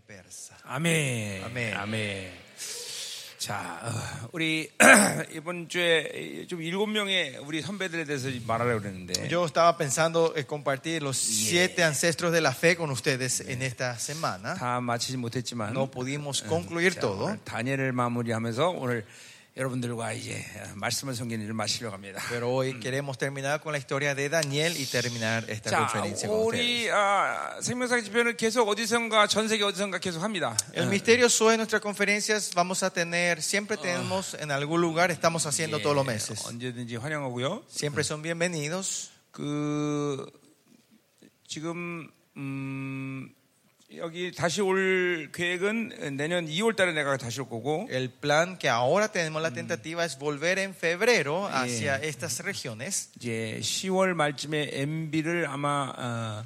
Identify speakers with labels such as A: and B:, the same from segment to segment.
A: persa.
B: 아멘.
A: 아멘.
B: 아멘. 자, 어, 우리 이번 주에 좀 일곱 명의 우리 선배들에 대해서 말하려고 그랬는데
A: Yo estaba pensando en compartir los siete ancestros de la fe con ustedes en esta semana.
B: 다 마치지 못했지만
A: No pudimos concluir
B: 자,
A: todo,
B: 오늘 다니엘을 마무리하면서 오늘 여러분들과 이제 말씀을 섬기는 일을 마치려고 합니다.
A: pero hoy queremos terminar con la historia de Daniel y terminar esta
B: 자,
A: conferencia con ustedes.
B: 우리 아, 생명사의 집회는 계속 어디선가 전 세계 어디선가 계속 합니다.
A: El misterio SUE en nuestras conferencias vamos a tener, siempre tenemos en algún lugar, estamos haciendo todos los meses.
B: 예, Oh, 언제든지 환영하고요.
A: Siempre son bienvenidos.
B: 그 지금 음, 여기 다시 올 계획은 내년 2월달에 내가 다시 올 거고
A: El plan que ahora tenemos la tentativa es volver en febrero hacia estas regiones.
B: 이제 10월 말쯤에 MB를 아마 어,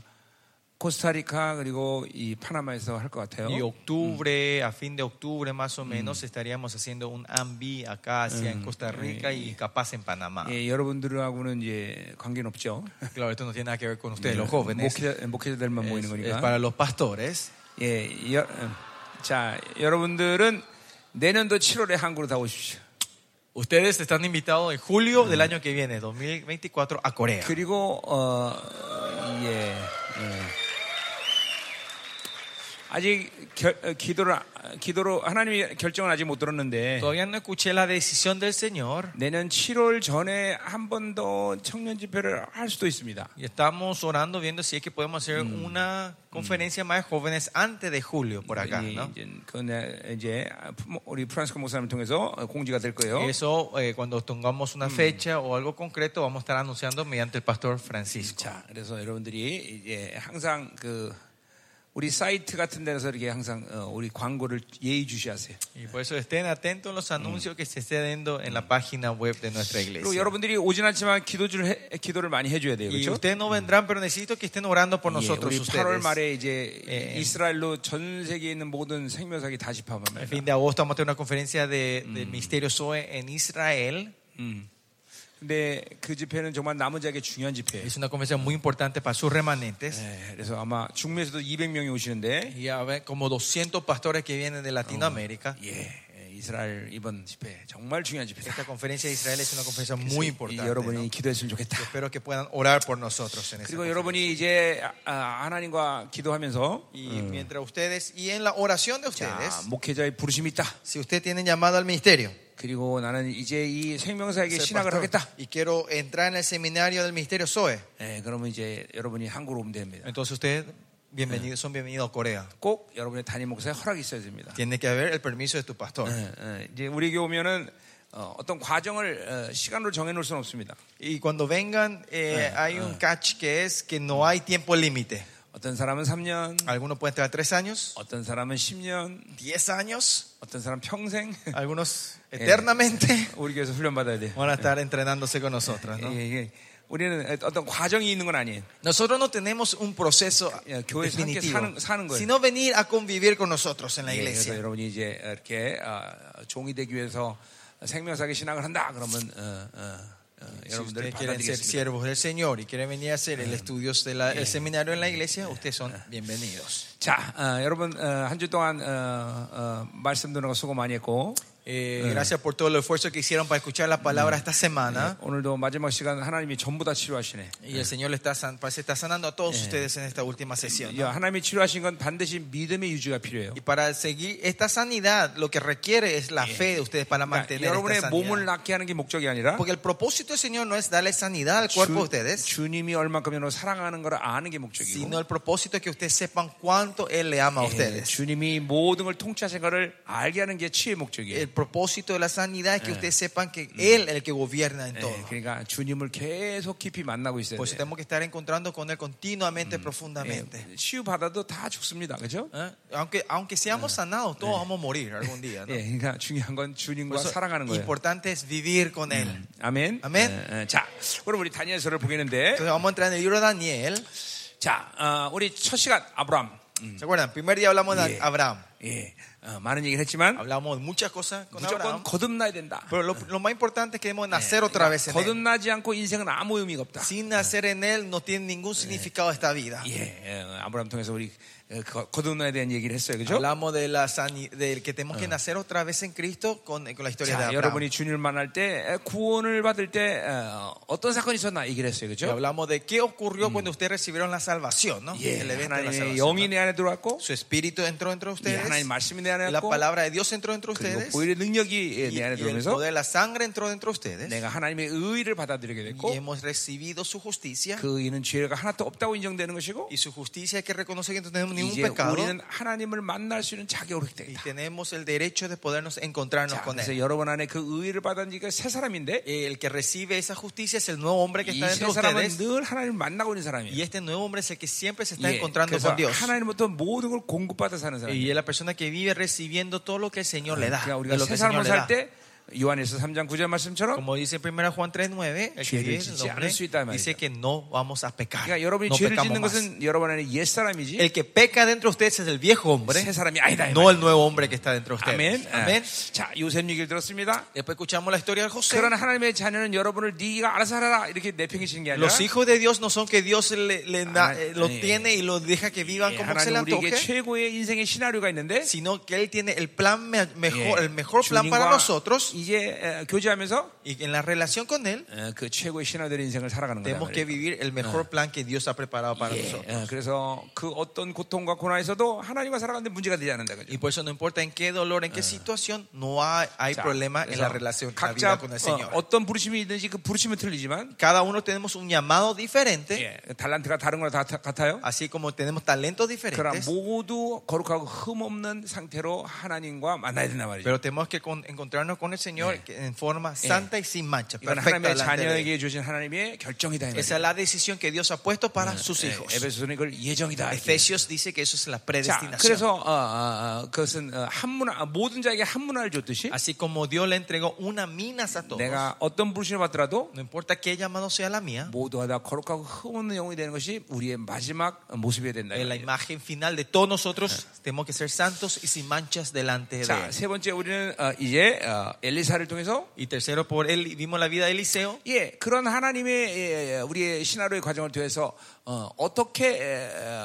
B: 코스타리카 그리고 이 파나마에서 할 것 같아요.
A: Y octubre, a fin de octubre más o menos, estaríamos haciendo un AMBI acá hacia en Costa Rica y capaz en Panamá.
B: 예, 여러분들하고는 이제 관계는 없죠.
A: Claro, esto no tiene nada que ver con ustedes, los jóvenes.
B: 목회자, 목회자들만
A: Es,
B: 모이는
A: es
B: 거니까.
A: para los pastores.
B: 예, 여, 음, 자 여러분들은 내년도 7월에 한국으로 다 오십시오.
A: Ustedes están invitados en julio del año que viene, 2024, a Corea.
B: 그리고 어, 예, 예. 아직 결- 어, 기도를 아- 기도로 하나님이 결정을 아직 못 들었는데
A: Todavía no escuché la decisión del Señor.
B: 내년 7월 전에 한 번 더 청년 집회를 할 수도 있습니다.
A: Y estamos orando, viendo si es que podemos hacer una conferencia más de jóvenes antes de julio por acá,
B: 이-
A: ¿no?
B: 이제 그건 이제 우리 프란스코 목사님을 통해서 공지가 될 거예요.
A: Eso, eh, cuando tengamos una fecha o algo concreto, vamos a estar anunciando mediante el pastor Francisco.
B: 자, 그래서 여러분들이 이제 항상 그 우리 사이트 같은 데서 이렇게 항상 어, 우리 광고를 예의주시하세요.
A: Y por eso estén atentos a los anuncios que se esté dando en la página web de nuestra
B: 그리고
A: iglesia.
B: 여러분들이 오진 않지만 기도를 해- 기도를 많이 해줘야 돼요.
A: Y
B: 그렇죠?
A: ustedes no vendrán, pero necesito que estén orando por
B: 예,
A: nosotros
B: 우리 8월
A: ustedes.
B: 말에 이제
A: 예.
B: 이스라엘로 전 세계에 있는 모든 생명사기 다
A: El
B: 집합합니다.
A: fin de agosto vamos a tener una conferencia de, de Misterio Zoe en Israel.
B: 음. 근데 그 집회는 정말 남은 자에게 중요한 집회예요.
A: Es una conferencia muy importante para sus remanentes.
B: 예, 그래서 아마 중미에서도 200명이 오시는데
A: Y a ver, como 200 pastores que vienen de Latinoamérica.
B: 예, 예, 이스라엘 이번 집회 정말 중요한 집회다.
A: Esta conferencia de Israel es una conferencia muy
B: 이
A: importante.
B: 여러분이
A: ¿no?
B: 기도했으면 좋겠다.
A: Espero que puedan orar por nosotros en esta
B: 그리고
A: conferencia.
B: 여러분이 이제 아, 아, 하나님과 기도하면서
A: Y mientras ustedes, y en la oración de ustedes,
B: 자, 목회자의 부르심이 있다.
A: si ustedes tienen llamado al ministerio.
B: 그리고 나는 이제 이 생명사에게
A: ser
B: 신학을
A: pastor,
B: 하겠다.
A: y quiero entrar en el seminario del ministerio Zoe.
B: 예, 그러면 이제 여러분이 한국으로 오면 됩니다.
A: Entonces ustedes bienvenidos, son bienvenidos a Corea.
B: 꼭 여러분의 담임 목사의 허락이 있어야 됩니다.
A: Tiene que haber el permiso de tu pastor.
B: 예, 예. 이제 우리 교회 오면은 어, 어떤 과정을 어, 시간으로 정해놓을 수는 없습니다.
A: Y cuando vengan, eh, hay un catch que es que no hay tiempo límite.
B: 어떤 사람은 3년,
A: Algunos pueden estar tres años,
B: 어떤 사람은 10년,
A: 10 años,
B: 어떤 사람 평생
A: algunos eternamente
B: 우리 교회에서 훈련 받아야 돼. 요 예,
A: van a estar entrenándose con nosotros. ¿no?
B: 우리는 어떤 과정이 있는 건 아니에요.
A: Nosotros no tenemos un proceso
B: 예, 교회에서 함께
A: definitivo,
B: 사는- 사는 거예요.
A: sino venir a convivir con nosotros en la
B: 예, 그래서
A: iglesia.
B: 여러분이 이제 이렇게 어, 종이대교에서 생명사계 신앙을 한다 그러면 어, 어, 어,
A: Si
B: 여러분들을
A: ustedes quieren ser
B: 받아들이겠습니다.
A: siervos del Señor y quieren venir a hacer el estudio del seminario en la iglesia, ustedes son bienvenidos.
B: 자, 어, 여러분 한 주 동안 어, 어, 말씀 듣는 거 수고 많이 했고
A: Eh, Gracias por todo el esfuerzo que hicieron para escuchar la palabra esta semana.
B: 오늘도 마지막 시간 하나님이 전부 다 치료하시네.
A: Y el Señor le está, san- parece está sanando a todos ustedes en esta última sesión.
B: 야, 하나님이 치료하신 건 반드시 믿음의 유지가 필요해요.
A: Y para seguir esta sanidad, lo que requiere es la fe de ustedes para
B: 그러니까
A: mantener
B: 여러분의
A: esta sanidad.
B: 몸을 낫게 하는 게 목적이 아니라
A: Porque el propósito del Señor no es darle sanidad al cuerpo de ustedes,
B: 주, 님이 얼만큼 여러분 사랑하는 걸 아는 게 목적이고
A: sino el propósito es que ustedes sepan cuánto Él le ama a
B: 예,
A: ustedes.
B: 주님이 모든 걸 통치하신 것을 알게 하는 게 치유의 목적이에요.
A: El propósito de la sanidad es que ustedes sepan que Él es el que gobierna en
B: 예,
A: todo.
B: 그러니까 주님을 계속 깊이 만나고 있어야
A: Por eso
B: 돼요.
A: pues tenemos que estar encontrando con Él continuamente,
B: 예,
A: profundamente.
B: 치유 받아도 다 죽습니다. 그죠?
A: ¿Eh? Aunque, aunque seamos sanados, todos vamos a morir algún día. ¿no?
B: 예, 그러니까 중요한 건
A: Por
B: 주님과
A: eso,
B: 사랑하는 거예요.
A: importante es vivir con Él.
B: 아멘. 그
A: 아멘.
B: 예, 예. 자, 그럼 우리 다니엘서를 보겠는데,
A: Entonces vamos a entrar en el libro de Daniel.
B: 자, 어, 우리 첫 시간 아브람.
A: Mm. ¿Se acuerdan? Primer día hablamos de
B: Yeah.
A: Abraham.
B: 예, 어, 많은 얘기를 했지만
A: Hablamos de muchas cosas con Eh,
B: 무조건
A: Abraham.
B: 거듭나야 된다.
A: Pero lo, lo más importante es que debemos nacer otra vez en él.
B: 거듭나지 않고 인생은 아무 의미가 없다.
A: Sin nacer en él no tiene ningún significado esta vida.
B: 예, 어, 아브라함 통해서 우리 어, 거- 거듭나에 대한 얘기를 했어요, 그죠?
A: Hablamos de la sani- del que tenemos que nacer otra vez en Cristo con, con la historia
B: 자,
A: de Abraham.
B: 여러분이 주님을 만날 때 에, 구원을 받을 때 어, 떤 사건이 있었나 얘기를 했어요,
A: Y
B: 그죠?
A: hablamos de qué ocurrió cuando ustedes recibieron la salvación, ¿no?
B: 예,
A: El evento de la
B: 하나님의
A: salvación.
B: 영이 내 안에 들어왔고,
A: Su espíritu entró entre
B: 예,
A: ustedes.
B: 하나님 말씀이 내 안에
A: La
B: 왔고,
A: palabra de Dios entró entre
B: 그리고
A: ustedes.
B: 보일의 능력이 예,
A: Y, y
B: 내 안에
A: el
B: 들어오면서
A: poder de la sangre entró entre ustedes.
B: 내가 하나님의 의를 받아들이게
A: Y
B: 됐고,
A: hemos recibido su justicia.
B: 그 의는 죄가 하나도 없다고 인정되는 것이고,
A: Y su justicia hay que reconocer que no tenemos ningún
B: 이제
A: pecado.
B: 우리는 하나님을 만날 수 있는 자격으로
A: Y
B: 되겠다.
A: tenemos el derecho de podernos encontrarnos
B: 자,
A: con
B: 그래서
A: Él.
B: 여러분 안에 그 의를 받은 지가 세 사람인데,
A: El que recibe esa justicia es el nuevo hombre que
B: 이
A: está dentro de
B: 세 사람은
A: ustedes.
B: 늘 하나님을 만나고 있는
A: Y
B: 사람이에요.
A: este nuevo hombre es el que siempre se está
B: 예,
A: encontrando
B: 그래서 예,
A: con Dios.
B: 하나님부터 모든 걸 공급받아 사는 사람이에요.
A: Y es la persona que vive recibiendo todo lo que el Señor le da.
B: 그러니까
A: de
B: 우리가
A: lo que
B: 새
A: el Señor
B: 사람을
A: le da.
B: 살 때 요한에서 3장 9절 말씀처럼
A: Como dice 1 Juan 3.9, el que
B: 죄를
A: vive en
B: 짓지
A: el hombre
B: 않을 수 있단
A: dice
B: 말이죠.
A: que no vamos a pecar.
B: 그러니까 여러분이
A: No
B: 죄를 짓는
A: pecamos más.
B: 것은 여러분 안에 옛사람이지
A: El que peca dentro de ustedes es el viejo hombre,
B: 새 사람이 아니다 이
A: no el nuevo hombre que está dentro de
B: 말이에요.
A: ustedes.
B: 아멘. 아멘. 자, 요셉 얘기를 들었습니다.
A: Después escuchamos la historia de José.
B: 그러나 하나님의 자녀는 여러분을 네가 알아서 하라 이렇게 내팽개치는 게 아니라
A: Los hijos de Dios no son que Dios le, le da-
B: Ah,
A: eh, los
B: eh.
A: tiene y los deja que vivan
B: 예,
A: como se
B: 하나님
A: le
B: 우리에게
A: antoje,
B: 최고의 인생의 시나리오가 있는데
A: sino que Él tiene el plan me- mejor,
B: 예,
A: el mejor plan para
B: 주님과
A: nosotros
B: 이제 어, 교제하면서
A: y en la relación con Él
B: 어, 그 최고의 신하들의 인생을 살아가는 거다
A: tenemos que
B: 말이에요.
A: vivir el mejor plan que Dios ha preparado para
B: 예,
A: nosotros.
B: 어, 그래서 그 어떤 고통과 고난에서도 하나님과 살아가는데 문제가 되지 않는다 그죠?
A: Y por eso no importa en qué dolor, en qué situación, no hay, hay
B: 자,
A: problema en la
B: 그래서
A: relación la
B: 각자
A: vida con el
B: 어,
A: Señor.
B: 어떤 부르심이 있든지 그 부르심은 틀리지만
A: Cada uno tenemos un llamado diferente,
B: 예, 달란트가 다른 거랑 다 다- 같아요.
A: así como tenemos talentos
B: 그러나
A: diferentes,
B: 모두 거룩하고 흠 없는 상태로 하나님과 만나야 된다 말이죠.
A: pero tenemos que con- encontrarnos con el Señor que- en forma santa y sin mancha.
B: 이건
A: Perfecta
B: 하나님의
A: delante de Él.
B: 자녀에게 주신 하나님의 결정이다 이 말이죠.
A: Esa es la decisión que Dios ha puesto para sus
B: 예,
A: hijos.
B: 에베소서는 이걸 예정이다. 이렇게.
A: Efesios dice eh, que eso es la
B: 자,
A: predestinación.
B: 그래서 어, 어, 어, 그것은 어, 한 문화 아, 모든 자에게 한 문화를 줬듯이
A: Así como Dios le entregó una minas a todos,
B: 내가 어떤 부르심을 받더라도
A: no importa qué llamado sea la mía,
B: 모두가 다 거룩하고 흠 없는 영혼이 되는 것이 우리의 마지막 모습이 어야 된다. 이
A: en la
B: 말이에요.
A: imagen final de todos nosotros tenemos que ser santos y sin manchas delante de
B: 자,
A: Él.
B: 세 번째 우리는 어, 이제 어, 엘리사를 통해서
A: Y tercero, por él vimos la vida de Eliseo.
B: 예, 그런 하나님의 예, 예, 우리의 신하로의 과정을 통해서 어, 떻게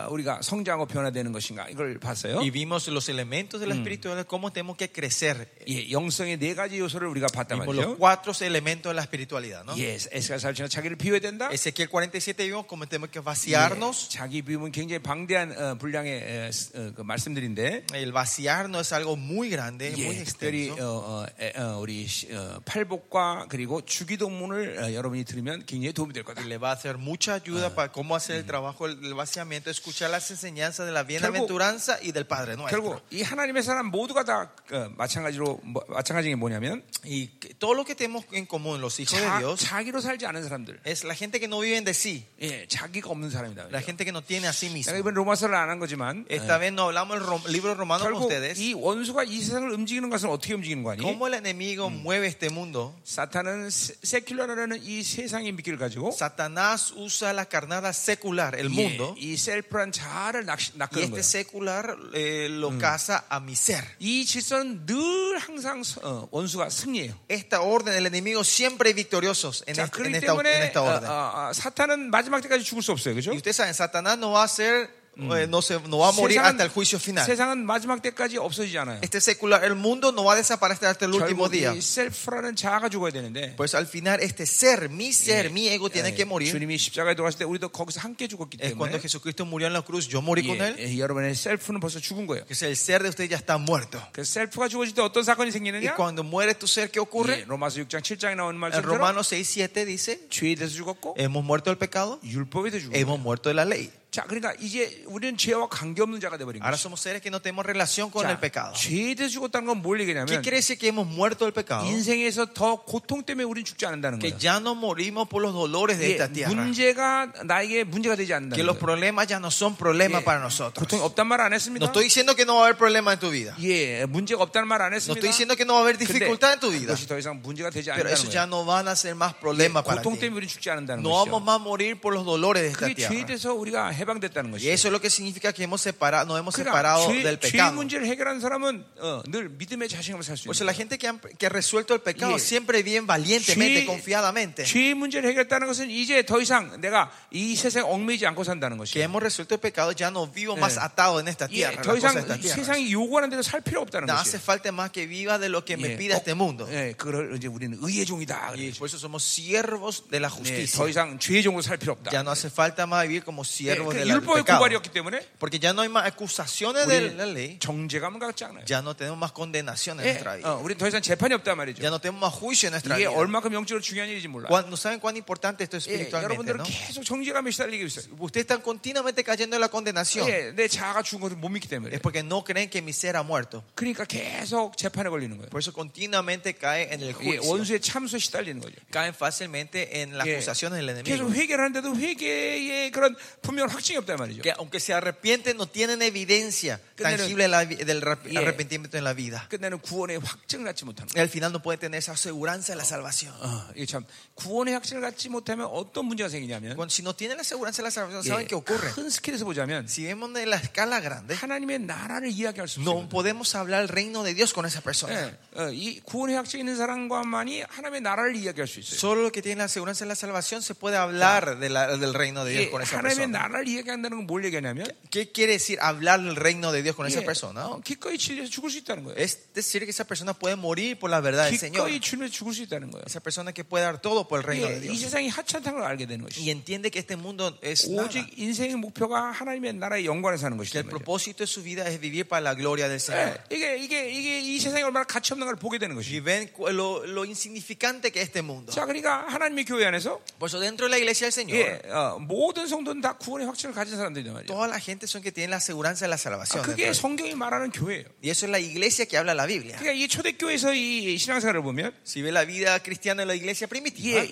B: 우리가 성장하고 변화되는 것인가 이걸 봤어요.
A: Y vimos los elementos de la espiritualidad, cómo tenemos que crecer.
B: 예, 영성의 네 가지 요소를 우리가 봤단
A: Vimos los
B: 말이죠.
A: cuatro elementos de la espiritualidad, ¿no?
B: 예, 에스가 살처럼 자기를 비워야 된다.
A: Ezequiel 47 vimos cómo tenemos que
B: 예,
A: vaciarnos.
B: 자기 비움은 굉장히 방대한 어, 분량의 에, 스- 어, 그 말씀들인데
A: El vaciarnos es algo muy grande, muy
B: 예, 특별히
A: extenso.
B: 어, 어, 에, 어, 우리 시- 어, 팔복과 그리고 주기도문을 어, 여러분이 들으면 굉장히 도움이 될 거다.
A: Y le va a hacer mucha ayuda para cómo hacer el trabajo del vaciamiento, escuchar las enseñanzas de la bienaventuranza y del Padre
B: 네, 결국
A: Nuestro.
B: 이 하나님의 사람 모두가 다 어, 마찬가지로 뭐, 마찬가지인 게 뭐냐면
A: Y que- todo lo que tenemos en común los hijos de
B: 자,
A: Dios
B: 자기로 살지 않은 사람들.
A: es la gente que no viven de sí,
B: 예, 자기가 없는 사람이다. 예,
A: la gente que no tiene a sí
B: 내가
A: mismo.
B: 이번 로마서를 안 한 거지만
A: Esta vez no hablamos del rom- libro romano con
B: 결국
A: ustedes.
B: 이 원수가 이 세상을 움직이는 것은 어떻게 움직이는 거 아니?
A: ¿Cómo el enemigo mueve este mundo?
B: 사탄은 세- 세큘러라는 이 세상의 미끼를 가지고
A: Satanás usa la carnada secular, el
B: 예,
A: mundo,
B: 이 셀프란 자아를 낚시,
A: y
B: 낚는 거예요.
A: este secular eh, lo caza a mi ser.
B: 이 질서는 늘 항상 서- 어, 원수가 승리해요.
A: Esta orden, el enemigo siempre es victoriosos en,
B: 자,
A: este- en
B: 그렇기
A: esta, en
B: 때문에
A: esta orden.
B: 어, 어, 어, 사탄은 마지막 때까지 죽을 수 없어요. 그죠?
A: y ustedes saben, Satanás no va a ser, eh, no, se, no va a morir hasta el juicio final.
B: 세상은 마지막 때까지 없어지지 않아요.
A: Este secular, el mundo no va a desaparecer hasta el último
B: 결국
A: día.
B: 이 셀프라는 자아가 죽어야 되는데
A: Pues al final, este ser, mi ser, mi ego, tiene que
B: 예,
A: morir.
B: 주님이 십자가에 예, 돌아가실 때 우리도 거기서 함께 죽었기
A: Es
B: 때문에
A: cuando Jesucristo murió en la cruz, yo morí con
B: 예,
A: él.
B: 예, 여러분의 셀프는 벌써 죽은 거예요.
A: Que el ser de usted ya está muerto.
B: 그래서 셀프가 죽어질 때 어떤
A: Y
B: 사건이 예, 생기느냐?
A: cuando muere tu ser, ¿qué
B: 예,
A: ocurre?
B: 로마서 6장 7장에 나오는
A: En
B: 말씀처럼
A: Romanos 6, 7 dice,
B: 죄에 대해서 죽었고
A: hemos muerto del pecado,
B: 율법에 대해서 죽은 예. 거예요.
A: hemos muerto de la ley.
B: 자, 그러니까 이제 우리는 죄와 관계없는 자가 돼버린
A: Ahora
B: 거예요.
A: somos seres que no tenemos relación con el
B: 자,
A: pecado.
B: 죄에 대해서 죽었다는 건 뭘
A: ¿Qué
B: 얘기냐면
A: quiere decir que hemos muerto del pecado?
B: 인생에서 더 고통 때문에 우리는 죽지 않는다는
A: Que
B: 거예요.
A: ya no morimos por los dolores de
B: 예,
A: esta tierra.
B: 문제가 나에게 문제가 되지
A: Que
B: 않는다는
A: los
B: 거예요.
A: problemas ya no son problemas
B: 예,
A: para nosotros.
B: 고통이 없단 말 안
A: No
B: 했습니다.
A: estoy diciendo que no va a haber problemas en tu vida.
B: 예, 문제가 없다는 말 안
A: No
B: 했습니다.
A: estoy diciendo que no va a haber dificultad en tu vida.
B: 그것이 더 이상 문제가 되지
A: Pero
B: 않는다는
A: eso
B: 거예요.
A: ya no van a ser más problemas para
B: 고통
A: ti.
B: 때문에 우리는 죽지 않는다는
A: No vamos
B: 거죠.
A: más a morir por los dolores de esta
B: 그게 죄에
A: tierra.
B: 대해서 우리가 해방됐다는
A: Y
B: 것이죠.
A: eso es lo que significa que hemos separado, nos hemos
B: 그러니까
A: separado
B: 죄,
A: del
B: 죄의
A: pecado.
B: 문제를 해결한 사람은 어, 늘 믿음의 자신감을 살 수
A: Por eso
B: 있는
A: la gente que, han- que ha resuelto el pecado
B: Yeah.
A: siempre viven valientemente,
B: Sí.
A: confiadamente.
B: 죄의 문제를 해결했다는 것은 이제 더 이상 내가 이 세상에 얽매이지 않고 산다는
A: que
B: 것이에요.
A: hemos resuelto el pecado ya no vivo
B: Eh.
A: más atado en esta
B: 예,
A: tierra.
B: 더
A: las
B: 이상
A: cosas de esta tierra.
B: 세상이 요구하는 대로 살 필요 없다는
A: No hace
B: 것이에요.
A: falta más que viva de lo que me
B: 예,
A: pida
B: 어,
A: este mundo.
B: 예, 그걸 이제 우리는 의의 종이다.
A: Y por eso somos siervos de la
B: 예, 더
A: justicia.
B: 이상 죄의 종으로 살
A: Ya
B: 필요 없다.
A: no hace falta más vivir como
B: 예,
A: siervos
B: 그
A: del
B: 율법의
A: pecado.
B: 구발이었기 때문에
A: Porque ya no hay más acusaciones de la
B: 우리
A: ley.
B: 정죄감을 갖지 않아요.
A: Ya no tenemos más condenación en
B: 예,
A: nuestra vida.
B: 어, 우리는 더 이상 재판이 없단 말이죠.
A: Ya no tenemos más juicio en nuestra
B: 이게
A: vida.
B: 얼마큼 영적으로 중요한 일인지 몰라. 요
A: Cuán- ¿No saben cuán importante esto es
B: 예,
A: espiritualmente?
B: 여러분들은
A: ¿no?
B: 계속 정죄감에 시달리고 있어요.
A: Ustedes están continuamente cayendo en la condenación.
B: 예, 내 자아가 죽은 것을 못 믿기 때문에.
A: Es porque no creen que mi ser ha muerto.
B: 그러니까 계속 재판에 걸리는 거예요.
A: Por eso continuamente cae en el
B: 예,
A: juicio.
B: 원수의 참수에 시달리는 거죠.
A: caen fácilmente en las
B: 예.
A: acusaciones del enemigo.
B: 계속 회개를 하는데도 회개의 그런 분명한 확증이 없단 말이죠.
A: Que aunque se arrepienten, no tienen evidencia
B: 끝내는-
A: tangible de la vi- del arrep-
B: 예.
A: arrepentimiento en la vida.
B: 끝내는 구원의 확증을 갖지 못하는
A: Y al final no pueden tener esa aseguranza de la salvación.
B: 거예요. 어, 이게 참 구원의 확증을 갖지 못하면 어떤 문제가 생기냐면
A: Cuando- si no tienen la aseguranza de la salvación,
B: 예,
A: ¿saben qué ocurre?
B: 큰 스케일에서 보자면
A: Si vemos en la escala grande,
B: 하나님의 나라를 이야기할 수 없어요.
A: no podemos hablar el reino de Dios con esa persona.
B: 예, 어, 이 구원의 확증이 있는 사람과만이 하나님의 나라를 이야기할 수 있어요.
A: Solo el que tiene la aseguranza de la salvación se puede hablar de la- del reino de
B: 예,
A: Dios con esa
B: 하나님의
A: persona.
B: 나라를 이야기한다는 건 뭘 얘기하냐면
A: ¿Qué quiere decir hablar el reino de Dios con esa
B: 예,
A: persona?
B: 어, 기꺼이 진리에서 죽을 수 있다는 거예요.
A: Es decir, que esa persona puede morir por la verdad del Señor.
B: 기꺼이 주님에서 죽을 수 있다는 거예요.
A: Esa persona que puede dar todo por el reino
B: 예,
A: de
B: 이
A: Dios.
B: 세상이 하찮다는 걸 알게 되는 것이죠.
A: Y entiende que este mundo es nada.
B: 오직 인생의 목표가 하나님의 나라의 영광을 사는
A: Que el
B: 것이죠.
A: propósito de su vida es vivir para la gloria del
B: 예,
A: Señor.
B: 이게 이게 이게 이 세상이 얼마나 가치 없는 걸 보게 되는
A: Y
B: 것이죠.
A: ven cu- lo, lo insignificante que es este mundo.
B: 자, 그러니까 하나님의 교회 안에서
A: Por eso dentro de la iglesia del Señor,
B: 예, 어, 모든 성도는 다 구원의 확신을 가진 사람들이란 말이에요.
A: toda la gente son que tienen la aseguranza de la
B: 아,
A: salvación.
B: 그게
A: dentro de-
B: 성경이 말하는 교회예요.
A: Y eso es la iglesia que habla la Biblia.
B: 그러니까 이 초대교회에서 이 신앙생활을 보면
A: Si ve la vida cristiana de la iglesia primitiva,
B: 예,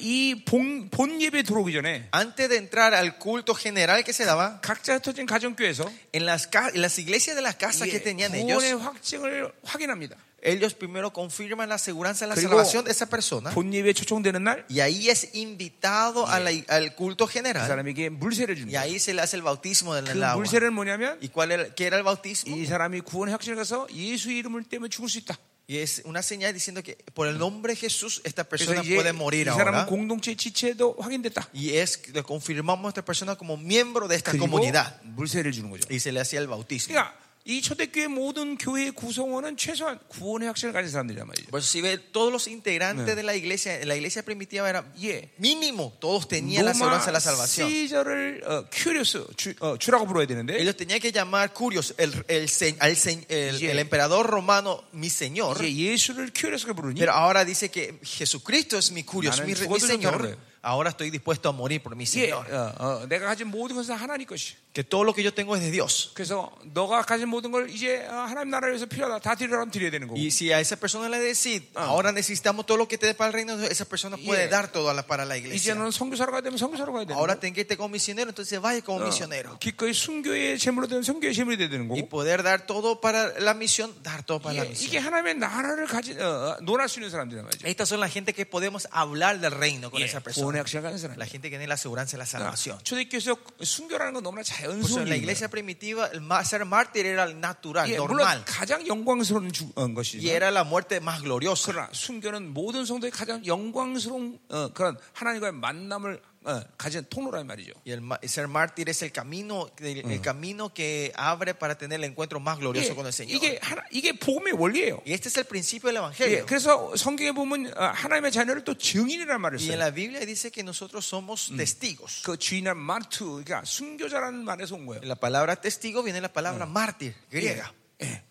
B: 이본 예배 들어오기 전에
A: antes de entrar al culto general que se daba,
B: 각자 흩어진 가정교회에서
A: en las, ca- en las iglesias de las casas
B: 예,
A: que tenían ellos,
B: 구원의 확증을 확인합니다.
A: ellos primero confirman la aseguranza de la
B: 그리고
A: salvación de esa persona.
B: 본 예배 초청되는 날 그
A: Y ahí es invitado a la- al culto general.
B: 사람에게 물세를
A: Y
B: 줍니다.
A: ahí se le hace el bautismo en
B: 그
A: el agua.
B: 물세는 뭐냐면
A: ¿Y cuál era, qué era el bautismo?
B: 이 사람이 구원의 확신을 가서 예수 이름을 때문에 죽을 수 있다.
A: Y es una señal diciendo que por el nombre de Jesús esta
B: 그래서
A: persona
B: 이제
A: puede
B: 이
A: morir ahora.
B: 사람은 공동체 지체도 확인됐다.
A: Y es que le confirmamos a esta persona como miembro de esta
B: 그리고
A: comunidad.
B: 물세를 주는 거죠.
A: Y se le hacía el bautismo.
B: 그러니까 이 초대교회 모든 교회의 구성원은 최소한 구원의 확신을 가진 사람들이란 말이죠.
A: Por eso Pues si ve todos los integrantes de la iglesia, en la iglesia primitiva era
B: Yeah.
A: mínimo, todos tenían la aseguranza de
B: 로마
A: la salvación.
B: 시저를 어, 큐리오스 주, 어, 주라고 불러야 되는데
A: Ellos tenían que llamar curios el, el, se- al se- el-
B: Yeah.
A: el emperador romano mi señor.
B: 이제 예수를 큐리오스가 부르니
A: Pero ahora dice que Jesucristo es mi curios,
B: 나는
A: mi, re- mi
B: 죽어도
A: Señor.
B: 좋다는 거예요.
A: Ahora estoy dispuesto a morir por mi
B: 예,
A: Señor.
B: 어, 어, 내가 가진 모든 것은 하나님 것이.
A: Que todo lo que yo tengo es de Dios.
B: 그래서 너가 가진 모든 걸 이제 어, 하나님 나라를 위해서 필요하다. 다 드리라면 드려야 되는 거고.
A: Y si a esa persona le decís, ahora necesitamos todo lo que te dé para el reino, de Dios", esa persona puede
B: Ah. Yeah.
A: dar todo a la- para la
B: 이제
A: iglesia.
B: 너는 성교사로 가야 되면 성교사로 가야 되는
A: Ahora
B: 거고.
A: tengo que irte como misionero, entonces vaya como
B: 어,
A: misionero.
B: 기꺼이 순교의 제물로 되는 성교의 제물이 돼야 되는
A: Y
B: 거고.
A: poder dar todo para la misión, dar todo para la
B: 이게, 이게
A: misión.
B: 하나님의 나라를 가진 어, 어, 논할 수 있는 사람들이란 말이죠.
A: Estas son la gente que podemos hablar del reino con esa
B: 예, 구원의
A: persona.
B: 확신을 가진 사람. 어,
A: La gente que tiene la aseguranza de
B: Ah.
A: la salvación.
B: 초대교회에서 순교라는 건 너무나
A: Por eso
B: 자연스러운
A: Pues en la
B: 일이에요.
A: iglesia primitiva, el ma- ser mártir era el natural,
B: 예,
A: normal.
B: 물론 가장 영광스러운 주- 어,
A: Y
B: 것이지만
A: era la muerte más gloriosa.
B: 그러나 순교는 모든 성도의 가장 영광스러운 어, 그런 하나님과의 만남을 어, 가진 통로란 말이죠.
A: Y el ma- ser mártir es el camino, el, el camino que abre para tener el encuentro más glorioso
B: 예,
A: con el Señor.
B: 이게 하나, 이게 복음의 원리예요.
A: y este es el principio del
B: 예,
A: Evangelio.
B: 그래서 성경에 보면 어, 하나님의 자녀를 또 증인이라는 말을
A: y en
B: 써요.
A: la Biblia dice que nosotros somos testigos.
B: 그 주인한 마르투, 그러니까 순교자라는 말에서 온 거예요.
A: En la palabra testigo viene la palabra mártir griega.
B: 예.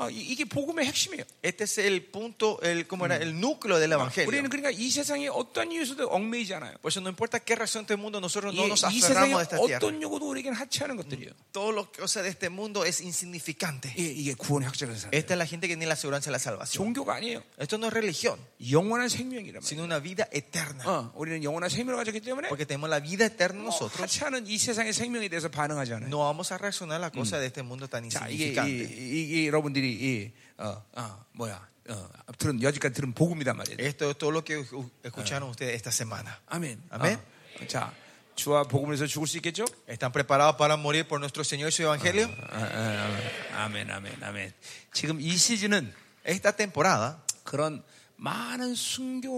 B: 어, 이- 이게 복음의 핵심이에요.
A: Este es el punto, el, ¿cómo era? el núcleo del
B: 우리는
A: Evangelio.
B: 그러니까 이 세상에 어떤 이유에서도 얽매이지 않아요.
A: Por eso no importa qué razón este mundo, nosotros no
B: 예,
A: nos
B: 이 세상에
A: aferramos de esta tierra.
B: 어떤 요구도 우리에겐 하치하는 것들이에요.
A: Todo lo que cosa de este mundo es insignificante.
B: 예, 음. 이게 구원의 확정을 사는 거예요.
A: Esta es la gente que tiene la aseguranza de la salvación.
B: 종교가 아니에요.
A: Esto no es religión,
B: 영원한 생명이란 말이에요.
A: sino una vida eterna.
B: 어, 우리는 영원한 생명을 가졌기 때문에
A: Porque tenemos la vida eterna
B: 어,
A: nosotros.
B: 하찮은 이 세상의 생명에 대해서 반응하지 않아요.
A: No vamos a reaccionar a la cosa de este mundo tan
B: 자, 이게 이,
A: insignificante.
B: 이- 이게 여러분들이 이, 어, 어, 뭐야 어, 들은 여지까지 들은 복음이단 말이에요.
A: Esto es todo lo que u- escucharon ustedes esta semana.
B: 아멘.
A: 아멘.
B: 어, 자, 주와 복음을 위해서 죽을 수 있겠죠?
A: ¿Están preparados para morir por nuestro Señor y su Evangelio?
B: 아, 아, 아, 아멘, 아멘, 아멘. 지금 이 시즌은
A: Esta temporada
B: 그런 많은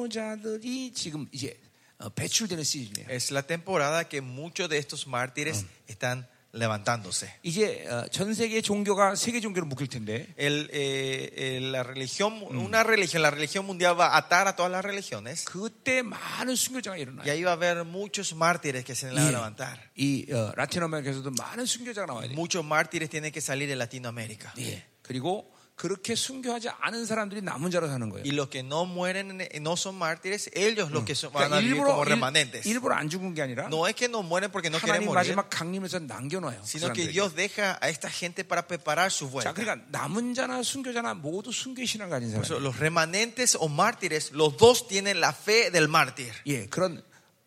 B: 순교자들이 지금 이제 어, 배출되는 시즌이에요.
A: es la temporada que muchos de estos mártires están levantándose.
B: 이제 어, 전 세계 종교가 세계 종교로 묶일 텐데
A: El, eh, eh, la religión, una religión, la religión mundial va a atar a todas las religiones
B: 그때 많은 순교자가
A: y
B: 일어나요.
A: ahí va a haber muchos mártires que se van a levantar.
B: 이 어, 라틴 아메리카에서도 많은 순교자가 나와야 돼요.
A: Muchos mártires tienen que salir de Latinoamérica.
B: 예. 그리고 그렇게 순교하지 않은 사람들이 남은 자로 사는 거예요.
A: Y los que no mueren, eh, no son mártires, ellos los que son- van
B: 그러니까
A: a vivir como
B: 일부러 일-
A: remanentes.
B: 일부러 안 죽은 게 아니라
A: No es que no mueren porque no quieren
B: 하나님
A: morir,
B: 마지막 강림에서 남겨놔요. 그
A: sino que
B: 사람들에게.
A: Dios deja a esta gente para preparar su
B: 자,
A: vuelta.
B: 그러니까 남은 자나 순교자나 모두 순교의 신앙을 가진
A: Por eso,
B: 사람.
A: los remanentes o mártires, los dos tienen la fe del mártir.
B: 예, 그런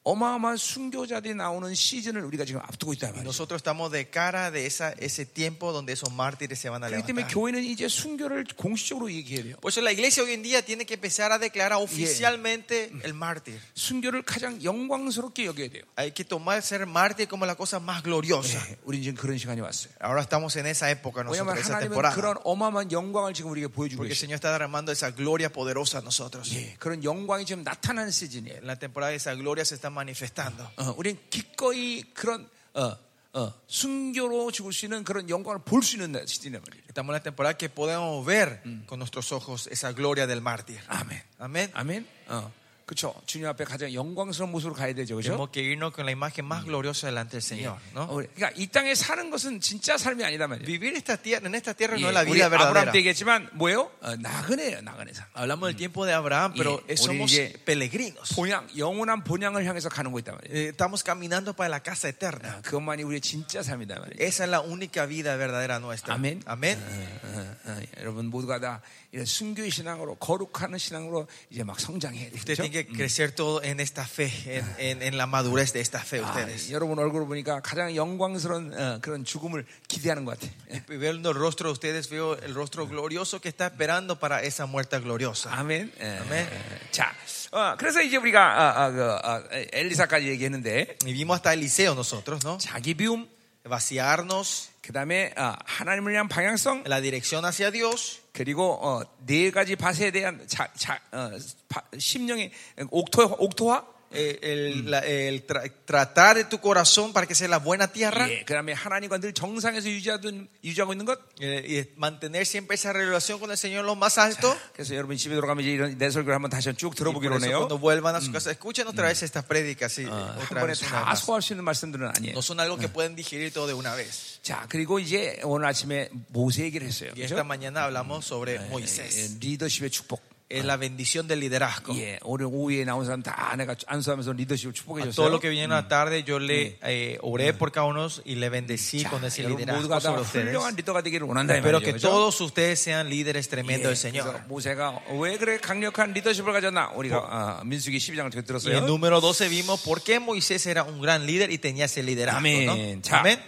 B: 어마어마한 순교자들이 나오는 시즌을 우리가 지금 앞두고 있다 말이죠.
A: Nosotros estamos de cara de esa, ese tiempo donde esos mártires se van a
B: 그렇기 때문에
A: levantar.
B: 교회는 이제 순교를 공식적으로 얘기해야 돼요.
A: Por eso la iglesia hoy en día tiene que empezar a declarar oficialmente el mártir.
B: 순교를 가장 영광스럽게 여겨야 돼요.
A: Hay que tomar ser mártir como la cosa más gloriosa.
B: 예, 우리 지금 그런 시간이 왔어요.
A: Ahora estamos en esa época nosotros,
B: 왜냐하면
A: esa
B: 하나님은
A: temporada.
B: 그런 어마어마한 영광을 지금 우리에게 보여주고
A: Porque el
B: 계시죠.
A: Señor está derramando esa gloria poderosa a nosotros.
B: 예, 그런 영광이 지금 나타나는 시즌이에요.
A: En la temporada de esa gloria se está manifestando.
B: 어, 우린 기꺼이 그런 어, 어, 순교로 죽을 수 있는 그런 영광을 볼 수 있는 시즌이란 말이에요.
A: Estamos en la temporada que podemos ver con nuestros ojos esa gloria del mártir.
B: 아멘.
A: Amén.
B: 아멘. 어, 그렇죠. 주님 앞에 가장 영광스러운 모습으로 가야 되죠. 그렇죠?
A: Tenemos que irnos con la imagen más gloriosa delante del Señor. ¿no?
B: 그러니까 이 땅에 사는 것은 진짜 삶이 아니다 말이에요.
A: Vivir esta tierra, en esta tierra
B: 예,
A: no es la
B: 우리
A: vida
B: 아브라함
A: verdadera.
B: 때 얘기했지만 뭐예요? 어, 나그네예요, 나그네 삶.
A: Hablamos del tiempo de Abraham, pero eh,
B: Y-
A: somos
B: 우리 이제-
A: peregrinos.
B: 본향, 영원한 본향을 향해서 가는 거 있단 말이에요. 예,
A: Eh, Estamos caminando para la casa eterna.
B: 그것만이 우리의 진짜 삶이다 말이에요.
A: Esa es la única vida verdadera nuestra.
B: 아멘.
A: Amén.
B: 어, 어, 어, 여러분 모두가 다 이런 순교의 신앙으로 거룩하는 신앙으로 이제 막 성장해야
A: Usted
B: 되죠.
A: tiene que crecer todo en esta fe, en, en- en la madurez de esta fe,
B: 아,
A: ustedes.
B: 여러분 얼굴을 보니까 가장 영광스러운 어, 그런 죽음을 기대하는 것 같아요. 예.
A: Y Viendo el rostro de ustedes, veo el rostro glorioso que está esperando para esa muerte gloriosa.
B: 아멘. 예.
A: 아멘.
B: 자, 어, 그래서 이제 우리가 아, 아, 그, 아, 엘리사까지 얘기했는데
A: Y vimos hasta Eliseo nosotros, ¿no?
B: 자기 비움,
A: Vaciarnos,
B: 그 다음에 하나님을 향한 방향성,
A: la dirección hacia Dios,
B: 그리고 어, 네 가지 밭에 대한 자, 자, 어, 바- 심령의 옥토, 옥토화,
A: eh, el, la- el tra- tratar de tu corazón para que sea la buena tierra.
B: 예, 그 다음에 하나님과 늘 정상에서 유지하던, 유지하고 있는 것.
A: Eh, y mantener siempre esa relación con el Señor en lo más alto.
B: 그래서 여러분 집에 돌아가면 이제 이런 내 설교를 한번 다시
A: Y
B: 쭉
A: por
B: 들어보기로
A: eso
B: 하네요.
A: cuando vuelvan a su casa, escuchen otra vez estas prédicas. y
B: 어, 한
A: otra
B: 번에
A: vez, una vez
B: 다
A: más.
B: 소화할 수 있는 말씀들은 아니에요.
A: No son algo que pueden digerir todo de una vez.
B: 자, 그리고 이제 오늘 아침에 모세 얘기를 했어요.
A: Y esta
B: 그죠?
A: mañana hablamos sobre
B: 예,
A: Moisés.
B: 리더십의 축복.
A: Es la bendición del liderazgo.
B: 예, 오늘 오후에 나온 사람 다 내가 안수하면서 리더십을 축복해
A: A todo
B: 줬어요.
A: lo que vinieron a tarde, yo
B: Mm.
A: le eh, oré por cada uno y le bendecí
B: 자,
A: con ese
B: 여러분 모두가
A: liderazgo
B: 다
A: sobre ustedes.
B: 훌륭한 리더가 되기를 원한다 이
A: Espero
B: 네, 말이죠.
A: que
B: 그죠?
A: todos ustedes sean líderes tremendos del
B: 예, 그래서
A: Señor.
B: 모세가 왜 그래 강력한 리더십을 가졌나 우리가 아, 민수기 12장을 통해
A: Y en
B: 들었어요.
A: número 12 vimos por qué Moisés era un gran líder y tenía ese liderazgo.
B: Amén.
A: ¿no?
B: 자,
A: Amén.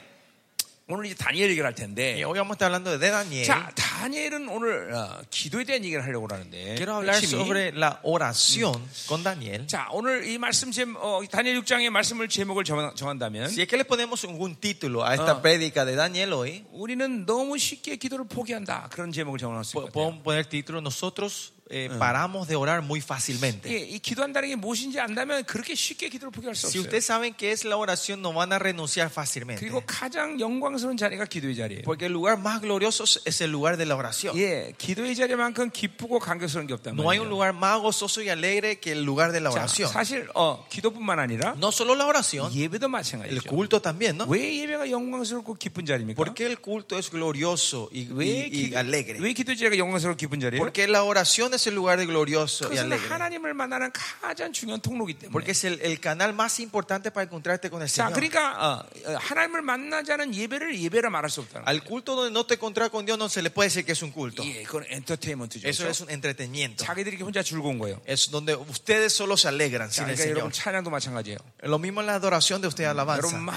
B: 오늘 이제 다니엘 얘기를 할 텐데.
A: Y hoy vamos a estar hablando de Daniel.
B: 자, 다니엘은 오늘 어, 기도에 대한 얘기를 하려고 하는데.
A: Quiero hablar
B: 열심히.
A: sobre la oración
B: Mm.
A: con Daniel.
B: 자, 오늘 이 말씀 제 어, 다니엘 6장의 말씀을 제목을 정한, 정한다면
A: Si es que le ponemos un título a esta
B: Ah.
A: prédica de Daniel hoy,
B: 우리는 너무 쉽게 기도를 포기한다. 그런 제목을 정할 수
A: po-
B: 있을 것 같아요.
A: podemos poner título, nosotros eh, paramos de orar muy
B: 예,
A: fácilmente.
B: 이 기도한다는 게 무엇인지 안다면 그렇게 쉽게 기도를 포기할 수
A: Si
B: 없어요.
A: ustedes saben qué es la oración, no van a renunciar fácilmente.
B: 그리고 가장 영광스러운 자리가 기도의 자리예요.
A: Porque el lugar más glorioso es el lugar de la oración.
B: 예, 기도의 자리만큼 기쁘고 감격스러운 게 없단
A: No hay un
B: 말이에요.
A: lugar más gozoso y alegre que el lugar de la
B: 자,
A: oración.
B: 사실 어, 기도뿐만 아니라
A: No solo la oración,
B: 예배도
A: el
B: 마찬가지죠.
A: culto también, ¿no?
B: 왜 예배가 영광스럽고 기쁜 자리입니까?
A: ¿Por qué el culto es glorioso y,
B: 왜,
A: y- y
B: 기,
A: alegre?
B: 왜 기도의 자리가 영광스럽고 기쁜 자리예요?
A: ¿Por qué la oración es el lugar de glorioso y
B: 그것은
A: alegre?
B: 하나님을 만나는 가장 중요한 통로이기 때문에.
A: Porque es el, el canal más importante para encontrarte con el Señor.
B: 자, 그러니까 어, 어, 하나님을 만나지 않은 예배를 예배라 말할 수 없다는
A: Al culto donde no te encontrás con Dios no se le puede decir que es un culto.
B: 거예요. 예, 그건 엔터테인먼트죠.
A: Eso
B: 그렇죠?
A: es un entretenimiento.
B: 자기들이 혼자 즐거운 거예요.
A: Es donde ustedes solo se alegran
B: 자,
A: sin el
B: 그러니까
A: Señor.
B: 여러분 찬양도 마찬가지예요.
A: Lo mismo en la adoración de ustedes alabanza.
B: 여러분 막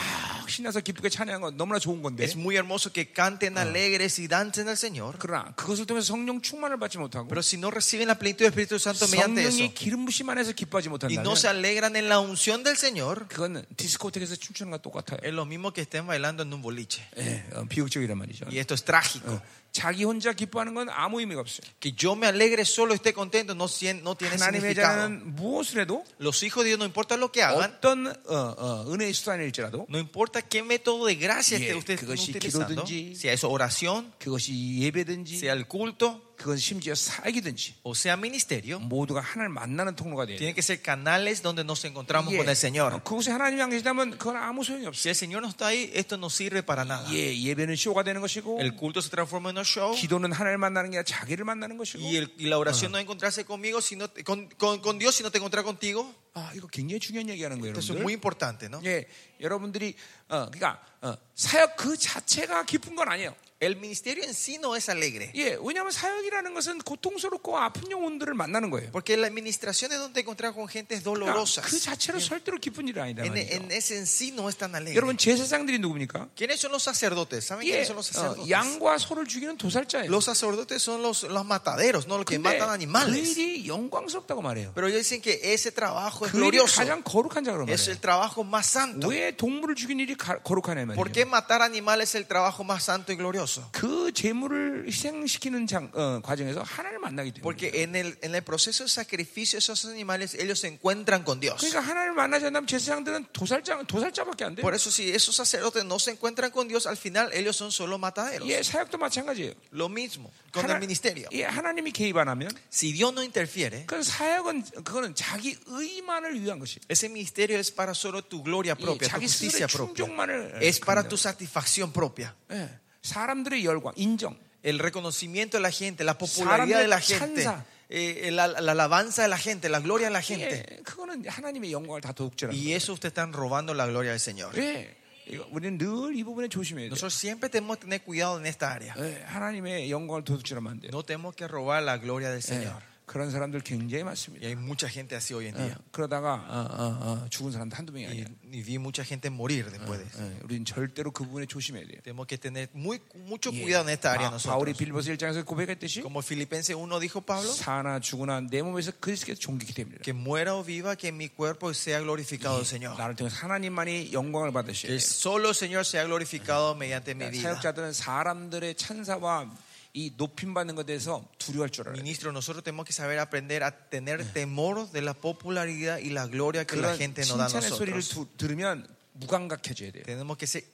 B: 신나서 기쁘게 찬양한 건 너무나 좋은 건데
A: Es muy hermoso que canten alegres y dancen al Señor.
B: 그러나 그것을 통해서 성령 충만을 받지 못하고
A: Pero si no reciben la plenitud del Espíritu Santo mediante eso
B: 성령이 기름 부심 안에서 기뻐하지
A: y
B: 못한다면
A: no se alegran en la unción del Señor,
B: 그건 디스코텍에서 춤추는 것과 똑같아요.
A: es lo mismo que estén bailando en un boliche.
B: 예, 어, 비극적이란 말이죠.
A: Y esto es trágico.
B: 어, 자기 혼자 기뻐하는 건 아무 의미가 없어요.
A: Que yo me alegre solo, esté contento, no, sien- no tiene
B: 하나님의
A: significado.
B: 자녀는 무엇을 해도
A: Los hijos de Dios, no importa lo
B: Oh.
A: que hagan,
B: 어떤 어, 어, 은혜의 수단일지라도
A: no importa qué método de gracia
B: Yeah,
A: esté usted estén
B: 그것이
A: utilizando,
B: 기도든지,
A: sea eso oración,
B: 그것이 예배든지
A: sea el culto
B: 그건 심지어 사역이든지
A: o sea ministerio,
B: 모두가 하나님을 만나는 통로가 돼요.
A: tienen que ser canales donde nos encontramos
B: 예,
A: con el Señor.
B: 그곳에 하나님이 안 계시다면 그건 아무 소용이
A: Si
B: 없어요.
A: el Señor no está ahí, esto no sirve para nada.
B: 예, 예배는 쇼가 되는 것이고
A: El culto se transforma en un show.
B: 기도는 하나님을 만나는 게 아니라 자기를 만나는 것이고
A: Y, el- y la oración no es encontrarse conmigo, sino con, con, con Dios, si no te encontrar contigo.
B: 아, 이거 굉장히 중요한 얘기하는 거예요,
A: Eso es
B: 여러분들.
A: muy importante, ¿no?
B: 예, 여러분들이 어, 그러니까 어, 사역 그 자체가 기쁜 건 아니에요.
A: El ministerio en sí no es alegre.
B: 예, 왜냐하면 사역이라는 것은 고통스럽고 아픈 영혼들을 만나는 거예요.
A: Porque la administración es donde te encontrás con gentes
B: 그러니까
A: dolorosas.
B: 그 자체로 절대로 기쁜 일은 아니다.
A: En, e,
B: 말이죠.
A: en ese en sí no es tan alegre.
B: 여러분 제사장들이 누굽니까?
A: ¿Quiénes son los sacerdotes? ¿Saben
B: 예,
A: quiénes son los
B: 어,
A: sacerdotes?
B: 양과 소를 죽이는 도살자예요.
A: Los sacerdotes son los, los mataderos, no los que
B: 근데
A: matan
B: 그
A: animales.
B: 일이 영광스럽다고 말해요.
A: Pero ellos dicen que ese trabajo es
B: 그 일이
A: glorioso.
B: 가장 거룩한 자라고
A: Es
B: 말해요.
A: el trabajo más santo.
B: 왜 동물을 죽인 일이 가- 거룩하냐
A: ¿Por
B: 말이에요.
A: qué matar animales es el trabajo más santo y glorioso?
B: 그 재물을 희생시키는 장- 어, 과정에서 하나님을 만나기 때문에.
A: Porque en el, en el proceso de sacrificio de esos animales, ellos se encuentran con Dios.
B: 그러니까 하나님을 만나지 않으면 제사장들은 도살자 도살자밖에 안 돼요.
A: Por eso, si esos sacerdotes no se encuentran con Dios, al final ellos son solo mataderos.
B: 예, 사역도 마찬가지예요.
A: Lo mismo con el ministerio.
B: 예, 하나님이 개입 안 하면
A: Si Dios no interfiere,
B: 그 사역은 그거는 자기 의만을 위한 것이에요.
A: ese ministerio es para solo tu gloria
B: 예,
A: propia, tu
B: 자기 스스로의
A: justicia propia.
B: 충족만을
A: Es para
B: 그런다고.
A: tu satisfacción propia.
B: 예, 사람들의 열광, 인정.
A: El reconocimiento de la gente, la popularidad
B: Saram의
A: de la gente,
B: 찬사.
A: eh, la, la alabanza de la gente, la gloria de la gente.
B: 예, 그거는 하나님의 영광을 다 도둑질하는
A: Y
B: 거예요.
A: eso ustedes están robando la gloria del Señor.
B: 예, 이거 우리는 늘 이 부분에 조심해야 돼요.
A: Nosotros siempre tenemos que tener cuidado en esta área.
B: 예, 하나님의 영광을 도둑질하면 안 돼요.
A: No tenemos que robar la gloria del
B: 예,
A: Señor.
B: 그런 사람들
A: Y
B: 굉장히 많습니다.
A: hay mucha gente así hoy en
B: 예,
A: día.
B: 그러다가 어, 어, 어, 죽은 사람도 한두 명이
A: Y,
B: 아니에요.
A: y vi mucha gente morir después de eso.
B: 예, 우리는 절대로 그 부분에 조심해야 돼요.
A: Tenemos que tener muy, mucho
B: 예.
A: cuidado en esta área
B: 바- 바울이 그
A: nosotros.
B: 빌보스 1장에서 고백했듯이
A: Como Filipenses 1 dijo
B: 뭐?
A: Pablo,
B: 사나 죽으나 내 몸에서 그리스도께서 종기기 됩니다.
A: que muera o viva, que mi cuerpo sea glorificado el Señor.
B: 나를 통해서 하나님만이 영광을 받으시오.
A: Que solo el Señor sea glorificado mediante mi vida.
B: 사역자들은 사람들의 찬사와 이 높임 받는 것에 대해서 두려워할 줄 알아요.
A: Ministro, nosotros tenemos que saber aprender a tener temor de la popularidad y la gloria que la
B: 그런
A: gente nos da a
B: 칭찬의 소리를
A: nosotros.
B: 두- 들으면 무감각해져야 돼요.
A: Tenemos que ser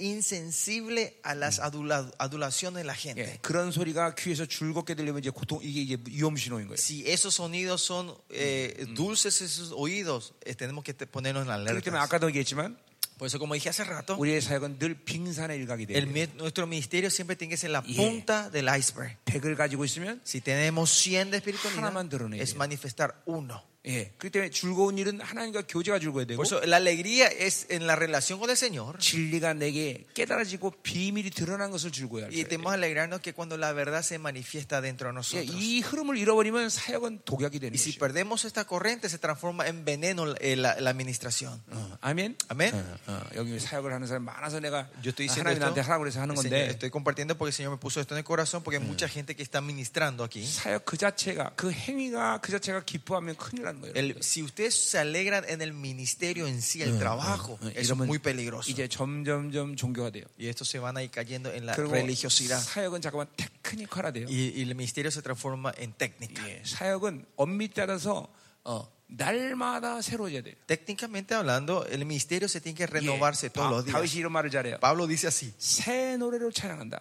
A: insensible a las adula- adulaciones de la gente.
B: 예, 그런 소리가 귀에서 즐겁게 들리면 이제 고통 이게 이제 위험 신호인 거예요.
A: Si esos sonidos son eh, dulces en sus oídos, eh, tenemos que te- ponernos en
B: 그렇기 때문에
A: alerta.
B: 아까도 얘기했지만
A: Por eso, como dije hace rato,
B: 우리의 사역은 늘 빙산의 일각이 돼요.
A: el mi- nuestro ministerio siempre tiene que ser la
B: Yeah.
A: punta del iceberg.
B: 100을 가지고 있으면
A: Si tenemos 100 de espiritualidad,
B: 하나만 드러내야
A: es
B: 돼요.
A: manifestar uno.
B: 예, 그렇기 때문에 즐거운 일은 하나님과 교제가 즐거워야 되고
A: Por eso, la alegría es en la relación con el Señor.
B: 진리가 내게 깨달아지고 비밀이 드러난 것을 즐거워야
A: Y
B: 돼요.
A: tenemos que alegrarnos que cuando la verdad se manifiesta dentro de
B: 예,
A: nosotros.
B: 이 흐름을 잃어버리면 사역은 독약이
A: Y
B: 되는
A: si
B: 것이죠.
A: perdemos esta corriente, se transforma en veneno eh, la, la administración.
B: 어, 아멘.
A: 아멘.
B: 어, 어, 여기 사역을 하는 사람 많아서 내가
A: Yo estoy diciendo
B: 하나님 나한테
A: esto,
B: 하라고 그래서 하는
A: el Señor,
B: 건데
A: estoy compartiendo porque el Señor me puso esto en el corazón porque hay mucha gente que está ministrando aquí.
B: 사역 그 자체가 그 행위가 그 자체가 기뻐하면 큰일 나는 거예요.
A: El- si ustedes se alegran en el ministerio en sí, el trabajo,
B: 어,
A: eso es
B: 이러면
A: muy peligroso.
B: 이제 점점점 종교가 돼요.
A: Y estos se van a ir cayendo en la
B: 그리고
A: religiosidad.
B: 사역은 잠깐만 테크니컬화 돼요.
A: Y, y el ministerio se transforma en técnica.
B: 예, 사역은 엄밀 따라서 어, 날마다 새로워져야 돼요.
A: Técnicamente hablando, el ministerio se tiene que renovarse
B: 예,
A: todos
B: 다-
A: los días.
B: 다윗이 이런 말을 잘해요.
A: Pablo dice así.
B: 새 노래로 찬양한다.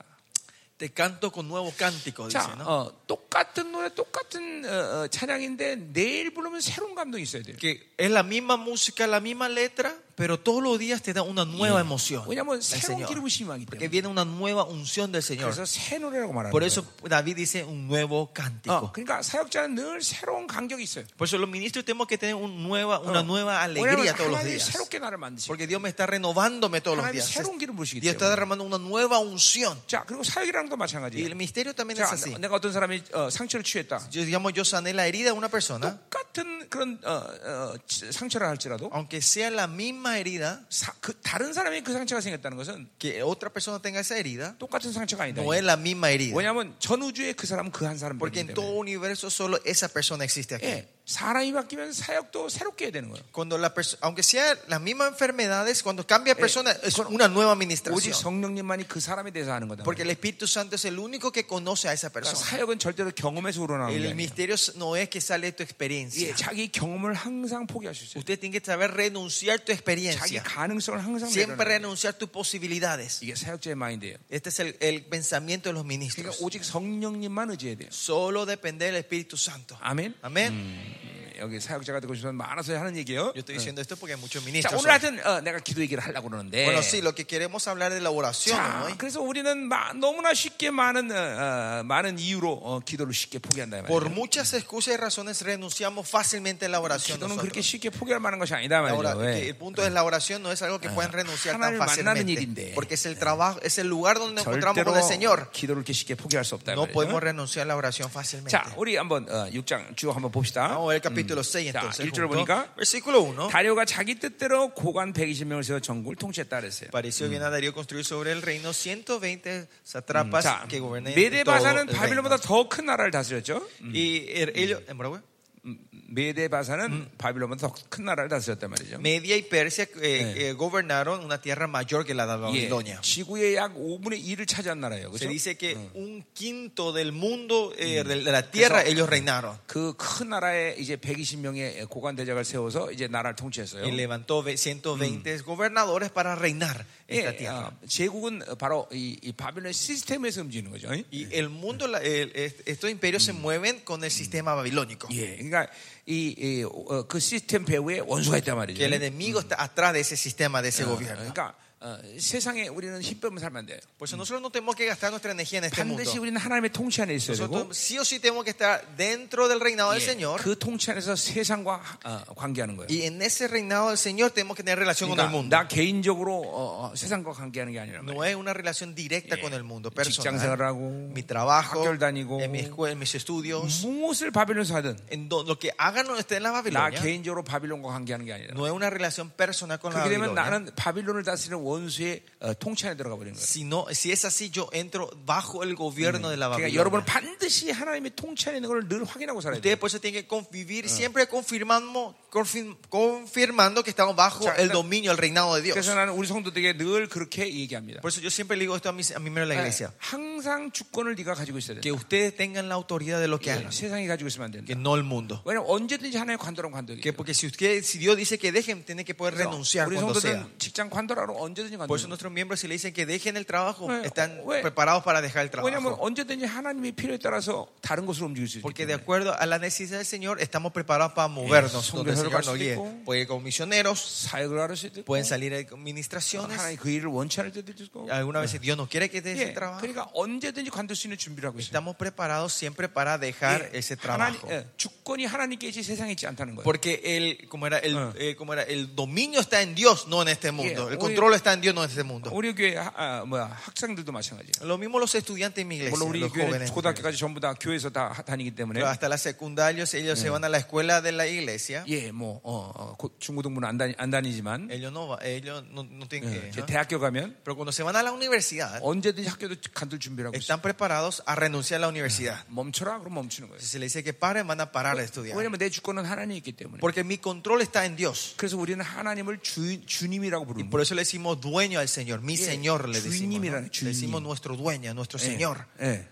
A: Te canto con nuevos cánticos, dice,
B: 자,
A: ¿no?
B: 어, 똑같은 노래, 똑같은 어, 어, 찬양인데 내일 부르면 새로운 감동이 있어야 돼요.
A: Que es la misma música, la misma letra, pero todos los días te da una nueva emoción.
B: 왜냐하면
A: del
B: 새로운
A: Señor.
B: 기름을 심하기
A: Porque
B: 때문에.
A: viene una nueva unción del
B: 그래서
A: Señor.
B: 새 노래라고 말하는
A: Por
B: 거예요.
A: eso David dice un nuevo
B: 어,
A: cántico.
B: 그러니까 사역자는 늘 새로운 감격이 있어요.
A: Por eso los ministros tenemos que tener un nueva, una nueva
B: 왜냐하면
A: alegría todos los
B: 하나님이
A: días.
B: 새롭게 나를 만드시고
A: Porque Dios me está renovándome todos los
B: 하나님이
A: días.
B: 새로운 기름 부시기
A: Dios está
B: 때문에.
A: derramando una nueva unción.
B: 자, 그리고 사역이랑도
A: Y
B: 마찬가지예요.
A: el misterio también es
B: 자,
A: así.
B: 내가 어떤 사람이 어, 상처를 취했다.
A: Yo, digamos, yo sané la herida de una persona,
B: 똑같은 그런 어, 어, 치- 상처를 할지라도
A: aunque sea la misma misma herida,
B: 사- 그 다른 사람이 그 상처가 생겼다는 것은
A: que otra persona tenga esa herida,
B: 똑같은 상처가 아니다.
A: no es la misma herida.
B: 왜냐하면 전 우주에 그 사람은 그 한 사람
A: Porque
B: 뿐이기
A: en todo
B: 때문에.
A: universo solo esa persona existe aquí.
B: 예, 사람이 바뀌면 사역도 새롭게 해야 되는 거예요.
A: Cuando la perso- aunque sea las mismas enfermedades, cuando cambia persona es una nueva
B: 오직
A: administración.
B: 성령님만이 그 사람에 대해서 하는 거다.
A: Porque el Espíritu Santo es el único que conoce a esa
B: 그러니까
A: persona.
B: 사역은 절대로 경험에서 우러나오는 게
A: El
B: 아니에요.
A: misterio no es que sale de tu
B: 예,
A: experiencia.
B: 자기 경험을 항상 포기하실 수 있어요.
A: Usted tiene que saber renunciar tu
B: 자기
A: experiencia.
B: 가능성을 항상
A: Siempre
B: 내려놔.
A: renunciar tus posibilidades.
B: 이게 사역자의 마인드예요.
A: Este es el, el pensamiento de los ministros.
B: 그러니까 오직 성령님만 의지해야 돼요.
A: Solo depender del Espíritu Santo.
B: 아멘.
A: Amén.
B: 음, 여기 사역자가 되고 싶으면 많아서 하는 얘기예요.
A: Yo estoy diciendo esto porque hay muchos
B: 자,
A: ministros.
B: 오늘 하여튼 어, 내가 기도 얘기를 하려고 그러는데.
A: Bueno, sí, lo que queremos hablar de la oración
B: 자,
A: hoy.
B: 그래서 우리는 마- 너무나 쉽게 많은 어, 어, 많은 이유로 어, 기도를 쉽게 포기한다 이
A: Por
B: 말이에요.
A: muchas excusas y razones renunciamos fácilmente a la oración.
B: 기도는 그렇게
A: nosotros.
B: 쉽게 포기할 만한 것이 아니다
A: La ora-
B: 말이죠. 예.
A: que el punto es la oración no es algo que pueden renunciar tan
B: 하나님을 만나는
A: fácilmente,
B: 일인데.
A: porque es el eh. trabajo, es el lugar donde nos encontramos
B: 절대로
A: con el Señor.
B: 기도를 이렇게 쉽게 포기할 수 없다. 이
A: No
B: 말이에요.
A: podemos renunciar a la oración fácilmente.
B: 자, 우리 한번 어, 6장 주 한번 봅시다.
A: Vamos a ver el capítulo 6
B: 자,
A: entonces.
B: 1절
A: juntos.
B: 보니까
A: Versículo 1.
B: 다리오가 자기 뜻대로 고관 120명을 세워 전국을 통치했다 그랬어요.
A: Pareció bien a Darío construir sobre el reino 120 satrapas
B: 자,
A: que gobernan todo el
B: 메데바사는
A: reino.
B: 바빌론보다 더 큰 나라를 다스렸죠.
A: Y er- ellos, ¿en Broadway?
B: 음, 메데바사는 바빌론보다 더 큰 나라를 다스렸단 말이죠.
A: Media y Persia eh, eh, gobernaron una tierra mayor que la de
B: 예,
A: Babilonia.
B: 지구의 약 5분의 1을 차지한 나라예요.
A: Se
B: 그렇죠?
A: dice que un quinto del mundo, eh, de la tierra, ellos reinaron.
B: 그 큰 나라에 이제 120명의 고관 대작을 세워서 이제 나라를 통치했어요.
A: Y levantó ve- 120 gobernadores para reinar esta
B: 예,
A: tierra.
B: 아, 제국은 바로 이, 이 바빌론 시스템에서 움직이는 거죠.
A: Y el mundo, la- el- est- estos imperios se mueven con el sistema babilónico.
B: 예, 그러니까 이, 이, 어, 그 시스템 배후에 원수가 있단 말이죠.
A: Que el enemigo está atrás de ese sistema, de ese
B: 어,
A: gobierno.
B: 그러니까 어, 세상에 우리는 힘 빼면 살면 안 돼요.
A: Por eso nosotros no tenemos que gastar nuestra energía en este mundo.
B: 반드시 우리는 하나님의 통치 안에 있어야 되고
A: Nosotros sí o sí tenemos que estar dentro del reinado del
B: 예,
A: Señor.
B: 그 통치 안에서 세상과 하- 어, 관계하는 거예요.
A: Y en ese reinado del Señor tenemos que tener relación con el
B: 그러니까
A: mundo.
B: 나 개인적으로 어, 어, 세상과 관계하는 게 아니라
A: No es una relación directa
B: 예.
A: con el mundo
B: 직장
A: personal.
B: 생활하고
A: Mi trabajo,
B: 학교를 다니고
A: en, mi escuela, en mis estudios,
B: 무엇을 바빌론에서 하든
A: en do- lo que hagan donde esté en la
B: 나
A: Babilonia,
B: 개인적으로 바빌론과 관계하는 게 아니라
A: no es una relación personal con la
B: 그렇게 되면
A: Babilonia.
B: 나는 뭐 바빌론을 다스리는 원수의 어, 통치 안에 들어가 버리는 거예요.
A: Si, no, si es así, yo entro bajo el gobierno de la
B: 그러니까
A: Babilonia.
B: 여러분은 반드시 하나님의 통치 안에 있는 걸 늘 확인하고 살아야 돼요.
A: Ustedes por eso tienen que convivir, siempre confirmando, confirm- confirmando que estamos bajo
B: 자,
A: el
B: 그러니까-
A: dominio, el reinado de Dios.
B: 그래서 나는 우리 성도들에게 늘 그렇게 얘기합니다. 아,
A: Por eso yo siempre le digo esto a mis a mi
B: Ah.
A: miembros de la iglesia.
B: 항상 주권을 네가 가지고 있어야 돼.
A: Que ustedes tengan la autoridad de lo que hagan,
B: 세상이 가지고 있으면 안 된다.
A: que no el mundo.
B: 왜냐면 언제든지 하나의 관도라면 관도이
A: Que porque si, usted, si Dios dice que dejen, tienen que poder renunciar
B: 우리
A: cuando sea.
B: 성도들은 직장 관도라로 언제든지 관도.
A: Por eso nuestros miembros si le dicen que dejen el trabajo,
B: 왜-
A: están
B: 왜-
A: preparados para dejar el
B: 왜냐면
A: trabajo.
B: 언제든지 하나님의 필요에 따라서 다른 곳으로 움직일 수 있기
A: Porque
B: 때문에.
A: de acuerdo a la necesidad del Señor, estamos preparados para movernos.
B: son
A: Donde el
B: mejor
A: Señor nos guíe.
B: castigo.
A: Puede ir con misioneros,
B: 사역을 할 수 있고
A: pueden salir de administraciones.
B: 하나님 그 일을 원치 않을 때도 있고
A: Algunas veces Dios no quiere que dejes
B: 예,
A: el trabajo.
B: 그러니까 언제든지 관둘 수 있는 준비를 하고 있어요
A: Estamos preparados siempre para dejar
B: 예,
A: ese
B: 하나님,
A: trabajo.
B: 예, 주권이 하나님께 있지 세상에 있지 않다는 거예요
A: Porque el, como era, el,
B: Ah.
A: eh, como era, el dominio está en Dios, no en este mundo.
B: oye.
A: El control está en Dios, no en este mundo.
B: 우리 교회 하- 아, 뭐야, 학생들도 마찬가지예요
A: Lo mismo los estudiantes en mi iglesia,
B: 물론 우리
A: los
B: 교회는
A: jóvenes.
B: 초등학교까지 전부 다 교회에서 다 하- 다니기 때문에
A: Pero hasta la secundaria, ellos se van a la escuela de la iglesia.
B: 예, 뭐 어, 어, 고- 중고등부는 안, 다니, 안 다니지만
A: Ellos no, va- ellos no, no tienen que.
B: 예, 이제
A: ¿no?
B: 대학교 가면
A: Pero cuando se van a la universidad,
B: 언제든지 학교도 간둘 준비를 하고 있어요
A: están preparados a renunciar a la universidad.
B: 멈춰라 그럼 멈추는 거예요
A: Si se le dice que paren, van a parar de estudiar.
B: 왜냐면 내 주권은 하나님이 있기 때문에
A: Porque mi control está en Dios.
B: 그래서 우리는 하나님을 주, 주님이라고 부르는
A: Por eso le decimos dueño al Señor, mi
B: Yeah.
A: Señor le decimos. ¿no?
B: 주님이라는,
A: Le decimos nuestro dueño, nuestro Señor.
B: 예. 예.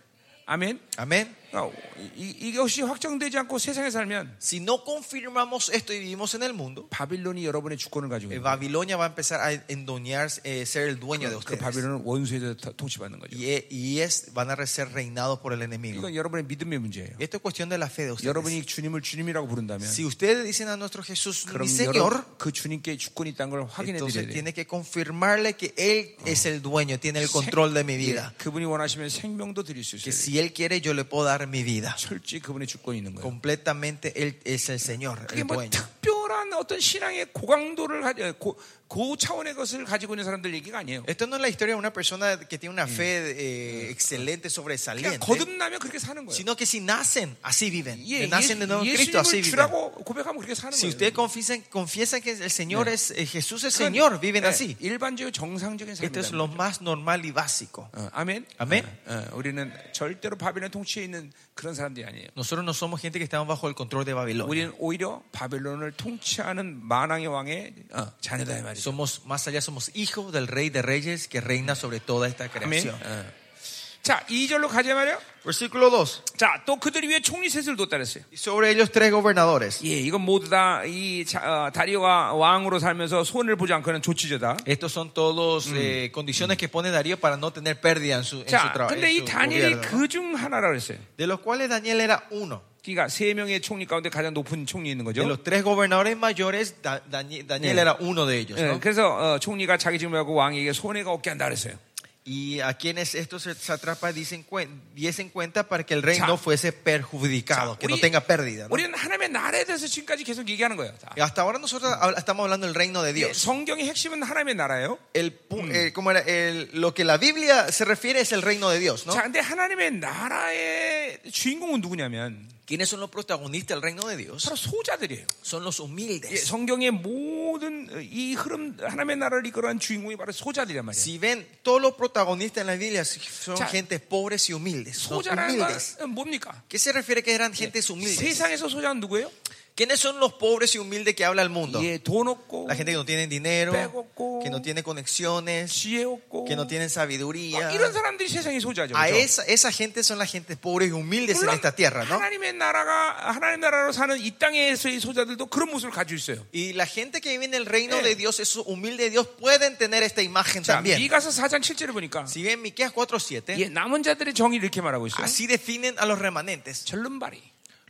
B: 아멘.
A: Amén.
B: 그러니까 이, 이것이 확정되지 않고 세상에 살면
A: Si no confirmamos esto y vivimos en el mundo,
B: 바빌론이 여러분의 주권을 가지고
A: eh,
B: 있는
A: Babilonia va a empezar a endoñar, eh, ser el dueño de
B: 거예요. 그
A: ustedes.
B: 바빌론은 원수에서 다- 통치받는 거죠.
A: Y, eh, y es, van a ser reinados por el enemigo.
B: 이건 여러분의 믿음의 문제예요.
A: Esto es cuestión de la fe de ustedes.
B: 여러분이 주님을 주님이라고 부른다면
A: Si ustedes dicen a nuestro Jesús, mi
B: 그럼
A: Señor,
B: 여러분 그 주님께 주권이 있다는 걸 확인해 드려야
A: entonces
B: 돼요.
A: tiene que confirmarle que Él es el dueño, tiene el control de mi vida.
B: 예, 그분이 원하시면 생명도 드릴 수
A: Que
B: 있어요. 예,
A: si Él quiere, yo le puedo dar mi vida.
B: 철저히 그분의 주권이 있는 거예요.
A: Completamente Él es el Señor,
B: 그게
A: el
B: 뭐
A: dueño.
B: 특별한 어떤 신앙의 고강도를 가, 고, 그 차원의 것을 가지고 있는 사람들 얘기가 아니에요.
A: Esto no es la historia de una persona que tiene una fe eh, excelente, sobresaliente,
B: 그냥 거듭나면 그렇게 사는 거예요.
A: sino que si nacen, así viven.
B: 예, 예,
A: nacen de nuevo en Cristo, así
B: 예수님을
A: viven.
B: 주라고 고백하면 그렇게 사는
A: Si
B: 거예요.
A: ustedes confiesan, confiesan que el Señor es, eh, Jesús es
B: 그건,
A: Señor, viven
B: 예,
A: así.
B: 일반적인 정상적인
A: Esto es
B: 삶이다.
A: lo más normal y básico.
B: 어, 아멘.
A: 아멘.
B: 어, 어, 우리는 절대로 바벨론 통치에 있는 그런 사람들이 아니에요.
A: Nosotros no somos gente que estamos bajo el control de Babilonia.
B: 우리는 오히려 바벨론을 통치하는 만왕의 왕의 어, 자녀다 이 말이죠.
A: Somos, más allá, somos hijos del Rey de Reyes que reina sobre toda esta
B: 아멘.
A: creación.
B: 어. 자, 2절로 가자 말이요.
A: Versículo 2.
B: 자, 또 그들 위에 총리 셋을 뒀다 그랬어요.
A: Y sobre ellos tres gobernadores.
B: 예, 이건 모두 다 이 어, 다리오가 왕으로 살면서 손을 보지 않고는 조치저다.
A: Estos son todos eh, condiciones que pone Darío para no tener pérdida en su, en su
B: 자,
A: trabajo.
B: 근데 이 다니엘이 그 중 하나라 그랬어요.
A: De los cuales Daniel era uno.
B: 그러니까 세 명의 총리 가운데 가장 높은 총리 있는
A: De
B: 거죠.
A: los tres gobernadores mayores, Da- Dani- Daniel
B: Sí.
A: era uno de ellos.
B: 예,
A: ¿no?
B: 그래서 어, 총리가 자기 직무하고 왕에게 손해가 없게 한다 그랬어요.
A: Y a quienes estos satrapas dicen cuen- diesen cuenta para que el rey
B: Cha.
A: no fuese perjudicado,
B: Cha,
A: que no
B: uri-
A: tenga pérdida. ¿no?
B: 우리는 하나님의 나라에 대해서 지금까지 계속 얘기하는 거예요. 다.
A: Hasta ahora nosotros habla- estamos hablando del reino de
B: 예,
A: Dios.
B: 성경의 핵심은 하나님의 나라예요.
A: El, pu- eh, ¿cómo era? El- lo que la Biblia se refiere es el reino de Dios, ¿no?
B: 자, 근데 하나님의 나라의 주인공은 누구냐면
A: ¿Quiénes son los protagonistas del reino de Dios?
B: 바로 소자들이에요.
A: Son los
B: 예,
A: humildes.
B: 성경의 모든 이 흐름 하나님의 나라를 이끌어간 주인공이 바로 소자들이란 말이에요.
A: Si ven, todos los protagonistas en la Biblia son
B: Cha.
A: gentes pobres y humildes. Son
B: 소자라는
A: humildes.
B: 건 뭡니까?
A: ¿Qué se refiere que eran gentes humildes?
B: 세상에서 소자는 누구예요?
A: ¿Quiénes son los pobres y humildes que habla el mundo?
B: 예, 돈 없고
A: La gente que no tiene dinero,
B: Pegocó.
A: que no tiene conexiones,
B: 지혜 없고
A: que no tienen
B: 막
A: sabiduría.
B: 이런 사람들이 세상의 소자죠.
A: A
B: 그렇죠?
A: esa, esa gente son las gentes pobres y humildes en
B: 물론
A: esta tierra, ¿no?
B: 하나님의 나라가 하나님 나라로 사는 이 땅에서의 소자들도 그런 모습을 가지고 있어요.
A: Y la gente que vive en el reino
B: Eh.
A: de Dios, esos humildes de Dios, pueden tener esta imagen
B: 자,
A: también.
B: 미가서 4장 7절을 보니까
A: Si bien Miqueas 4:7
B: 예, 남은 자들의 정의를 이렇게 말하고 있어요.
A: así definen a los remanentes,
B: 절름발이.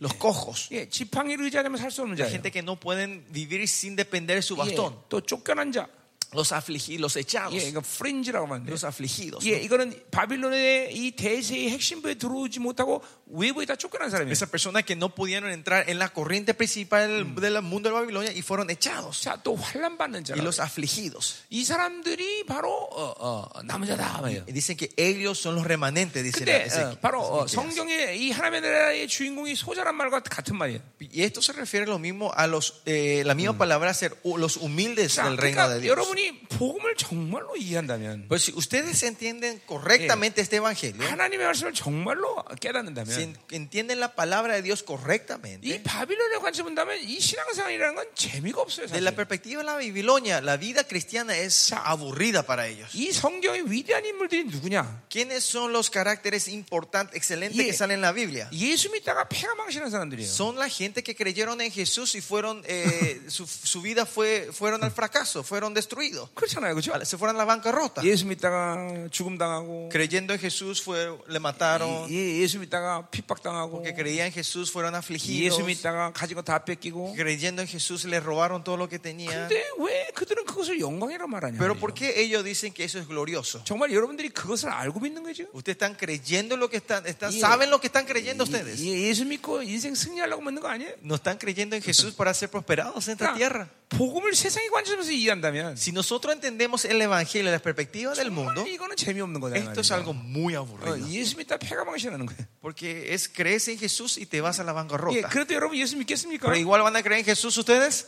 A: los cojos,
B: 예, 지팡이를 의지하면 살 수 없는
A: la
B: 자예요.
A: gente que no pueden vivir sin depender de su
B: 예,
A: bastón,
B: 또 쫓겨난 자.
A: los afligidos, los echados,
B: 예, 이거 프린지라고 하는데.
A: los afligidos.
B: 예, 이거는 바빌론의 이 대세의 핵심부에 들어오지 못하고 외부에 다 쫓겨난 사람이에요.
A: Esas personas que no pudieron entrar en la corriente principal del mundo de Babilonia y fueron echados.
B: 자, 또 환란 받는 자.
A: Y los afligidos.
B: 이 사람들이 바로 어, 어, 남은 자다. 말이에요.
A: Y dicen que ellos son los remanentes, dicen
B: 근데
A: ese-
B: 어, 바로 어,
A: ese Miqueas.
B: 성경의 이 하나님의 나라의 주인공이 소자란 말과 같은 말이에요.
A: Y esto se refiere lo mismo a los, eh, la misma palabra, ser u- los humildes
B: 자,
A: del reino
B: 그러니까
A: de Dios.
B: 여러분이 복음을 정말로 이해한다면
A: Pues si ustedes entienden correctamente este evangelio,
B: 하나님의 말씀을 정말로 깨닫는다면
A: si en- entienden la palabra de Dios
B: 이
A: correctamente,
B: 바빌론의 관점 본다면 이 신앙생활이라는 건 재미가 없어요.
A: de la
B: 사실.
A: perspectiva de la Babilonia, la vida cristiana es aburrida para ellos.
B: 이 성경의 위대한 인물들이 누구냐?
A: ¿Quiénes son los caracteres importantes, excelentes que
B: Yeah.
A: salen en la Biblia?
B: 예수 믿다가 폐가 망신한 사람들이에요.
A: Son la gente que creyeron en Jesús y fueron, eh, su, su vida fue, fueron al fracaso, fueron destruidos,
B: 그렇잖아요, 그렇죠?
A: se fueron a la bancarrota.
B: 예수 믿다가 죽음 당하고,
A: creyendo en Jesús fue, le mataron,
B: 예, 예수 믿다가 핍박 당하고,
A: que creían en Jesús fueron afligidos,
B: 예수 믿다가 가진 거 다 뺏기고.
A: creyendo en Jesús le robaron todo lo que tenían.
B: 근데 왜 그들은 그것을 영광이라 말하냐?
A: Pero ¿por qué ellos dicen que eso es glorioso?
B: 정말 여러분들이 그것을 알고 믿는 거죠?
A: Ustedes están creyendo lo que están, están
B: Yeah.
A: saben lo que están creyendo ustedes.
B: 예, 예수 믿고 인생 승리하려고 믿는 거 아니에요?
A: No están creyendo en Jesús para ser prosperados en esta
B: 그러니까
A: tierra.
B: 복음을 세상의 관점에서 이해한다면
A: Si nosotros entendemos el evangelio de la perspectiva del mundo,
B: 정말 이거는 뭐 재미없는 거잖아요. 그러니까. 어,
A: esto es algo muy aburrido.
B: 예수 믿다 폐가 망신하는 거예요.
A: Porque es crees en Jesús y te vas a la
B: 예,
A: bancarrota.
B: 그래도 여러분 예수 믿겠습니까?
A: Pero igual van a creer en Jesús ustedes.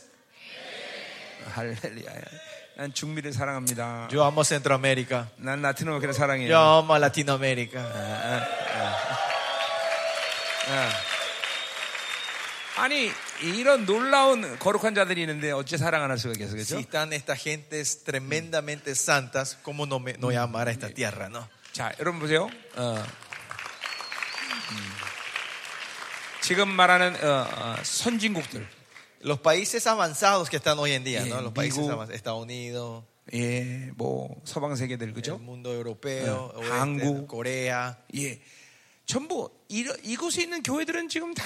B: 할렐루야. 난 중미를 사랑합니다.
A: Yo amo Centroamérica.
B: 난 라틴 아메리카를 사랑해요.
A: Yo amo a Latinoamérica.
B: 예. 아니 이런 놀라운 거룩한 자들이 있는데 어째 사랑 안 할 수가 있겠어,
A: Si
B: 그렇죠?
A: están estas gentes
B: Mm.
A: tremendamente santas, ¿cómo no, me, no voy a amar a esta tierra, no?
B: 자, 여러분 보세요. 어. 음. 지금 말하는 어, 어, 선진국들,
A: Los países avanzados que están hoy en día, ¿no?
B: Bien,
A: Los países
B: digo-
A: avanzados, Estados Unidos,
B: 예, 뭐 서방 세계들
A: el
B: 그죠?
A: mundo europeo,
B: Eh,
A: oeste,
B: Hangul.
A: Corea.
B: 예, 전부 이러, 이곳에 있는 교회들은 지금 다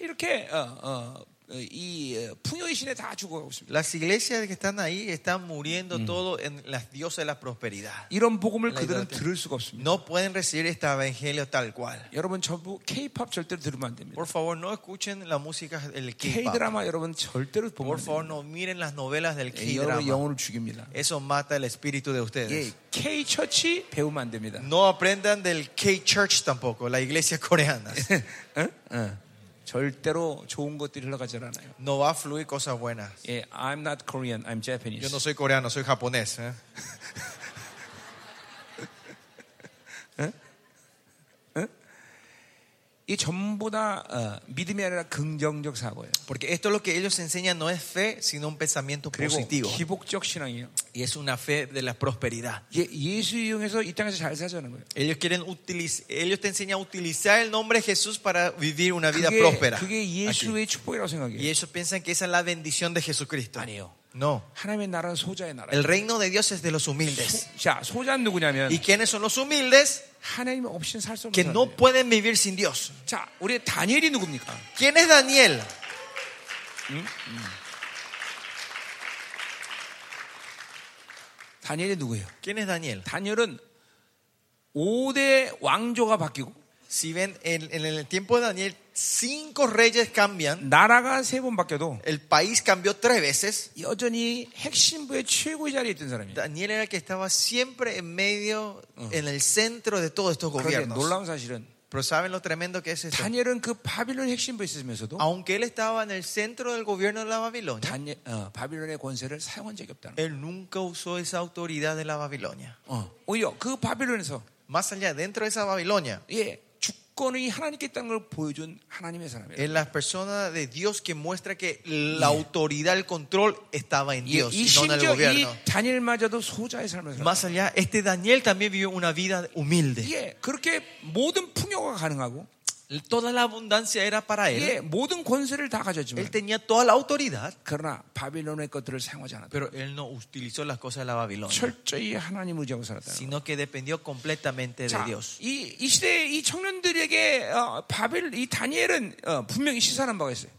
B: 이렇게 어, 어, 어, 이 어, 풍요의 신에 다 죽어가고 있습니다.
A: Las iglesias que están ahí están muriendo
B: Mm.
A: todo en las diosas de la prosperidad.
B: 이런 복음을 그들은
A: 이거한테.
B: 들을 수가 없습니다.
A: No pueden recibir este evangelio tal cual.
B: 여러분 전부 K-팝 절대로 들으면 안 됩니다.
A: Por favor, no escuchen la música del K-pop.
B: K-드라마 여러분 절대로 보면
A: Por
B: 안 됩니다.
A: favor, no miren las novelas del
B: 예, 여러분
A: K-drama.
B: 영혼을 죽입니다.
A: Eso mata el espíritu de
B: 예,
A: ustedes.
B: K-처치 배우면 안 됩니다.
A: No aprendan del K-church tampoco, la iglesia coreana.
B: 네. 응? 응. 어? 절대로 좋은 것들이 흘러가질 않아요.
A: No va a fluir cosas buenas.
B: 예, I'm not Korean, I'm Japanese.
A: Yo no soy coreano, soy japonés. ¿eh?
B: 이 전부 다 어, 믿음이 아니라 긍정적 사고예요.
A: Porque esto lo que ellos enseñan no es fe, sino un pensamiento
B: 그리고
A: positivo.
B: 기복적 신앙이에요.
A: Y es una fe de la prosperidad.
B: 예, 예수 이용해서 이 땅에서 잘 사자는 거예요.
A: Ellos, quieren utiliz- ellos te enseñan a utilizar el nombre de Jesús para vivir una vida
B: 그게,
A: próspera.
B: 그게
A: Aquí.
B: 예수의 축복이라고 생각해요.
A: Y ellos piensan que esa es la bendición de Jesucristo.
B: 아니에요.
A: No.
B: 하나님의 나라는 소자의 나라예요.
A: El reino de Dios es de los humildes.
B: 소- 자, 소자는 누구냐면
A: ¿Y quiénes son los humildes?
B: 하나님 없이는 살 수 없는
A: Que no
B: 사람이에요.
A: pueden vivir sin Dios.
B: 자, 우리 다니엘이 누굽니까?
A: ¿Quién es Daniel?
B: 다니엘이 누구예요?
A: ¿Quién es Daniel?
B: 다니엘은 5대 왕조가 바뀌고
A: Si ven, en, en el tiempo de Daniel, cinco reyes cambian.
B: 나라가 세 번 바뀌어도
A: El país cambió tres veces.
B: 여전히 핵심부의 최고의 자리에 있던 사람이에요.
A: Daniel era el que estaba siempre en medio, en el centro de todos estos
B: 그런데
A: gobiernos.
B: 놀라운 사실은
A: Pero ¿saben lo tremendo que es esto?
B: 다니엘은 그 바빌론 핵심부에 있으면서도
A: Aunque él estaba en el centro del gobierno de la Babilonia,
B: 다니엘, 어, 바빌론의 권세를 사용한 적이 없다는 거예요.
A: él nunca usó esa autoridad de la Babilonia.
B: 어, 오히려 그 바빌론에서
A: Más allá, dentro de esa Babilonia,
B: 예, 주권이 하나님께 있다는 걸 보여준 하나님의 사람이에요.
A: es la persona de Dios que muestra que la autoridad, el control estaba en
B: 예,
A: Dios
B: 이
A: y no en el
B: 심지어 이
A: gobierno.
B: 다니엘마저도 소자의 삶을 살았어요.
A: Más allá, este Daniel también vivió una vida humilde.
B: 예, 그렇게 모든 풍요가 가능하고
A: Toda la abundancia era para él.
B: 예, 모든 권세를 다 가졌지만
A: Él tenía toda la autoridad,
B: 그러나 바빌론의 것들을 사용하지 않았다.
A: pero él no utilizó las cosas de la
B: 그렇죠.
A: Babilonia,
B: 철저히 하나님 의지하고 살았다.
A: sino que dependió completamente de
B: 자,
A: Dios.
B: 이, 이 시대에 이 청년들에게 어, 바빌 이 다니엘은 어, 분명히 시사하는 바가 있어요.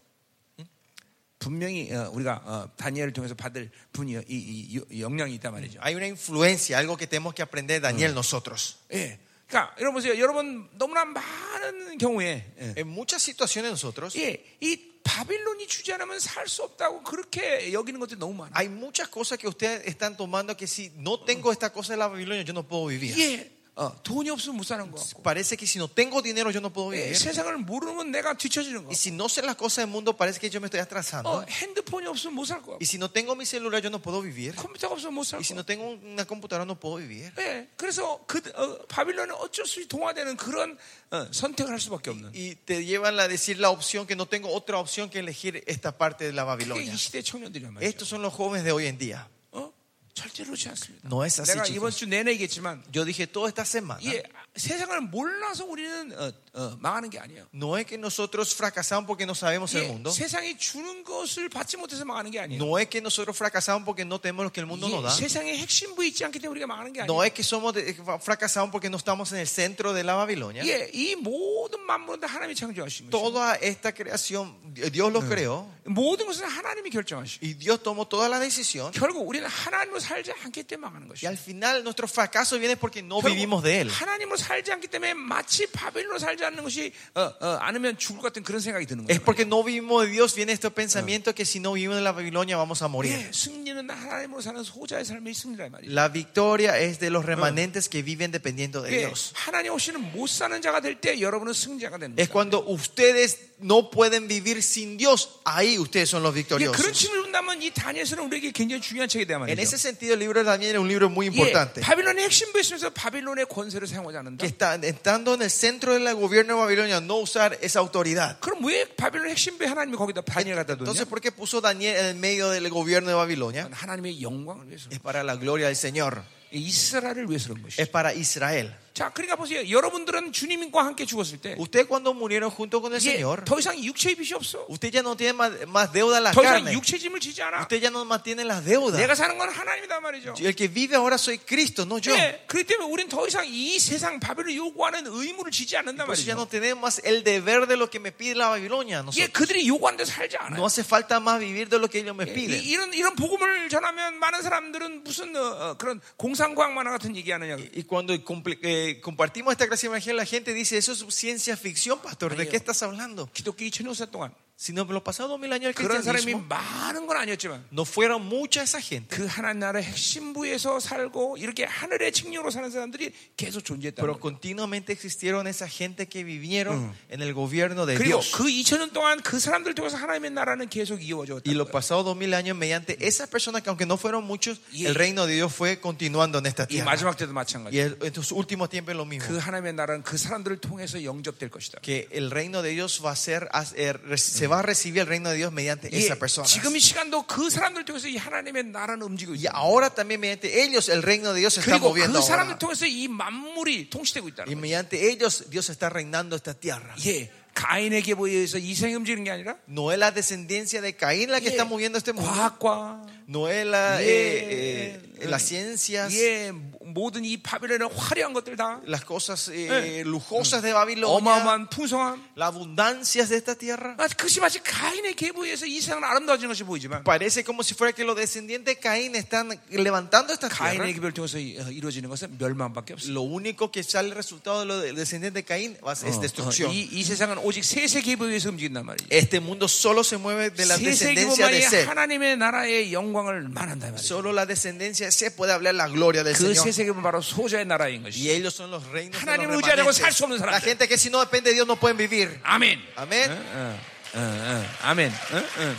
B: 분명히 어, 우리가 어, 다니엘을 통해서 받을 분이 이, 이, 이 영향이 있단 말이죠.
A: Hay una influencia, algo que tenemos que aprender de Daniel nosotros.
B: 예. 그러니까 여러분 보세요. 여러분 너무나 많은 경우에 예.
A: En muchas situaciones nosotros
B: 예, 이 바빌론이 주지 않으면 살 수 없다고 그렇게 여기는 것들이 너무 많아. 요
A: hay muchas cosas que ustedes están tomando que si no tengo esta cosa de la Babilonia yo no puedo vivir.
B: 예. 어, 돈이 없으면 못 사는 거 같고.
A: Parece que si no tengo dinero yo no puedo
B: 예,
A: vivir.
B: 세상을 모르면 내가 뒤처지는 거.
A: Y si no sé las cosas del mundo parece que yo me estoy
B: 어,
A: atrasando.
B: 핸드폰이 없으면 못 살 거.
A: Y si no tengo mi celular yo no puedo vivir.
B: 컴퓨터가 없으면 못 살
A: Y si
B: 거.
A: no tengo una computadora no puedo vivir.
B: 예, 그래서 그 어, 바빌론은 어쩔 수 없이 동화되는 그런 어, 선택을 할 수밖에 없는.
A: Y te llevan a decir la opción que no tengo otra opción que elegir esta parte de la
B: 그게 이
A: Babilonia.
B: 시대 청년들이란 말이죠.
A: Estos son los jóvenes de hoy en día.
B: 어? 절대로 그렇지 않습니다.
A: No es así,
B: 내가
A: chicos.
B: 이번 주 내내 얘기했지만
A: Yo dije toda esta semana.
B: 예, 세상을 몰라서 우리는 어, 어, 망하는 게 아니에요.
A: No es que nosotros fracasamos porque no sabemos el
B: 예,
A: mundo.
B: 세상이 주는 것을 받지 못해서 망하는 게 아니에요.
A: No es que nosotros fracasamos porque no tenemos lo que el mundo
B: 예,
A: nos da.
B: 세상의 핵심부 있지 않기 때문에 우리가 망하는 게 아니에요.
A: No es que somos de- eh, fracasamos porque no estamos en el centro de la Babilonia.
B: 예, 이 모든 만물은 다 하나님이 창조하신 거죠.
A: Toda esta creación, eh, Dios lo creó
B: 모든 것은 하나님이 결정하시고
A: y Dios tomó toda la decisión.
B: 결국 우리는 하나님으로 살지 않기 때문에 망하는
A: Y
B: 것이죠.
A: al final nuestro fracaso viene porque no
B: 결국
A: vivimos de Él.
B: 하나님으로 살지 않기 때문에 마치 바벨로 살지 않는 것이 어, 어, 않으면 죽을 것 같은 그런 생각이 드는
A: Es
B: 거예요.
A: porque no vivimos de Dios, viene este pensamiento que si no vivimos de la Babilonia vamos a
B: 예,
A: morir.
B: 승리는 하나님으로 사는 소자의 삶이 승리란 말이에요.
A: La victoria es de los remanentes que viven dependiendo de
B: 예,
A: Dios.
B: 하나님 없이는 못 사는 자가 될 때 여러분은 승자가 되는
A: Es
B: 거예요.
A: cuando ustedes no pueden vivir sin Dios, ahí ustedes son los
B: 예, 그런
A: victoriosos.
B: 측면을 본다면 이 다니엘서는 우리에게 굉장히 중요한 책이 돼야
A: En
B: 말이죠.
A: ese sentido, el libro de Daniel es un libro muy
B: 예,
A: importante.
B: 바빌론의 핵심부에 있으면서 바빌론의 권세를 사용하지 않는다.
A: Que está, estando en el centro del gobierno de Babilonia, no usar esa autoridad.
B: 그럼 왜 바빌론 핵심부에 하나님이 거기다 다니엘 갖다 뒀냐?
A: Entonces, ¿por qué puso Daniel en el medio del gobierno de Babilonia?
B: 하나님의 영광을 위해서.
A: Es para la gloria del Señor.
B: 이스라엘을 위해서 그런 것이죠.
A: es para Israel.
B: 자, 그러니까 보세요. 여러분들은 주님과 함께 죽었을 때
A: Usted cuando murieron junto con el
B: 이제
A: Señor,
B: 더 이상 육체의 빚이 없어.
A: usted ya no tiene más, más deuda a la
B: 더 이상
A: carne.
B: 육체 짐을 지지 않아.
A: Usted ya no mantiene las
B: 내가
A: deudas.
B: 사는 건 하나님이다 말이죠.
A: El que vive ahora soy Cristo, no yo.
B: 예, 그렇기 때문에 우리는 더 이상 이 세상 바벨을 요구하는 의무를 지지 않는단
A: Entonces ya
B: 말이죠.
A: no tenemos más el deber de lo que me pide la Babilonia.
B: 예,
A: nosotros.
B: 그들이 요구하는 데 살지 않아요.
A: No hace falta más vivir de lo que ellos me
B: 이,
A: piden.
B: 이런 이런 복음을 전하면 많은 사람들은 무슨 어, 어, 그런 공상과학 만화 같은 얘기하느냐.
A: Y cuando compl- eh, compartimos esta clase de evangelio, la gente dice, eso es ciencia ficción, pastor, ¿de qué estás hablando?
B: 기독교 2000년 동안
A: Si no, los pasados dos mil años del
B: 그런 사람이
A: cristianismo,
B: 많은 건 아니었지만
A: no fueron mucha esa gente.
B: 그 하나님 나라의 핵심부에서 살고 이렇게 하늘의 칭령으로 사는 사람들이 계속 존재했다.
A: Pero continuamente existieron esa gente que vivieron en el gobierno de
B: 그리고
A: Dios.
B: 그 2000년 동안 그 사람들 통해서 하나님의 나라는 계속 이어졌다.
A: Y los pasados dos mil años, mediante esas personas que aunque no fueron muchos,
B: Y-
A: el reino de Dios fue continuando en esta
B: 이
A: tierra.
B: 마지막 예. 때도
A: Y
B: 마찬가지.
A: el- en sus últimos tiempos es lo mismo.
B: 그 하나님의 나라는 그 사람들을 통해서 영접될 것이다.
A: Que el reino de Dios va a ser, a- eh, re- se va a recibir el reino de Dios mediante
B: 예,
A: esa persona.
B: 지금 이 시간도 그 사람들을 통해서 이 하나님의 나라는 움직이고
A: Y
B: 있다.
A: ahora también mediante ellos el reino de Dios se está
B: 그리고
A: moviendo.
B: 그
A: ahora.
B: 사람들 통해서 이 만물이 통치되고 있다는
A: Y
B: 거예요.
A: mediante ellos Dios está reinando esta tierra.
B: 예, 가인에게 보여서 이생이 움직이는 게 아니라
A: No es la descendencia de Caín la que
B: 예,
A: está moviendo este mundo.
B: 과학과
A: No es la,
B: 예,
A: eh, eh, las ciencias,
B: 예, 모든 이 바벨론의 화려한 것들 다
A: las cosas eh, Oh, lujosas de Babilonia,
B: 어마어마한 풍성함
A: las abundancias de esta tierra.
B: 아, 그것이 마치 가인의 계보에서 이 세상은 아름다워지는 것이 보이지만
A: Parece como si fuera que los descendientes de Caín están levantando esta tierra.
B: 가인의 계보를 통해서 이- 어, 이루어지는 것은 멸망밖에 없어요
A: Lo único que sale el resultado de los descendientes de Caín va a ser- es
B: 어,
A: destrucción.
B: 이, 이 세상은 오직 세세 계보에서 움직인단 말이에요
A: Este mundo solo se mueve
B: 네,
A: de la
B: 세세
A: descendencia
B: 계보만이
A: de Seth.
B: 하나님의 나라의 영광을 말한단 말이에요
A: Solo la descendencia se puede hablar la gloria del
B: 그
A: Señor.
B: 세세 계보는 바로 소자의 나라인 것이죠
A: Y ellos son los reinos de
B: 하나님을
A: los
B: 의지하려고 살수 없는
A: remanentes. ¿Eh? La
B: 사람들.
A: gente que si no depende de Dios no pueden vivir.
B: 아멘
A: 아멘.
B: 응, 응, 응, 응. 아멘 응, 응.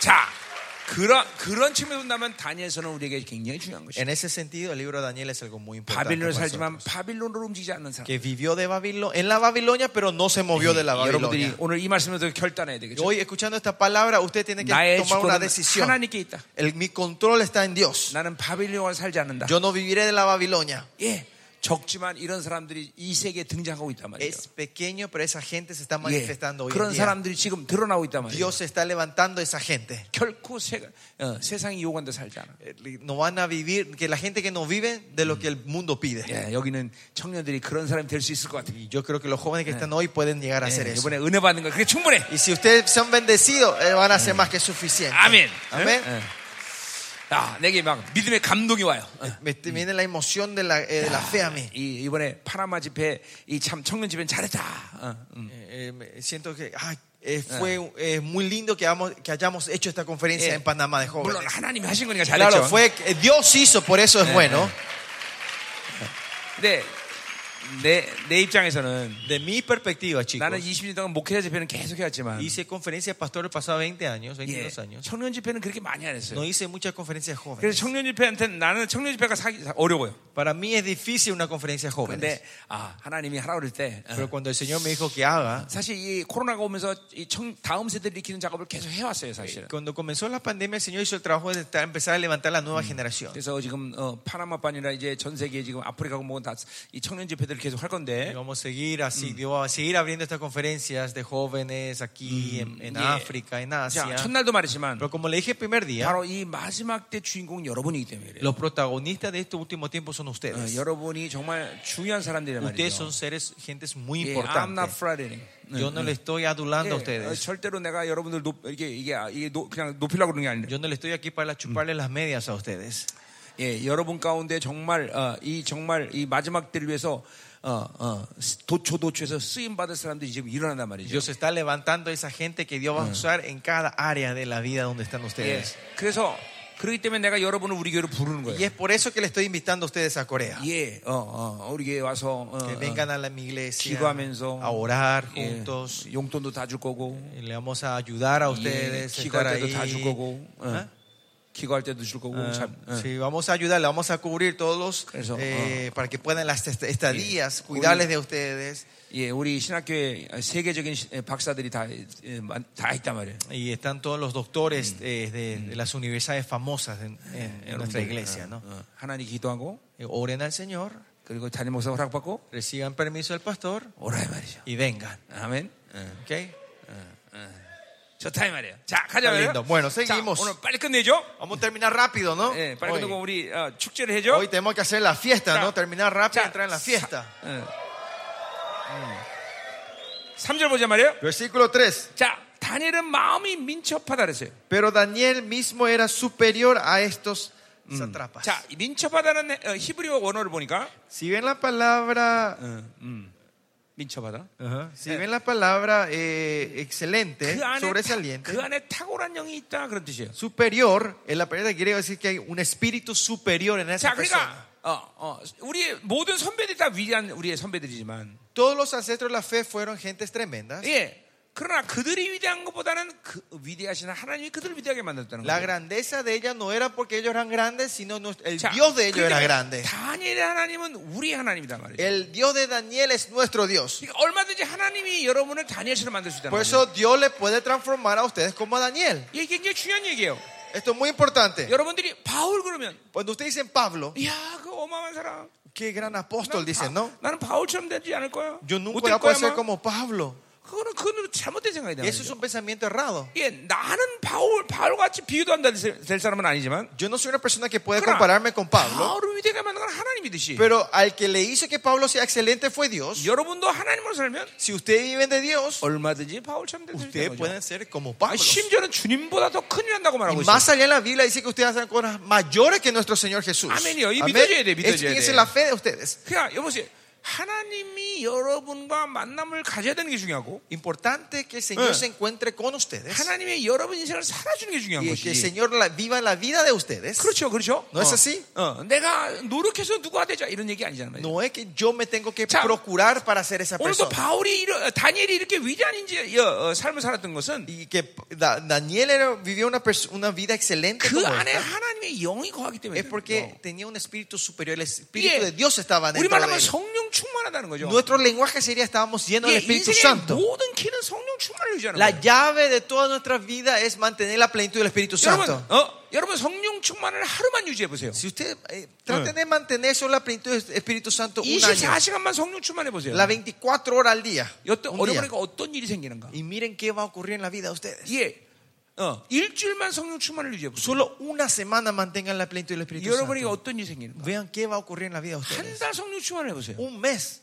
B: 자 그런 그런 측면에서 본다면 다니엘서는 우리에게 굉장히 중요한 것이죠
A: En ese sentido, el libro de Daniel es algo muy importante.
B: 바빌론을
A: para
B: 살지만
A: nosotros.
B: 바빌론으로 움직이지 않는 사람
A: Que vivió de Babilo, en la Babilonia, pero no se movió de la
B: 여러분들이
A: Babilonia.
B: 오늘 이 말씀을 듣고 결단해야
A: Y
B: 되겠죠
A: Hoy, escuchando esta palabra, usted tiene que
B: 나의
A: tomar una
B: 주권은
A: decisión.
B: 하나님께 있다
A: El- mi control está en Dios.
B: 나는 바빌론을 살지 않는다
A: Yo no viviré de la Babilonia.
B: 예 적지만 이런 사람들이 이 세계에 등장하고 있단 말이에요
A: Es pequeño, pero esa gente se está
B: 예,
A: manifestando hoy en
B: 그런
A: día.
B: 사람들이 지금 드러나고 있단 말이에요
A: Dios está levantando esa gente.
B: 결코 세, 어, 세상이 요구한 데 살지 않아
A: Eh, No van a vivir, que la gente que no vive de lo que el mundo pide.
B: 예, 여기는 청년들이 그런 사람이 될 수 있을 것 같아요
A: Y yo creo que los jóvenes que están hoy pueden llegar a hacer
B: 예,
A: eso.
B: 이번에 은혜 받는 거 그게 충분해.
A: Y si ustedes son bendecidos, eh, van a ser más que suficiente.
B: 아멘.
A: 아멘.
B: 예, 예. 아, 내게 막 믿음의 감동이 와요. 예.
A: Me me viene la emoción de la, eh, de la fe a mí.
B: 이 이번에 파나마 집회 이 참 청년 집회 는 잘했다. 어, 음.
A: Eh, eh, me siento que ay, eh, fue eh, muy lindo que, hagamos- que hayamos hecho esta conferencia
B: Eh,
A: en Panamá de
B: 물론
A: jóvenes.
B: 하나님이 하신 거니까
A: Claro,
B: 잘했죠.
A: fue que Dios hizo, por eso es bueno.
B: 근데 네. 내내 입장에서는
A: De mi perspectiva, chicos,
B: 나는 20년 동안 목회자 집회는 계속 해왔지만
A: hice conferencias pastor el pasado 20 años,
B: 예,
A: 22 años.
B: 청년 집회는 그렇게 많이 안 했어요.
A: No hice muchas conferencias jóvenes.
B: 그래서 청년 집회한테는 나는 청년 집회가 사기 사- 어려워요.
A: Para mí es difícil una conferencia jóvenes.
B: 근데 아 하나님이 하라 그럴 때 어,
A: Pero cuando el Señor me dijo que haga,
B: 사실 이 코로나가 오면서 이 청, 다음 세대를 일으키는 작업을 계속 해왔어요 사실은.
A: Cuando comenzó la pandemia, el Señor hizo el trabajo de ta- empezar a levantar la nueva generación.
B: 그래서 지금 어, 파나마반이나 이제 전 세계 지금 아프리카고 뭐고 다이 청년 집회들을 계속 할
A: Y
B: 건데
A: vamos a seguir así, Dios va a seguir abriendo estas conferencias de jóvenes aquí en, en
B: 예.
A: África, en
B: 자,
A: Asia.
B: 첫날도 말했지만
A: Pero como le dije el primer día,
B: 바로 이 마지막 때 주인공 여러분이기 때문에 그래요.
A: los protagonistas de este último tiempo son
B: 어,
A: ustedes.
B: 여러분이 정말 중요한 사람들이란
A: Ustedes son
B: 말이죠.
A: seres, gentes muy
B: 예, I'm not
A: importantes.
B: flattering.
A: Yo no le estoy adulando a
B: 예, 어,
A: ustedes.
B: 절대로 내가 여러분들 높, 이게 이게 아, 이게 노- 그냥 높이려고 그러는 게 아니라
A: Yo no le estoy aquí para chuparle las medias a ustedes.
B: 예, 여러분 가운데 정말 어, 이 정말 이 마지막 때를 위해서 어, 어, 도초 도초에서 쓰임 받을 사람들이 지금 일어난단 말이죠.
A: Dios está levantando a esa gente que Dios va a usar en cada área de la vida donde están
B: 예,
A: ustedes.
B: 그래서 그렇기 때문에 내가 여러분을 우리 교회로 부르는
A: Y
B: 거예요.
A: es por eso que le estoy invitando a ustedes a Corea.
B: 예, 어, 어, 우리 교회 와서 어,
A: Que vengan a la mi iglesia
B: 기도하면서,
A: a orar
B: 예,
A: juntos.
B: 용돈도 다 줄 거고
A: Y Le vamos a ayudar a
B: 예,
A: ustedes. a estar
B: 기도할 때도 다 줄
A: ahí.
B: 거고 어.
A: ¿Ah?
B: 기거할 때도 줄 거고 참. 어.
A: Sí, vamos a ayudarle, vamos a cubrir todos los
B: Eso,
A: eh, para que puedan las est- estadías, cuidarles de ustedes.
B: 예, 우리 신학교에 세계적인 시- 예, 박사들이 다, 예, 만- 다 있단 말이에요.
A: Y están todos los doctores eh, de, de las universidades famosas en, en- en nuestra iglesia. ¿no?
B: 예, 어, 하나님 기도하고
A: Eh, Oren al Señor,
B: 그리고 담임 목사 허락받고
A: reciban permiso del pastor
B: 오라 이 말이죠.
A: y vengan.
B: 아멘. 어,
A: ¿ok?
B: 좋다 이 말이에요. 자, 가자
A: Está
B: 말이에요.
A: lindo. Bueno,
B: 자,
A: seguimos.
B: 오늘 빨리 끝내죠.
A: Vamos a terminar rápido, ¿no?
B: 예, 빨리 끝내고
A: Hoy,
B: 우리 어, 축제를 해죠.
A: hoy tenemos que hacer la fiesta, ¿no? Terminar rápido y
B: 자, 예. 음.
A: entrar en la fiesta.
B: 3절 보자 말이에요.
A: Versículo 3.
B: 자, 다니엘은 마음이 민첩하다 그랬어요.
A: Pero Daniel mismo era superior a estos satrapas.
B: 자, 이 민첩하다는 어, 히브리어 원어를 보니까
A: Si ven la palabra,
B: 민첩하다.
A: ajá, si ven la palabra eh, excelente,
B: 그 안에 타-
A: sobresaliente,
B: 그 안에 탁월한 영이 있다 그런 뜻이에요.
A: superior, en la palabra griega decir que hay un espíritu superior en esa
B: 자,
A: persona.
B: 그러니까 어, 어, 우리 모든 선배들이 다 위대한 우리의 선배들이지만,
A: Todos los ancestros de la fe fueron gentes tremendas.
B: 예. 그러나 그들이 위대한 것보다는 그 위대하신 하나님이 그들을 위대하게 만들었다는
A: La
B: 거예요.
A: grandeza de ella no era porque ellos eran grandes, sino nos- el
B: 자,
A: Dios de ellos era
B: 그러니까
A: grande.
B: 다니엘의 하나님은 우리 하나님이다 말이죠.
A: El Dios de Daniel es nuestro Dios.
B: 그러니까 얼마든지 하나님이 여러분을 다니엘처럼 만들 수 있다는
A: Por
B: 거예요.
A: eso Dios le puede transformar a ustedes como a Daniel.
B: 이게 굉장히 중요한 얘기예요.
A: Esto es muy importante.
B: 여러분들이 바울 그러면
A: Cuando ustedes dicen Pablo,
B: 이야 그 어마어마한 사람
A: qué gran apóstol, dicen, ¿no?
B: 나는 바울처럼 되지 않을 거야.
A: Yo nunca voy a
B: 못될 거야.
A: poder ser
B: 아마.
A: como Pablo.
B: 그거는 그거는 잘못된 생각이다.
A: Eso es
B: 말이죠.
A: un pensamiento errado.
B: 예, 나는 바울 바울 같이 비유도 안 될 사람은 아니지만
A: Yo no soy una persona que puede
B: 그러나
A: compararme 네, con Pablo,
B: 바울을 위대하게 만든 건 하나님이듯이
A: pero al que le hizo que Pablo sea excelente fue Dios.
B: 여러분도 하나님으로 살면
A: Si ustedes viven de Dios,
B: 얼마든지 바울처럼 될수 있는
A: ustedes
B: 거죠.
A: pueden ser como
B: 아,
A: Pablo.
B: 심지어는 주님보다 더 큰일 난다고
A: Y
B: 말하고 있어요.
A: más allá en la Biblia dice que ustedes hacen cosas mayores que nuestro Señor Jesús.
B: Amén. Y
A: Amén.
B: 믿어져야 돼, 믿어져야
A: Es fíjense
B: 돼.
A: la fe de ustedes.
B: 그러니까 여보세요. 하나님이 여러분과 만남을 가져야 되는 게 중요하고
A: Importante que el Señor
B: Eh.
A: se encuentre con ustedes
B: 하나님이 여러분 인생을 살아주는 게 중요한
A: y que el
B: 것이지.
A: Señor la- viva la vida de ustedes.
B: 그렇죠, 그렇죠.
A: No es así?
B: 어, 내가 노력해서 누가 되자 이런 얘기 아니잖아요.
A: No es que yo me tengo que
B: 자,
A: procurar para ser esa
B: 오늘도
A: persona.
B: 바울이 이러, 다니엘이 이렇게 위대한 인지 어, 어, 삶을 살았던 것은
A: Y que Da- Daniel era- vivió una, pers- una vida excelente
B: 그
A: como
B: 안에
A: esta,
B: 하나님의 영이 거하기 때문에.
A: es porque
B: 그래요.
A: tenía un espíritu superior. El
B: 이게
A: espíritu de Dios estaba dentro
B: 우리말로
A: de
B: 하면
A: él.
B: 성령 충만하다는 거죠.
A: Nuestro lenguaje sería estábamos llenos
B: 예,
A: del Espíritu
B: 인생의
A: Santo.
B: 모든 키는 성령 충만을 유지하는
A: La
B: 거예요.
A: llave de toda nuestra vida es mantener la plenitud del Espíritu
B: 여러분,
A: Santo.
B: 어, 여러분 성령 충만을 하루만 유지해 보세요.
A: Si usted eh, traten de mantener solo la plenitud del Espíritu Santo un año,
B: 24시간만 성령 충만해 보세요.
A: las 24 horas al día,
B: 어떤
A: un día.
B: 어려우니까 어떤 일이 생기는가?
A: y miren qué va a ocurrir en la vida de ustedes.
B: 예, 어, 일주일만 성령 충만을 유지해 보세요.
A: Solo una semana mantengan la plenitud del Espíritu
B: 여러분에게
A: Santo.
B: 어떤 일이 생기는가?
A: Vean qué va a ocurrir en la vida de
B: 한
A: ustedes.
B: 달 성령 충만을 해보세요.
A: Un mes.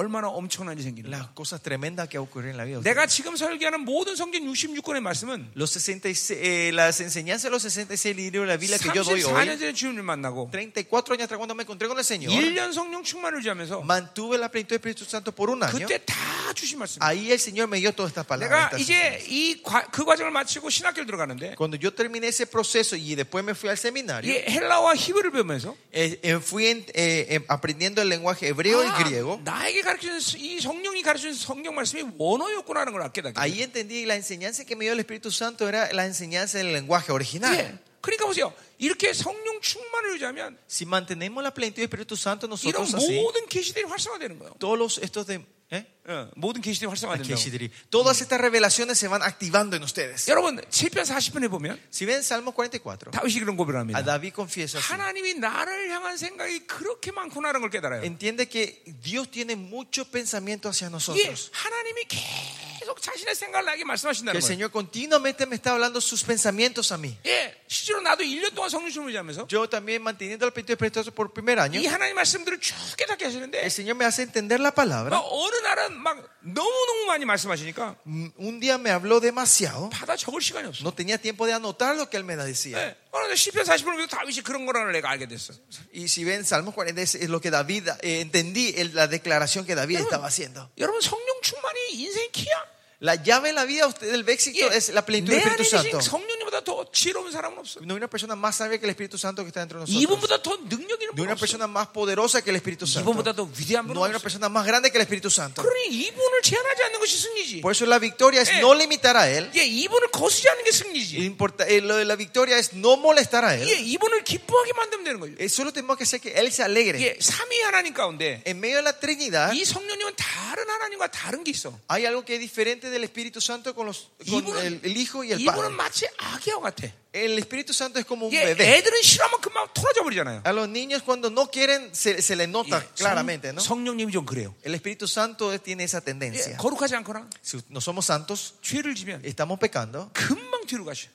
B: 얼마나 엄청난 일이 생기는가?
A: las cosas tremendas que ocurren en la vida.
B: 내가 지금 설교하는 모든 성경 66권의 말씀은
A: Los 66, eh, las enseñanzas de los 66 libros de la Biblia que yo doy
B: 34년
A: hoy,
B: 전에 주님을 만나고
A: 34 años atrás cuando me encontré con el Señor,
B: 1년 성령 충만을 유지하면서
A: mantuve la plenitud del Espíritu Santo por un año.
B: 그때 다 주신 말씀.
A: Ahí el Señor me dio todas estas palabras.
B: 내가
A: estas
B: 이제 이 그 과정을 마치고 신학교 를 들어가는데
A: Cuando yo terminé ese proceso y después me fui al
B: 이
A: seminario,
B: 헬라와 히브리를 배우면서
A: eh, eh, fui en- eh, em, aprendiendo el lenguaje hebreo
B: 아,
A: y griego.
B: 나에게 가르치는 수- 이 성령이 가르치는 성경 말씀이 원어였구나라는 걸 알게 됐다.
A: Ahí entendí la enseñanza que me dio el Espíritu Santo era la enseñanza del lenguaje
B: 예.
A: original.
B: 그러니까 보세요. 이렇게 성령 충만을 유지하면
A: Si mantenemos la plenitud del Espíritu Santo
B: 이런
A: nosotros así,
B: 모든 계시들이 활성화되는 거예요.
A: todos los- estos de... ¿eh?
B: 예, 모든 계시들이 활성화된다고.
A: 아, 계시들이 todas estas revelaciones se van activando en ustedes.
B: 여러분 7편 40편에 보면
A: Si ven Salmo 44,
B: 다윗이 그런 고백을
A: a
B: 합니다.
A: David confiesa así.
B: 하나님이 나를 향한 생각이 그렇게 많구나라는 걸 깨달아요.
A: entiende que Dios tiene mucho pensamiento hacia
B: 이게
A: nosotros.
B: 하나님이 계속 자신의 생각을 나에게
A: Que
B: 말씀하신다는
A: el
B: 거예요.
A: Señor continuamente me está hablando sus pensamientos a mí.
B: 예, 실제로 나도 1년 동안 성령 충만을 유지하면서
A: Yo también manteniendo el Espíritu Santo por primer año,
B: 이 하나님 말씀들을 쭉 깨닫게 하시는데
A: el Señor me hace entender la
B: 막
A: palabra.
B: 어느 날은 막 너무너무 많이 말씀하시니까
A: Mm, Un día me habló demasiado,
B: 받아 적을 시간이 없어.
A: no tenía tiempo de anotar lo que él me decía.
B: 예. 그런데 10편 40편 보면 다윗이 그런 거라는 내가 알게 됐어.
A: Y si ven Salmo 40 es es lo que David eh, entendí el- la declaración que David estaba haciendo.
B: 여러분 성령 충만이 인생 키야.
A: La llave en la vida usted- del éxito es la plenitud
B: 내
A: del Espíritu
B: 안에 계신
A: Santo.
B: 성령님 이분보다 더 지혜로운 사람은 없어.
A: No hay una persona más sabia que el Espíritu Santo que está dentro de nosotros.
B: 이분보다 더 능력 있는
A: No hay
B: 분
A: una
B: 없어.
A: persona más poderosa que el Espíritu
B: 이분보다
A: Santo.
B: 더 위대한 분은
A: No hay una
B: 없어.
A: persona más grande que el Espíritu Santo.
B: 그러니 이분을 제한하지 않는 것이 승리지.
A: Por eso la victoria es no limitar a Él.
B: 예, 이분을 거스지 않는 게 승리지.
A: Importa- eh, lo de la victoria es no molestar a
B: 예,
A: Él.
B: 이분을 기뻐하게 만들면 되는 거죠.
A: Eh, Solo tenemos que hacer que Él se alegre.
B: 예, 삼위 하나님 가운데
A: En medio de la Trinidad
B: 이 성령님은 다른 하나님과 다른 게 있어.
A: hay algo que es diferente del Espíritu Santo con, los, con el,
B: 이분은
A: el Hijo y el Padre.
B: 이분은 마치 아기와 같아.
A: El Espíritu Santo es como un
B: 예,
A: bebé.
B: 애들은 싫어하면 금방 토라져 버리잖아요.
A: A los niños cuando no quieren se, se les nota claramente, ¿no?
B: 예, 성령님이 좀 그래요.
A: El Espíritu Santo tiene esa
B: 예,
A: tendencia.
B: 거룩하지 않거나
A: Si no somos santos,
B: 죄를 지면
A: estamos pecando,
B: 금방 뒤로 가셔.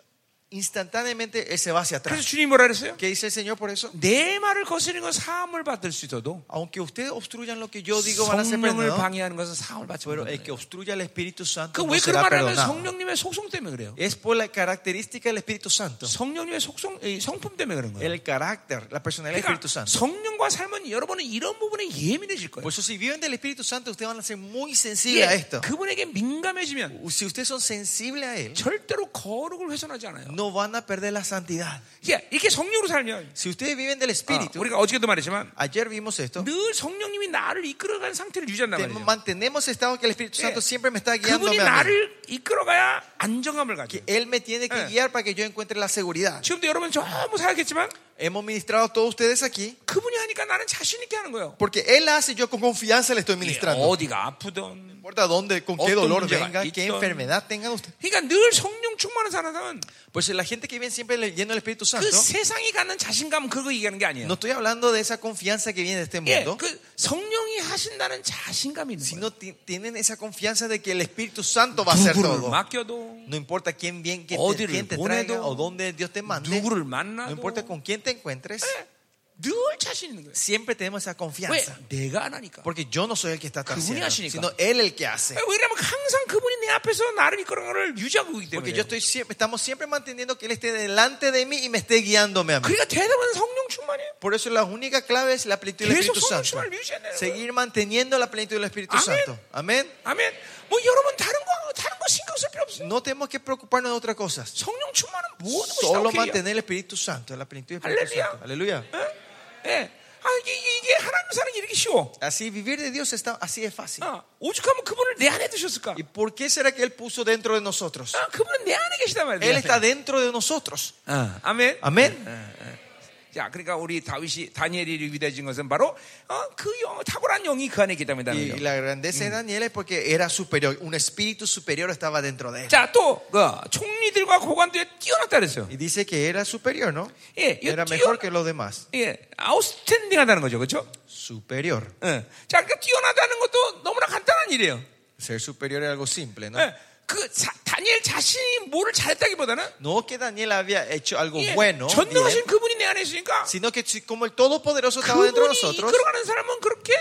A: instantáneamente Él se va hacia
B: 그래서
A: atrás.
B: 주님 이 뭐라 그랬어요?
A: ¿Qué dice el Señor por eso?
B: 내 말을 거스리는 건 사함을 받을 수 있어도
A: Aunque ustedes obstruyan lo que yo digo, van a ser
B: 성령을
A: perdonados.
B: 방해하는 것은 사함을 받지
A: Pero el
B: 못해요.
A: que obstruya al Espíritu Santo no
B: 그왜 그런
A: será
B: 말을 하면
A: perdonado.
B: 성령님의 속성 때문에 그래요.
A: Es por la característica del Espíritu Santo.
B: 성령님의 속성, 이 성품 때문에 그런 거예요.
A: El carácter, la personalidad del
B: 그러니까
A: Espíritu Santo.
B: 성령과 삶은 여러분은 이런 부분에 예민해질 거예요.
A: Por eso, si viven del Espíritu Santo, ustedes van a ser muy sensibles a
B: 예,
A: esto.
B: 그분에게 민감해지면
A: Si ustedes son sensibles a Él,
B: 절대로 거룩을 훼손하지 않아요.
A: no van a perder la santidad.
B: 예, 이렇게 성령으로 살면
A: Si ustedes viven del
B: 아,
A: Espíritu,
B: 우리가 어저께도 말했지만
A: ayer vimos esto,
B: 늘 성령님이 나를 이끌어가는 상태를 유지한단
A: te-
B: 말이에요.
A: mantenemos estado que el Espíritu Santo
B: 예,
A: siempre me está guiando.
B: 그분이 나를 이끌어가야 안정감을 가져.
A: Que Él me tiene que
B: 예.
A: guiar para que yo encuentre la seguridad.
B: 지금도 여러분 전부 사역했지만
A: Hemos ministrado a todos ustedes aquí,
B: 그분이 하니까 나는 자신 있게 하는 거예요.
A: porque Él 하ce, yo con confianza le estoy
B: 예,
A: ministrando.
B: 어디가 아프던.
A: No importa dónde, con qué
B: 어떤
A: dolor
B: 문제가
A: venga, qué
B: 있던-
A: enfermedad tenga usted.
B: 그러니까 늘 성령 충만한 사람은
A: Pues la gente que viene siempre le- lleno del Espíritu Santo,
B: 그 세상이 갖는 자신감 그거 얘기하는 게 아니에요.
A: no estoy hablando de esa confianza que viene de este
B: 예,
A: mundo,
B: 그 성령이 하신다는 자신감이 있는 거예요.
A: sino ti- tienen esa confianza de que el Espíritu Santo va a hacer
B: 누구를
A: todo.
B: 맡겨도
A: No importa quién, bien, quién, te,
B: 어디를
A: quién te
B: 보내도,
A: traiga o dónde Dios te mande,
B: 누구를
A: no
B: 만나도
A: importa con quién te encuentres,
B: 예, 늘 자신 있는 거예요.
A: siempre tenemos esa
B: 왜
A: confianza.
B: 내가 안 하니까?
A: Porque yo no soy el que está
B: 그분이
A: haciendo,
B: 하시니까.
A: sino Él el que hace.
B: 아니, 왜냐면 항상 그분이 내 앞에서 나를 이끌어가는 걸 유지하고 있기 때문에.
A: Porque yo estoy siempre, estamos siempre manteniendo que Él esté delante de mí y me esté guiándome a mí.
B: 그러니까 대답은 성령 충만이에요.
A: Por eso la única clave es la plenitud del
B: 계속
A: Espíritu
B: 성령
A: Santo.
B: 충만을 유지해야 되는 거예요.
A: Seguir manteniendo la plenitud del Espíritu
B: Amén.
A: Santo. Amén.
B: 아멘. 뭐 여러분 다른 거 다른 거 신경 쓸 필요 없어요.
A: No tenemos que preocuparnos de otras cosas.
B: 성령 충만은 모든 것이 다
A: Solo
B: 오케이야.
A: mantener el Espíritu Santo, la plenitud del Espíritu Santo.
B: Aleluya.
A: Aleluya.
B: 예. 예. 아 이게, 이게- 이게 하나님 사는 게 이렇게 쉬워.
A: Así vivir de Dios está así es fácil.
B: 아, 오죽하면 그분을 내 안에 두셨을까?
A: ¿Y por qué será que él puso dentro de nosotros?
B: 아, 그분은 내 안에 계시단 말이에요.
A: Él está dentro de nosotros.
B: 아, 아멘.
A: Amén.
B: 자, 그러니까 우리 다윗이 다니엘이 위대해진 것은 바로 어, 그 영, 탁월한 영이 그 안에 있기 때문이다는
A: Y
B: 거죠.
A: la grandeza de Daniel es porque era superior, un espíritu superior estaba dentro de él.
B: 자, 또 어, 총리들과 고관들에 뛰어났다 그랬어요.
A: Y dice que era superior, ¿no?
B: 예, 이
A: Era
B: 뛰어-
A: mejor que los demás.
B: 예, 아웃스탠딩하다는 거죠, 그렇죠?
A: Superior.
B: 예. 자, 그러니까 뛰어나다는 것도 너무나 간단한 일이에요.
A: Ser superior es algo simple, ¿no?
B: 예, 그 자- 다니엘 자신이 뭐를 잘했다기보다는
A: No que Daniel había hecho algo
B: 예,
A: 뭐, bueno, bien,
B: 전능하신 그분이 내 안에 있으니까
A: sino que si- como el Todopoderoso estaba dentro de
B: 그분이
A: nosotros,
B: 이끌어가는 사람은 그렇게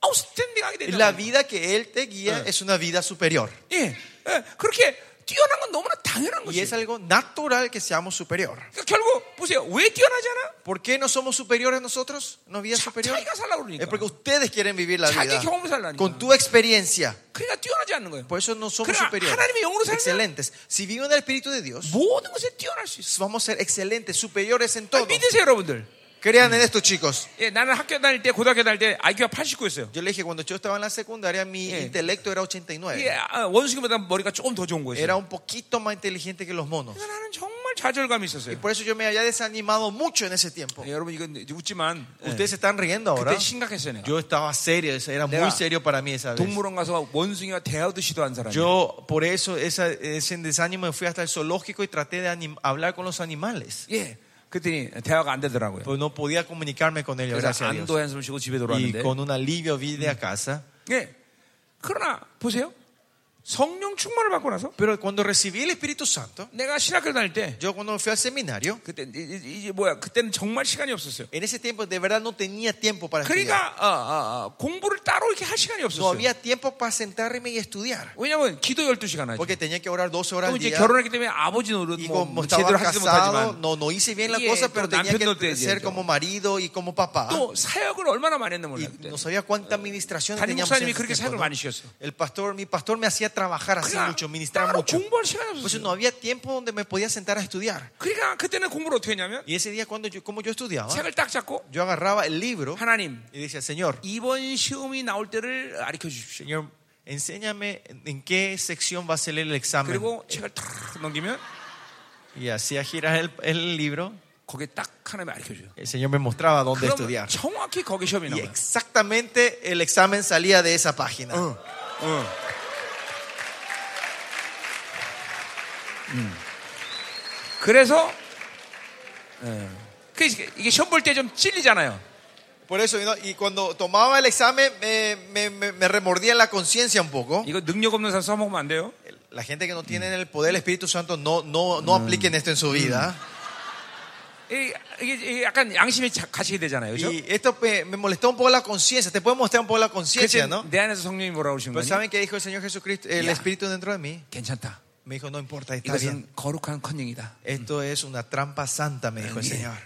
B: 아웃스탠딩하게 된다.
A: la vida que Él te guía es una vida superior.
B: 예, 예, 그렇게 뛰어난 건 너무나 당연한
A: Y
B: 것이에요.
A: es algo natural que seamos superior.
B: 그러니까 결국 보세요. 왜 뛰어나잖아?
A: ¿Por qué no somos superiores nosotros? ¿No vida
B: 자,
A: superior?
B: 자기가 살라 그러니까.
A: Es porque ustedes quieren vivir la
B: 자기
A: vida
B: 경험을 살라니까.
A: con tu experiencia.
B: 그러니까 뛰어나지 않는 거예요.
A: Por eso no somos
B: 그러나
A: superiores.
B: 하나님의 영으로 살면
A: Excelentes. Si viven el Espíritu de Dios,
B: 모든 것에 뛰어날 수 있어.
A: vamos a ser excelentes, superiores en
B: 아,
A: todo.
B: 믿으세요, 여러분들.
A: Crean en esto, chicos.
B: 예, 나는 학교 다닐 때 고등학교 다닐 때 IQ가 89였어요.
A: Yo le dije, cuando yo estaba en la secundaria, mi
B: Eh.
A: intelecto era 89.
B: 예, 아, 원숭이보다 머리가 조금 더 좋은
A: 네.
B: 거였어요.
A: Pues Era un poquito más inteligente que los monos.
B: 그러니까 나는 정말 좌절감이 있었어요.
A: Por eso yo me había desanimado mucho en ese tiempo.
B: 예, 여러분 이건 이제 웃지만
A: Ustedes se están riendo ahora.
B: 그때 심각했어요. 아, 네. 내가.
A: Yo estaba serio, esa- era muy
B: 내가
A: serio para mí esa vez.
B: 동물원 가서 원숭이와 대하듯이도 한 사람이. 요
A: Yo por eso esa- ese desánimo me fui hasta el zoológico y traté de anim- hablar con los animales.
B: 예, 그랬더니 대화가 안 되더라고요.
A: Pero no podía comunicarme con ellos,
B: 그래서
A: gracias a
B: 안도
A: Dios.
B: 한숨 쉬고 집에
A: Y
B: 돌아왔는데.
A: con un alivio vine a casa.
B: 예. 그러나 보세요. 성령 충만을 받고 나서
A: Pero cuando recibí el Espíritu Santo,
B: 내가 신학교 다닐 때
A: yo cuando fui al seminario,
B: 그때 이- 이- 이제 뭐야 그때는 정말 시간이 없었어요.
A: en ese tiempo de verdad no tenía tiempo para estudiar.
B: 그러니까 어, 어, 어, 공부를 따로 이렇게 할 시간이
A: No
B: 없었어요.
A: había tiempo para sentarme y estudiar.
B: 왜냐면 기도 12시간 하죠.
A: Porque tenía que orar dos horas
B: 또
A: al
B: 이제
A: día.
B: 결혼했기 때문에 아버지 노릇
A: Y
B: 뭐,
A: como
B: 뭐
A: estaba
B: 제대로 하지도
A: casado,
B: 못하지만
A: no, no hice bien la
B: Y,
A: cosa,
B: eh,
A: pero
B: 또
A: tenía
B: 남편도
A: que
B: 어때요,
A: ser
B: 이제
A: como marido y como papá.
B: 또 사역을 얼마나 그러니까 많이 뭐 했나 몰라
A: Y no sabía cuánta administración
B: 담임
A: teníamos en
B: 목사님이
A: ese
B: 그렇게
A: tiempo,
B: 사역을
A: ¿no?
B: 많이 쉬었어.
A: El pastor, mi pastor me hacía trabajar así
B: 그러니까
A: mucho, ministrar
B: 따로
A: mucho.
B: 공부할 시간이
A: Por eso
B: 없었어요.
A: no había tiempo donde me podía sentar a estudiar.
B: 그러니까 그때는 공부를 어떻게 했냐면
A: Y ese día, cuando yo, como yo estudiaba,
B: 책을 딱 잡고
A: yo agarraba el libro
B: 하나님
A: y decía, Señor,
B: 이번 시험이 나올 때를 아리켜 주십시오.
A: Señor, enséñame en qué sección va a ser el examen.
B: 그리고 책을 탁 넘기면
A: Y hacía girar el, el libro.
B: 거기에 딱 하나님이 아리켜 줘요.
A: El Señor me mostraba dónde
B: 그럼
A: estudiar.
B: 정확히 거기 시험이
A: Y
B: 나와요.
A: exactamente el examen salía de esa página.
B: 응. 응. 음. 그래서 예. 그 이게 이게 시험 볼 때 좀 찔리잖아요.
A: Por eso, ¿no? y cuando tomaba el examen, me, me- me- me remordía en la conciencia un poco.
B: 이거 능력 없는 사람 써먹으면 안 돼요.
A: La gente que no tiene el poder del Espíritu Santo, no, no, no apliquen esto en su vida.
B: 이- 이게, 이게 약간 양심이 자- 가시게 되잖아요. 그죠?
A: Y esto pe- me molestó un poco la conciencia. Te puede mostrar un poco la conciencia,
B: 그래서
A: ¿no?
B: 내 안에서 성령이 뭐라고 그러신
A: Pero
B: 거니?
A: ¿saben qué dijo el Señor Jesucristo? El
B: Ya.
A: Espíritu dentro de mí.
B: 괜찮다.
A: Me "Mm". dijo, no importa, está bien.
B: 이것은 거룩한 컨닝이다.
A: Esto es una trampa santa, me dijo el
B: Bien.
A: Señor.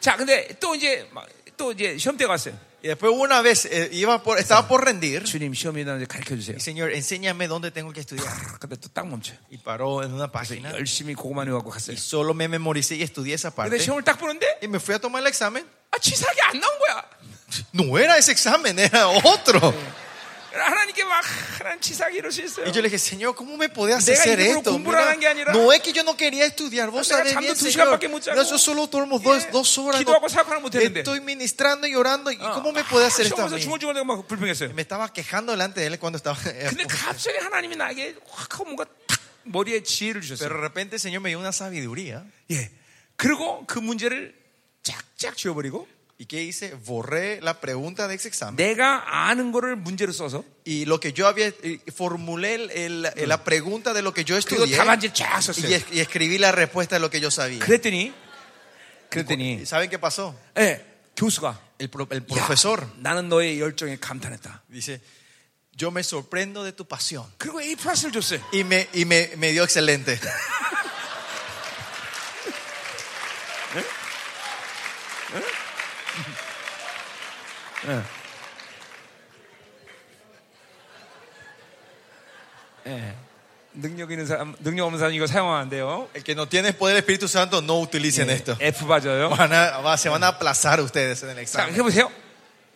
B: 자, 근데 또 이제 막- 또 이제 시험 때 갔어요.
A: Y después una vez eh, iba por, estaba por rendir.
B: 주님 시험이 나는데 가르쳐 주세요.
A: Y Señor, enséñame dónde tengo que estudiar.
B: 근데 또 딱 멈춰요.
A: Y paró en una página.
B: 네. 열심히 그것만 해갖고
A: Y
B: 갔어요. 네.
A: solo me memoricé y estudié esa
B: 근데
A: parte.
B: 시험을 딱 보는데
A: Y me fui a tomar el examen.
B: 아, 치사하게 안 나온 거야.
A: No era ese examen, era otro.
B: 하나님께 막 하나님 치사하게 이럴 수 있어요.
A: Y yo le dije, Señor, ¿cómo me podías
B: Deja
A: hacer
B: ir por
A: esto?
B: cumplir algo que
A: Mira,
B: 아니라.
A: no es que yo no quería estudiar, vos
B: 내가
A: sabés
B: 잠도
A: bien,
B: 두
A: Señor.
B: 시간밖에 못 자고.
A: Nosotros solo dormimos dos,
B: 예.
A: dos horas. no-
B: 기도하고 사역하는 못 했는데.
A: estoy ministrando y orando. ¿Y cómo me podía hacer esto a
B: 어. 아, 시험에서
A: mí?
B: 중얼중얼 내가 막 불평했어요.
A: Me estaba quejando delante de él cuando estaba...
B: 근데 갑자기 하나님이 나에게 확 하고 뭔가 탁 머리에 지혜를
A: Pero
B: 주셨어요.
A: de repente el Señor me dio una sabiduría.
B: 예. 그리고 그 문제를 쫙쫙 지워버리고
A: ¿Y qué hice? Borré la pregunta de ese examen.
B: 내가 아는 거를 문제로 써서
A: Y lo que yo había... eh, Formulé el- el- eh, la pregunta de lo que yo
B: 그리고
A: estudié.
B: 답안지를 쫙
A: Y,
B: 썼어요.
A: es- y escribí la respuesta de lo que yo sabía.
B: 그랬더니 예. 그랬더니
A: ¿Y ¿Saben qué pasó?
B: 예, 교수가
A: El, pro- el
B: 야,
A: profesor
B: 나는 너의 열정에 감탄했다.
A: dice, yo me sorprendo de tu pasión.
B: 그리고 A 플러스를 줬어요.
A: Y me, y me, me dio excelente.
B: 능력 있는 사람, 능력 없는 사람 이거 사용하면 안 돼요.
A: El que no tiene poder del Espíritu Santo, no utilicen esto.
B: F 받아요.
A: Van a- va- se van a aplazar ustedes en el
B: 자,
A: examen.
B: 해보세요.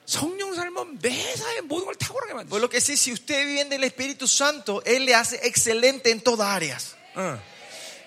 B: 성령 삶은 매사에 모든 걸 탁월하게
A: Por
B: 만들어.
A: lo que sí, si usted vive del Espíritu Santo, Él le hace excelente en todas áreas.
B: 응.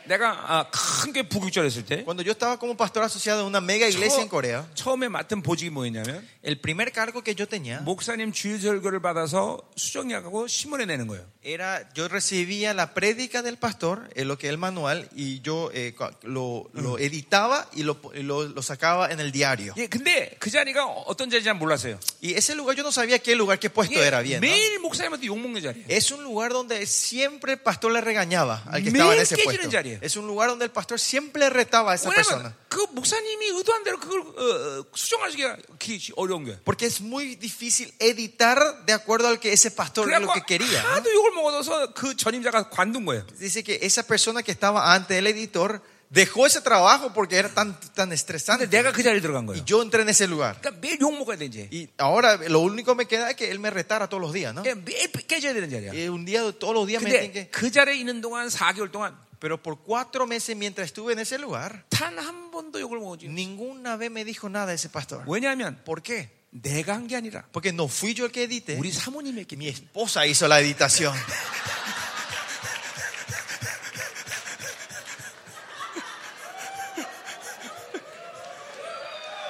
B: 내가 아, 큰게 부교절 했을 때
A: Cuando yo estaba como pastor asociado a una mega iglesia en Corea,
B: 처, 처음에 맡은 보직이 뭐였냐면
A: el primer cargo que yo tenía
B: 목사님 주일 설교를 받아서 수정약하고 신문에 내는 거예요.
A: era, yo recibía la prédica del pastor, eh, lo que es el manual, y yo eh, cua- lo, lo editaba y lo, y lo- lo sacaba en el diario.
B: 예, 근데 그 자리가 어떤 자리인지 잘 몰랐어요.
A: Y ese lugar yo no sabía qué lugar, qué
B: 이게
A: puesto era bien. ¿no?
B: 매일 목사님한테 욕먹는 자리예요.
A: Es un lugar donde siempre el pastor le regañaba al que estaba en ese
B: Mil
A: puesto.
B: queji는 자리예요.
A: Es un lugar donde el pastor siempre retaba a esa persona.
B: 왜냐면 그 목사님이 의도한 대로 그걸 어, 어, 수정하기가 기- 어려운 거예요.
A: Porque es muy difícil editar de acuerdo al que ese pastor lo que
B: 그래갖고
A: quería. ¿no?
B: 하도 욕을 먹어서 그 전임자가 관둔 거예요.
A: Dice que esa persona que estaba antes del editor dejó ese trabajo porque era tan, tan
B: 근데
A: estresante.
B: 내가 그 자리에 들어간
A: Y
B: 거예요.
A: yo entré en ese lugar.
B: 그러니까 매일 욕 먹어야 돼 이제.
A: Y ahora lo único que me queda es que él me retara todos los días, ¿no?
B: 예, 매일 깨져야 되는 자리야.
A: Y un día, todos los días me tienen
B: 근데
A: que.
B: 그 자리에 있는 동안 4개월 동안
A: Pero por cuatro meses mientras estuve en ese lugar,
B: 단 한 번도 욕을
A: 음.
B: 먹었지.
A: ninguna vez me dijo nada ese pastor.
B: 왜냐하면
A: ¿Por qué?
B: 내가 한 게 아니라
A: Porque no fui yo el que edité.
B: 우리 사모님이 했기
A: Mi
B: 때문에.
A: esposa hizo la editación.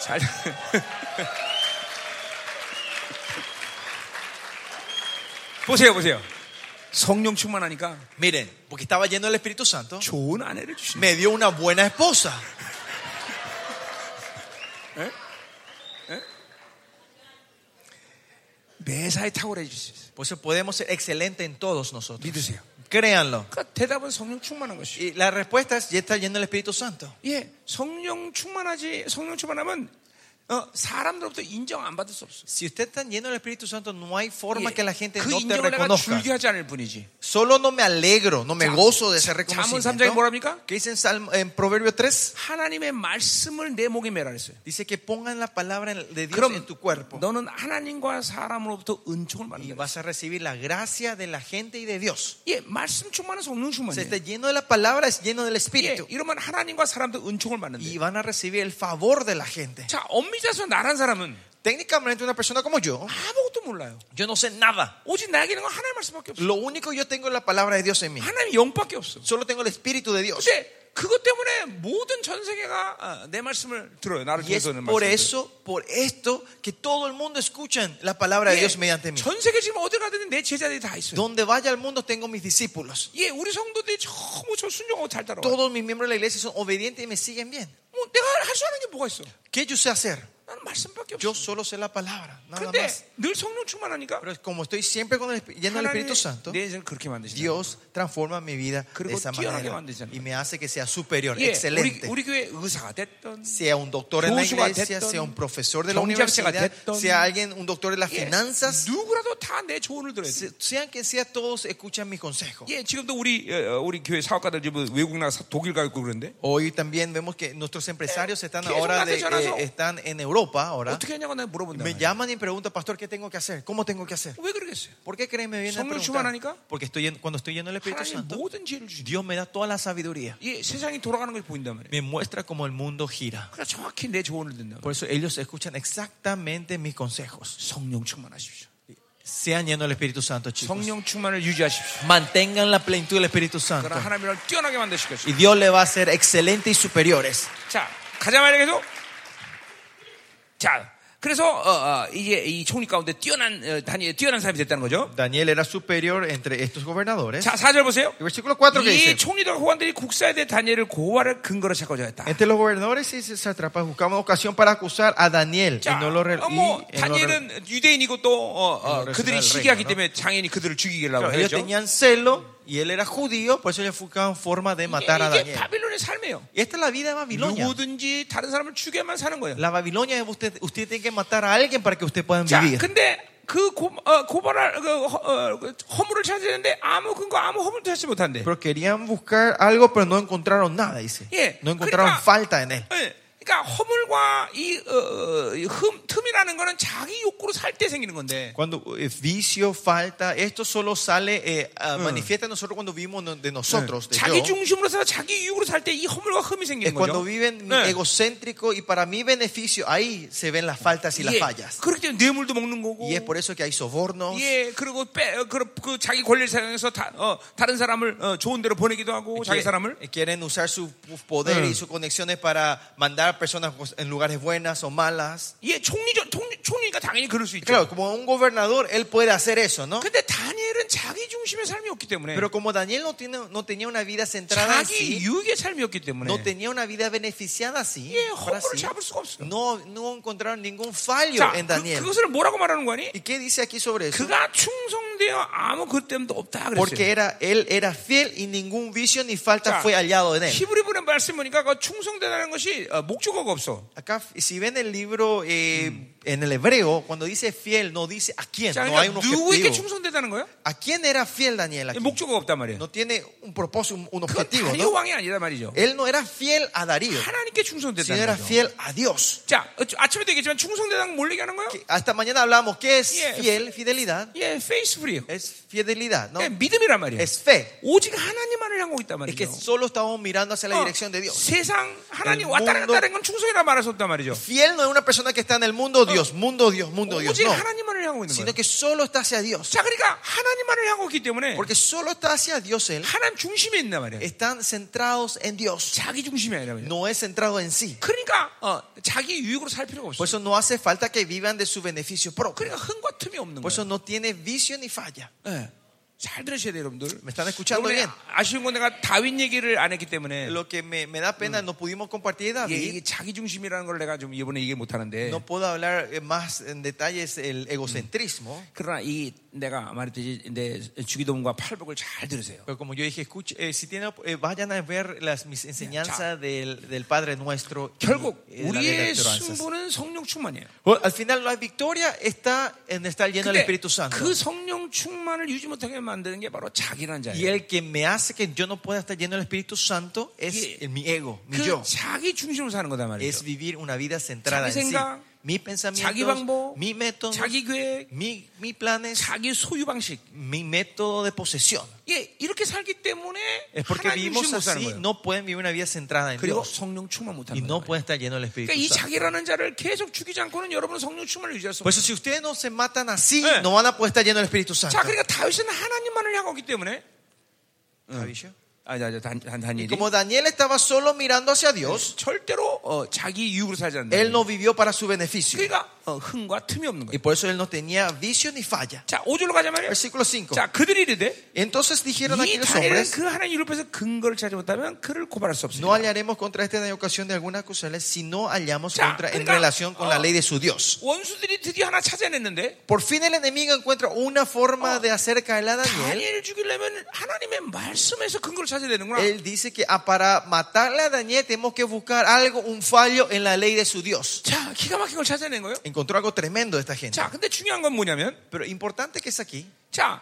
B: 잘. 보세요, 보세요. 성령 충만하니까
A: Miren, porque estaba lleno del Espíritu Santo,
B: 좋은 아내를 주시네.
A: me dio una buena esposa.
B: 매사에 탁월해 주실 수 있어요.
A: Por eso podemos ser excelentes en todos nosotros.
B: 믿으세요.
A: Créanlo.
B: 그러니까 대답은 성령 충만한 것이.
A: Y la respuesta es, ya está lleno del Espíritu Santo.
B: 예, 성령 충만하지. 성령 충만하면 어, 사람들로부터 인정 안 받을 수 없어.
A: Si usted está lleno del Espíritu Santo, no hay
B: 예,
A: forma que la gente
B: 그
A: no te
B: 인정을 내가
A: reconozca.
B: 줄기하지 않을 뿐이지.
A: Solo no me alegro, no me
B: 자,
A: gozo de ese
B: 잠언 3장에
A: reconocimiento.
B: 뭐랍니까?
A: ¿Qué dice en, Salmo- en Proverbio 3?
B: 하나님의 말씀을 내 목에 매라 했어요.
A: Dice que pongan la palabra en- de Dios en
B: 그럼
A: tu cuerpo
B: 너는 하나님과 사람으로부터 은총을
A: y
B: 받는다.
A: vas a recibir la gracia de la gente y de Dios.
B: 예, 말씀 충만은 성령
A: O sea,
B: 충만이에요.
A: está lleno de la palabra, es lleno del
B: 예,
A: Espíritu.
B: 이러면 하나님과 사람도 은총을
A: Y
B: 받는데.
A: van a recibir el favor de la gente.
B: 자, 엄밀해서 나란 사람은
A: Técnicamente una persona como yo,
B: 아무것도 몰라요.
A: yo no sé nada.
B: 오직 나에게 있는 건 하나님 말씀밖에 없어.
A: Lo único que yo tengo es la palabra de Dios en mí.
B: 하나님 영밖에 없어.
A: Solo tengo el Espíritu de Dios.
B: 근데 그것 때문에 모든 전 세계가 아, 내 말씀을 들어요. 나를
A: Y es
B: 통해서는
A: por
B: 말씀을
A: eso, por esto, que todo el mundo escucha la palabra de
B: 들어요.
A: Dios mediante
B: 예,
A: mí.
B: 전 세계 지금 어디 가든 내 제자들이 다 있어요.
A: Donde vaya al mundo tengo mis discípulos.
B: 예, 우리 성도들이 전부 저 순종하고 잘 따라와. 요
A: Todos mis miembros de la iglesia son obedientes y me siguen bien.
B: 뭐 내가 할 수 있는 게 뭐가 있어?
A: ¿Qué yo sé hacer?
B: 나는 말씀밖에
A: Yo
B: 없어.
A: solo sé la palabra, nada
B: 그런데
A: más.
B: 늘 성령 충만하니까
A: Pero como estoy siempre con el, esp- lleno del
B: 하나님
A: Espíritu Santo,
B: 내 인생을 그렇게 만드시죠.
A: Dios transforma mi vida de
B: 그리고
A: esa
B: 뛰어나게
A: manera
B: 만드잖아요.
A: y me hace que sea superior,
B: 예, 우리
A: excelente.
B: 우리 교회 의사가 됐던
A: sea un doctor en la
B: 교수가
A: iglesia,
B: 됐던,
A: sea un profesor de la universidad,
B: 경제학자가 됐던,
A: sea alguien, un doctor de las
B: 예,
A: finanzas,
B: 누구라도 다 내 조언을 들어야 돼.
A: se- sean que sea, todos escuchan mi consejo.
B: 예, 지금도 우리 어, 우리 교회 사업가들 지금 외국 나가 독일 가 있고 그런데
A: Hoy también vemos que nuestros empresarios están
B: 계속
A: ahora de-
B: 나한테 전화해서
A: eh, están en Europa ahora.
B: 어떻게 하냐고 내가 물어본다.
A: Me llaman y preguntan, pastor, ¿qué tengo que hacer? ¿Cómo tengo que hacer?
B: 왜 그러겠어요?
A: ¿Por qué creen me vienen a
B: 성령
A: preguntar?
B: 충만하니까?
A: Porque estoy en- cuando estoy lleno del Espíritu
B: 하나님
A: Santo,
B: 모든 지혜를 주시.
A: Dios me da toda la sabiduría.
B: 예, 세상이 돌아가는 걸 보인단 말이에요.
A: Me muestra cómo el mundo gira.
B: 그러니까 정확히 내 조언을 듣는 거예요.
A: Por eso ellos escuchan exactamente mis consejos.
B: 성령 충만하십시오.
A: Sean llenos del Espíritu Santo, chicos.
B: 성령 충만을 유지하십시오.
A: Mantengan la plenitud del Espíritu Santo.
B: 그러나 하나님을 뛰어나게 만드실
A: Y
B: 것이죠.
A: Dios le va a hacer excelentes y superiores.
B: 자, 가자 말이야 계속. 자, 그래서 어, 어, 이제 이 총리 가운데 뛰어난 어, 단위 뛰어난 사람이 됐다는 거죠.
A: Daniel era superior entre estos gobernadores.
B: 자, 4절 보세요.
A: El versículo 4 que
B: 이
A: dice:
B: 총리들과 호환들이 국사에 대해 다니엘을 고발을 근거로 찾고자 했다.
A: Entre los gobernadores y satrapas buscaban ocasión para acusar a Daniel. Y
B: 자,
A: no lo re-
B: 어,
A: y
B: 뭐
A: en lo re-
B: 다니엘은 유대인이고 또 어, 어,
A: 이노를
B: 그들이
A: 쓰는
B: 시기하기
A: 레이너.
B: 때문에 장인이 그들을 죽이려고
A: Claro, ellos
B: 했죠.
A: tenían celo y él era judío, por eso ellos buscaban forma de matar a
B: 예, 이게, 이게
A: Daniel.
B: 바빌론의 삶이에요.
A: Y esta es la vida de Babilonia.
B: 누구든지 다른 사람을 죽여만 사는 거예요.
A: La Babilonia es usted, usted tiene que matar a alguien para que usted pueda
B: 자,
A: vivir.
B: 근데 그 고, 어, 고발할 그, 허- 어, 그 허물을 찾으는데 아무 근거 아무 허물도 찾지 못한대.
A: Pero querían buscar algo, pero no encontraron nada, dice.
B: Yeah.
A: No encontraron
B: 그러니까-
A: falta en él.
B: 예, 그러니까 허물과 이, 어, 이 흠, 틈이라는 거는 자기 욕구로 살 때 생기는 건데.
A: Cuando eh, vicio, falta, esto solo sale, eh, ah, manifiesta en nosotros cuando vivimos no- de nosotros, de
B: 자기
A: yo.
B: 중심으로 살아 자기 유혹으로 살 때 이 허물과 흠이
A: Es
B: 생기는
A: cuando
B: 거죠.
A: viven
B: 네.
A: egocéntrico y para mi beneficio, ahí se ven las faltas y las
B: 예,
A: fallas.
B: 그렇기 때문에 뇌물도 먹는 거고.
A: Y es por eso que hay sobornos. eh,
B: 예, 그리고 빼, 어, 그, 그 자기 권리를 사용해서 다, 어, 다른 사람을 어, 좋은 데로 보내기도 하고 자기 사람을
A: que- Quieren usar su poder
B: Mm.
A: y sus conexiones para mandar personas pues, en lugares buenas o malas.
B: 예, 총리, 총리 총리니까 당연히 그럴 수 있죠.
A: Claro, como un gobernador, él puede hacer eso, ¿no?
B: 근데 다니엘은 자기 중심의 삶이 없기 때문에
A: Pero como Daniel no, tiene, no tenía una vida centrada en
B: 자기
A: sí,
B: 유익의 삶이었기 때문에
A: no tenía una vida beneficiada así,
B: 예,
A: para
B: 허물을
A: sí,
B: 잡을 수가 없어요.
A: no, no encontraron ningún fallo
B: 자,
A: en
B: 그,
A: Daniel.
B: 그것을 뭐라고 말하는 거니?
A: ¿Y qué dice aquí sobre eso?
B: 그가 충성되어 아무 그것 때문도 없다
A: Porque
B: 그랬어요.
A: era, él era fiel y ningún vicio ni falta
B: 자,
A: fue hallado en él.
B: 히브리 분의 말씀 보니까 그 충성되다는 것이 어, 목적어가 없어.
A: Acá, si ven el libro eh, en el hebreo, cuando dice fiel, no dice a quién,
B: 자,
A: no hay
B: 그러니까
A: un
B: 누구에게
A: objetivo.
B: 충성되다는 거야?
A: ¿A quién era fiel Daniel aquí?
B: 목적어가 없단 말이야.
A: No tiene un propósito, un- un
B: 그건
A: objetivo.
B: 다니엘
A: ¿no?
B: 왕이 아니다 말이죠.
A: Él no era fiel a Darío, sino
B: 하나님께
A: era
B: 충성되다는 거죠.
A: fiel a Dios.
B: 자, 어, 아침에도 얘기했지만 충성되다는 뭘 얘기하는 거예요?
A: Que Hasta 마ñana hablamos qué es
B: Yeah.
A: fiel, fidelidad.
B: 예, 페이스프리요.
A: Es fidelidad, ¿no?
B: 예, 믿음이란 말이에요.
A: Es fe.
B: 오직 하나님만을 향하고 있단
A: Es que
B: 말이죠.
A: solo estamos mirando hacia la
B: 어,
A: dirección de Dios.
B: 세상 하나님
A: El
B: 왔다
A: mundo-
B: 갔다 는건 충성이라 말할 수 없단 말이죠.
A: Fiel no es una persona que está en el mundo Dios, mundo Dios, mundo Dios,
B: 오직
A: no.
B: 하나님만을 향하고 있는
A: Sino
B: 거예요.
A: que solo está hacia Dios.
B: 자, 그러니까 하나님만을 향하고 있기 때문에
A: Porque solo está hacia Dios él.
B: 하나님 중심에 있단 말이에요.
A: Están centrados en Dios.
B: 자기 중심이 아니라 말이에요.
A: No es centrado en sí.
B: 그러니까 어, 자기 유익으로 살 필요가
A: Por
B: 없어요.
A: eso no hace falta que vivan de su beneficio propio.
B: 그러니까 흥과 틈이 없는
A: Por
B: 거예요.
A: eso no tiene vicio ni falla.
B: 예. 잘 들으셔야 돼요, 여러분들.
A: Me están escuchando
B: 여러분의
A: bien.
B: 아쉬운 건 내가 다윈 얘기를 안 했기 때문에
A: Lo que me, me da pena, no pudimos compartir
B: 예, 이게
A: David.
B: 자기 중심이라는 걸 내가 좀 이번에 얘기 못 하는데
A: No puedo hablar eh, más en detalles el egocentrismo.
B: 그러나 이 내가 말했듯이 내 주기도문과 팔복을 잘 들으세요.
A: Pero como yo dije, escuche, eh, si tienen, op- eh, vayan a ver las, mis enseñanzas del, del Padre Nuestro. y,
B: 결국
A: eh, la ley de
B: 우리의
A: bienaventuranzas.
B: 승부는 성령 충만이에요.
A: Bueno, Al final la victoria está en estar lleno del Espíritu Santo.
B: 그 성령 그 충만을 유지 못하게 만드는 게 바로 자기라는
A: Y
B: 자예요.
A: el que me hace que yo no pueda estar lleno del Espíritu Santo es
B: Y-
A: el- mi ego, mi
B: 그
A: yo.
B: 자기 중심으로 사는 거단
A: Es
B: 말이죠.
A: vivir una vida centrada en
B: 자기
A: sí.
B: 생각,
A: Mis
B: 자기
A: pensamientos,
B: 방법,
A: mis métodos,
B: 자기 계획,
A: mi- mis planes,
B: 자기 소유 방식.
A: mi método de posesión.
B: 예, 이렇게 살기 때문에
A: Es porque
B: 하나님 중심
A: vivimos
B: 못 사는
A: así,
B: 거예요.
A: no pueden vivir una vida centrada en
B: 그리고
A: Dios
B: 성령 충만 못
A: y
B: 하는
A: no
B: 거예요.
A: pueden estar llenos del
B: 그러니까 이
A: Espíritu Santo.
B: 자기라는 자를 계속 죽이지 않고는 여러분은 성령 충만을 유지할 수
A: Por
B: 없어요.
A: eso, si ustedes no se matan así,
B: Eh.
A: no van a poder estar llenos del Espíritu Santo.
B: 자, 그러니까 다윗은 하나님만을 향하기 때문에
A: ¿Sabes?
B: 아, 자, 자, 단, 단, 단일이
A: Como Daniel estaba solo mirando hacia
B: 뭐
A: Dios,
B: 절대로 어, 자기 이유로 살지 않는다.
A: él no vivió para su beneficio.
B: 그러니까 어, 흥과 틈이 없는
A: Y
B: 거예요.
A: por eso él no tenía vicio ni falla.
B: 자, 5절로 가자 말이에요.
A: Versículo 5.
B: 자, 그들이 이르되
A: Entonces dijeron
B: 이
A: aquellos
B: 아, 단일은
A: hombres:
B: 그 하나님 이름에서 근거를 찾지 못하면 그를 고발할 수
A: No
B: 없습니다.
A: hallaremos contra este en ocasión de alguna acusarle si no hallamos
B: Ya,
A: contra en
B: 그러니까,
A: relación con la
B: 어.
A: ley de su Dios.
B: 원수들이 드디어 하나 찾아냈는데
A: Por fin el enemigo encuentra una forma
B: 어.
A: de hacer caer a Daniel.
B: 다니엘 죽이려면 하나님의 말씀에서 근거를 찾아야 되는구나.
A: Él dice que ah, para matarle a Daniel tenemos que buscar algo, un fallo en la ley de su Dios.
B: 자, 기가 막힌 걸 찾아낸 거예요.
A: Encontró algo tremendo de esta gente.
B: 자, 근데 중요한 건 뭐냐면
A: Pero importante que es aquí.
B: 자,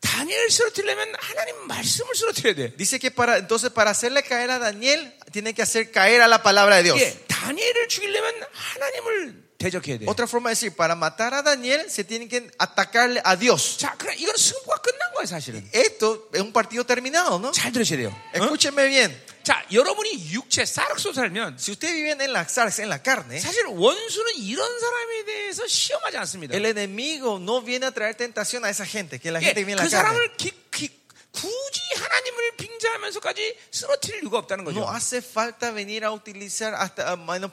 B: 다니엘 쓰러뜨리려면 하나님 말씀을 쓰러뜨려야 돼.
A: Dice que para entonces para hacerle caer a Daniel tiene que hacer caer a la palabra de Dios.
B: 예, 다니엘을 죽이려면 하나님을 대적해야 돼.
A: Otra forma de decir, para matar a Daniel se tiene que atacarle a Dios.
B: 자, 그럼 이건 승부가 끝난 거예요, 그- 사실은.
A: Esto es un partido terminado, ¿no?
B: 잘 들으셔야 돼요. 어?
A: Escúcheme bien.
B: 자, 여러분이 육체 싸락소 살면
A: Si ustedes viven en la, en la carne,
B: 사실 원수는 이런 사람에 대해서 시험하지 않습니다.
A: el enemigo no viene a traer tentación a esa gente, que la
B: 예,
A: gente vive en
B: 그
A: la carne.
B: 사람을 기- 기- 굳이 하나님을 빙자하면서까지 쓰러뜨릴 이유가 없다는 거죠.
A: No hace falta venir a utilizar hasta ah, a mano-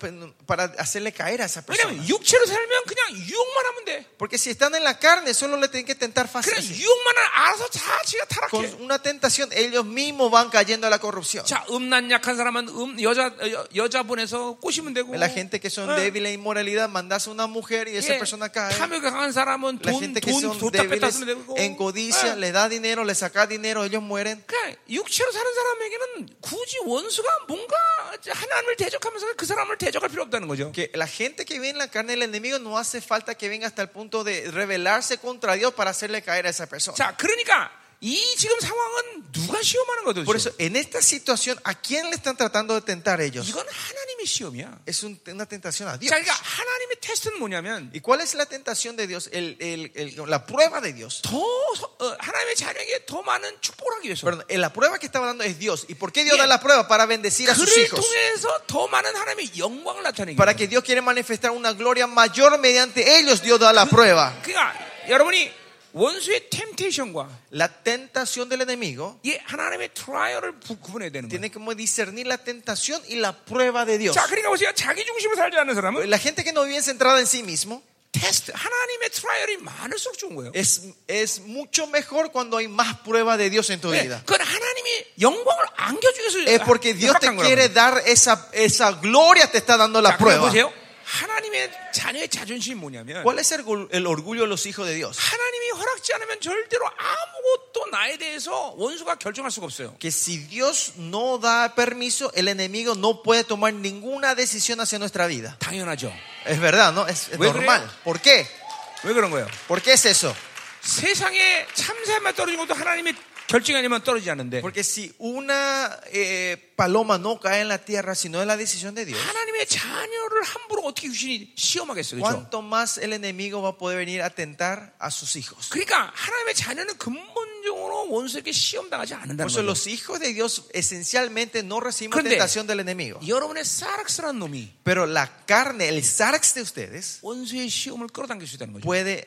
A: para hacerle caer a esa persona.
B: 왜냐하면 육체로 살면 그냥 유혹만 하면 돼.
A: Porque si están en la carne, solo le tienen que tentar fácil.
B: 그냥
A: así.
B: 유혹만 알아서 자치가
A: Con
B: 타락해.
A: una tentación, ellos mismos van cayendo a la corrupción.
B: 자, 음란 약한 사람은 음 여자 여, 여자 보내서 꼬시면 되고.
A: La gente que son
B: 예.
A: débiles e inmoralidad, mandas a una mujer y esa
B: 예,
A: persona cae.
B: 탐욕이 강한 사람은
A: La
B: 돈,
A: gente que
B: 돈,
A: son
B: 줬다 뺐다
A: débiles
B: 쓰면 되고.
A: en codicia,
B: 예.
A: le da dinero, le saca dinero, ellos mueren.
B: 그냥 육체로 사는 사람에게는 굳이 원수가 뭔가 하나님을 대적하면서 그 사람을 대적할 필요 없다는 거죠.
A: Que la gente que vive en la carne del enemigo no hace falta que venga hasta el punto de rebelarse contra Dios para hacerle caer a esa persona.
B: 자, 그러니까 이 지금 상황은 누가 시험하는 거죠?
A: Por eso, en esta situación, ¿a quién le están tratando de tentar ellos?
B: 이건 하나님의 시험이야.
A: Es un- una tentación a
B: 자,
A: Dios.
B: 그러니까 하나님의 테스트는 뭐냐면
A: ¿Y cuál es la tentación de Dios? El- el- el- la prueba de Dios.
B: 더 서- 어, 하나님의 자녀에게 더 많은 축복을 하기 위해서.
A: Perdón, eh, la prueba que estaba dando es Dios. ¿Y por qué Dios
B: Bien.
A: da la prueba? Para bendecir a sus
B: 그를
A: hijos.
B: 통해서 더 많은 하나님의 영광을 나타내기
A: Para
B: 위해서.
A: que Dios quiere manifestar una gloria mayor mediante ellos, Dios da la prueba.
B: 그러니까 여러분이 원수의 템테이션과
A: La tentación del enemigo
B: 예, 하나님의 트라이얼을 부- 구분해야 되는 거예요.
A: tiene como discernir la tentación y la prueba de Dios.
B: 자, 그러니까 보세요. 자기 중심으로 살지 않는 사람은
A: La gente que no vive centrada en sí mismo
B: 테스트 하나님의 트라이얼이 많을수록 좋은 거예요.
A: es, es mucho mejor cuando hay más prueba de Dios en tu
B: 네,
A: vida.
B: 그건 하나님이 영광을 안겨주셔서
A: Es 예, porque Dios te
B: 협박한 거라고요.
A: quiere dar esa, esa gloria, te está dando
B: 자,
A: la
B: 그럼
A: prueba.
B: 보세요. 하나님의 자녀의 자존심이 뭐냐면
A: ¿Cuál es el, orgullo- el orgullo de los hijos de Dios?
B: 하나님이 허락지 않으면 절대로 아무것도 나에 대해서 원수가 결정할 수가 없어요.
A: que si Dios no da permiso, el enemigo no puede tomar ninguna decisión hacia nuestra vida.
B: 당연하죠.
A: Es verdad, ¿no? Es, es
B: Bueno,
A: normal.
B: creo.
A: ¿Por qué?
B: 왜 그런 거예요?
A: ¿Por qué es eso?
B: 세상에 참새만 떨어진 것도 하나님의 결정이 아니면 떨어지지 않는데
A: Porque si una eh, paloma no cae en la tierra, si no es la decisión de Dios,
B: 하나님의 자녀를 함부로 어떻게 귀신이 시험하겠어요. 그렇죠?
A: ¿cuánto más el enemigo va a poder venir a tentar a sus hijos?
B: 그러니까 하나님의 자녀는 근본적으로 원수에게 시험당하지
A: Por
B: 않는다는
A: eso
B: 거예요.
A: los hijos de Dios esencialmente no reciben
B: Grande.
A: tentación del enemigo.
B: 여러분의 사락스란 놈이
A: Pero la carne, el sarx de ustedes,
B: 원수의 시험을 끌어당길 수 있다는 거죠.
A: puede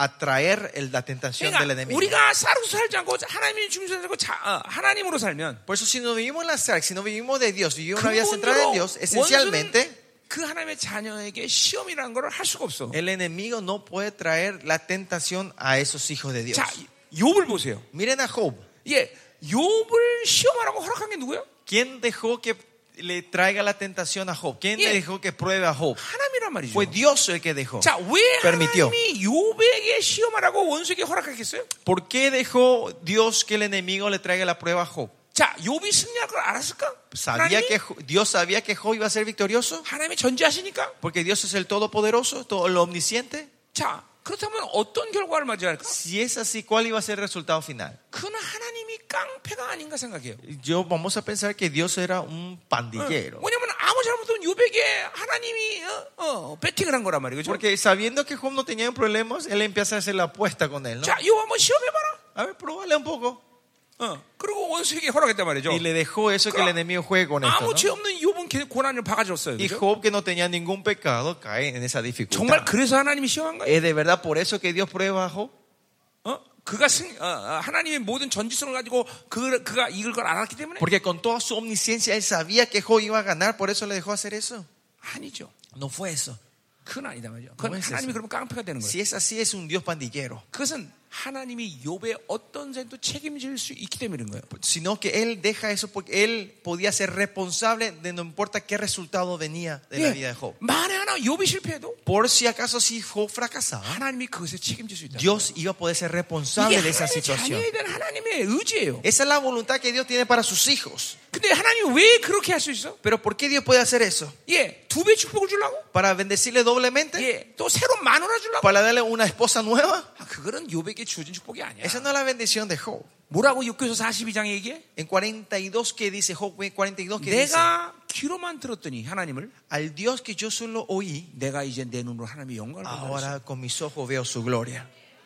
A: atraer el- la tentación del
B: 그러니까
A: enemigo.
B: 우리가 사락스 살지 않고 하나님의 중심으로 살고 자, 어, 하나님으로 살면
A: Por eso si no vivimos en la SARC, si no vivimos de Dios, vivimos una vida centrada en
B: 근본적으로
A: Dios, esencialmente
B: 원수는 그 하나님의 자녀에게 시험이라는 걸 할 수가 없어.
A: el enemigo no puede traer la tentación a esos hijos de Dios.
B: 자, 욥을 보세요.
A: Miren a Job.
B: 예, 욥을 시험하라고 허락한 게 누구예요?
A: ¿Quién dejó que le traiga la tentación a Job? ¿Quién
B: Bien.
A: le dejó que pruebe a Job?
B: 하나님이란 말이죠.
A: Fue Dios el que dejó.
B: 자, 왜
A: permitió.
B: 하나님이 욥에게 시험하라고 원수에게 허락했겠어요?
A: ¿Por qué dejó Dios que el enemigo le traiga la prueba a Job?
B: 자, 욥이 승리할 걸 알았을까?
A: ¿Sabía
B: 하나님이,
A: que Jo- Dios sabía que Job iba a ser victorioso?
B: 하나님이 전지하시니까.
A: Porque Dios es el todopoderoso, todo lo omnisciente.
B: 자, 그렇다면 어떤 결과를 맞이할까?
A: Si es así, ¿cuál iba a ser el resultado final?
B: 그는 하나님이 깡패가 아닌가 생각해요.
A: Yo vamos a pensar que Dios era un
B: 어,
A: pandillero.
B: 왜냐면 아무 잘못하면 요백에 하나님이 어, 어, 배팅을 한 거란 말이죠.
A: Porque sabiendo que Job no tenía problemas, él empieza a hacer la apuesta con él. ¿no?
B: 자, 요거 한번 시험해봐라.
A: A ver, probale un poco.
B: 어, 그리고 원수에게 허락했단 말이죠.
A: Y le dejó eso que el enemigo juegue con esto.
B: 아무 죄
A: ¿no?
B: 없는 요분 개- 고난을 박아줬어요.
A: Y
B: 그죠?
A: Job, que no tenía ningún pecado, cae en esa
B: 정말
A: dificultad.
B: 그래서 하나님이 시험한 거예요?
A: ¿Es de verdad por eso que Dios prueba a Job? 예.
B: 어? 그가 승, 어, 어, 하나님의 모든 전지성을 가지고 그, 그가 이길 걸 알았기 때문에
A: Porque con toda su omnisciencia él sabía que Job iba a ganar, por eso le dejó hacer eso.
B: 아니죠.
A: No fue eso.
B: 그건 아니다 말이죠. 그건
A: 뭐였어요?
B: 하나님이 그러면 깡패가 되는 거예요.
A: Si es así, es un Dios pandillero.
B: 그것은 하나님이 욥의 어떤 죄도 책임질 수 있기 때문인 거예요.
A: Sino que él deja eso porque él podía ser responsable de no importa qué resultado venía de la vida de Job.
B: 예. 만에 하나 욥이 실패해도
A: Por si acaso, si Job fracasaba,
B: 하나님이 그것에 책임질 수 있다.
A: Dios iba a poder ser
B: 이게
A: responsable de esa
B: 하나님의
A: situación.
B: 자녀에 대한 하나님의 의지예요.
A: Esa es la voluntad que Dios tiene para sus hijos.
B: 근데 하나님 왜 그렇게 할 수 있어?
A: Pero ¿por qué Dios puede hacer eso?
B: 예, 두 배 축복을 주려고?
A: ¿Para bendecirle doblemente?
B: 예, 또 새로운 만원을 주려고?
A: ¿Para darle una esposa nueva?
B: 아, 그거는 욥에게 주어진 축복이 아니야.
A: Esa no es la bendición de Job.
B: 뭐라고 6교서 42장에 얘기해?
A: En 42 que dice Job 42 que dice
B: 내가 귀로만 들었더니 하나님을
A: al Dios que yo solo oí,
B: 내가 이제 내 눈으로 하나님의 영광을 본다.
A: ahora con mis ojos veo su gloria.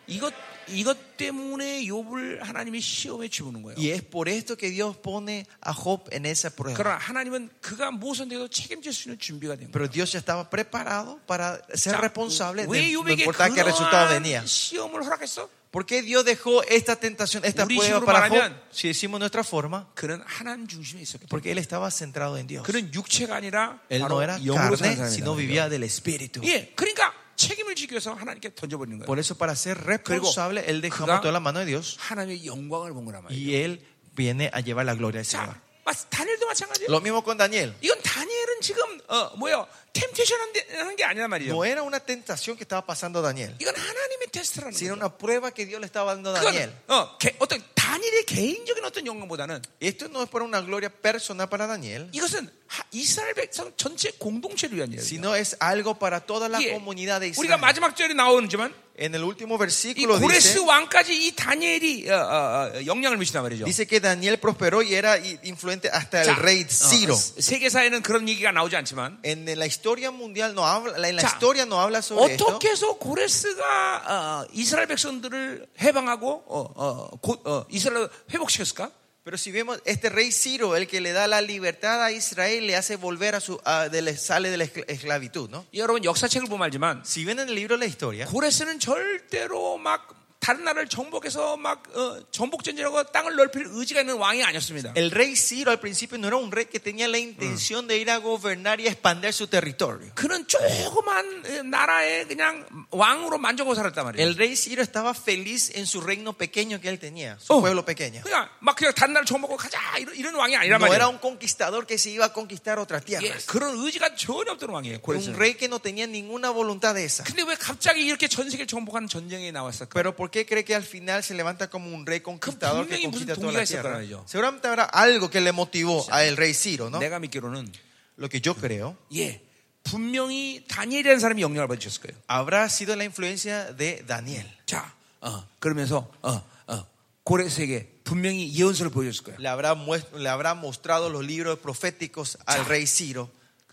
B: 이것 이것 때문에 욥을 하나님이 시험에 집어넣은 거예요.
A: Y es por esto que Dios pone a Job en esa prueba.
B: 그러나 하나님은 그가 무엇은 돼도 책임질 수 있는 준비가 된 거예요.
A: Pero Dios ya estaba preparado para ser
B: 자,
A: responsable
B: 왜
A: de no
B: 뭐 욥에게
A: importar qué resultado venía.
B: 그러한 시험을 허락했어?
A: ¿Por qué Dios dejó esta tentación, esta
B: 우리
A: prueba
B: 식으로
A: para Job?
B: 말하면-
A: Si decimos nuestra forma,
B: 그는 하나님 중심에 있었기 때문에
A: porque él estaba centrado en Dios.
B: 그는 육체가 아니라
A: Él
B: 바로
A: no era
B: 영으로 사는
A: carne,
B: 사람이다.
A: sino vivía del Espíritu.
B: 예, 그러니까 책임을 지기 위해서 하나님께 던져버리는 거예요.
A: Por eso, para ser responsable, él dejó
B: 그가-
A: toda la mano de Dios
B: 하나님의 영광을 본 거란 말이에요.
A: y él viene a llevar la gloria al Señor.
B: 자, 마스- 다니엘도 마찬가지예요.
A: Lo mismo con Daniel.
B: 이건 다니엘은 지금 어, 뭐예요? 템테이션 한게 아니란 말이에요.
A: No era una tentación que estaba pasando Daniel,
B: 이건 하나님의 테스트라는
A: sino
B: 거예요.
A: una prueba que Dios le estaba dando a Daniel.
B: 그건 어, 개- 어떤 다니엘의 개인적인 어떤 영광보다는
A: Esto no es para una gloria personal para Daniel,
B: 이것은 하- 이스라엘 백성 전체 공동체를 위한 일이에요.
A: sino es algo para toda la
B: 예,
A: comunidad de
B: 우리가
A: Israel.
B: 마지막 절에 나오지만
A: En el último
B: 이
A: versículo
B: 고레스
A: dice,
B: 왕까지 이 다니엘이 어, 어, 어, 영향을 미친단 말이죠.
A: dice que Daniel prosperó y era i- influente hasta el
B: 자,
A: rey Ciro.
B: 어, 세계사에는 그런 얘기가 나오지 않지만
A: En la historia mundial no habla, en la
B: 자,
A: historia no habla sobre esto.
B: 어떻게 해서 고레스가 어, 이스라엘 백성들을 해방하고 어, 어, 곧, 어, 이스라엘을 회복시켰을까?
A: Pero si vemos este rey Ciro, el que le da la libertad a Israel, le hace volver a su a- de la- sale de la escl- esclavitud, ¿no?
B: 여러분 역사책을 보면 알지만
A: Si ven en el libro de la historia,
B: 고레스는 절대로 막 다른 나라를 정복해서 막 어, 정복 전쟁하고 땅을 넓힐 의지가 있는 왕이 아니었습니다.
A: el rey Ciro al principio no era un rey que tenía la intención de ir a gobernar y expandir su territorio.
B: 그는 조그만 어, 나라에 그냥 왕으로 만족하고 살았단 말이에요.
A: El rey Ciro estaba feliz en su reino pequeño que él tenía, su
B: 어,
A: pueblo pequeño.
B: 그러니까 막 그냥 다른 나라 정복하고 가자 이런, 이런 왕이 아니란
A: No era
B: 말이에요.
A: un conquistador que se iba a conquistar otra
B: 예,
A: tierra.
B: 그런 의지가 전혀 없던 왕이에요. 고레스.
A: Un rey que no tenía ninguna voluntad de esa.
B: 근데 왜 갑자기 이렇게 전 세계를 정복하는 전쟁에 나왔을까?
A: Pero ¿por qué cree que al final se levanta como un rey conquistador que
B: 분명히 무슨
A: conquista toda la
B: 동기가 있을
A: tierra?
B: 거라죠.
A: Seguramente habrá algo que le motivó a el rey Ciro, ¿no?
B: 내가 믿기로는
A: Lo que yo creo
B: 예 분명히 다니엘이라는 사람이 영향을 받으셨을 거예요.
A: habrá sido la influencia de Daniel.
B: 자, 어, 그러면서 어, 어, 고레스에게 분명히 예언서를 보여줬을 거예요.
A: Le habrá, muest- le habrá mostrado los libros proféticos al rey Ciro.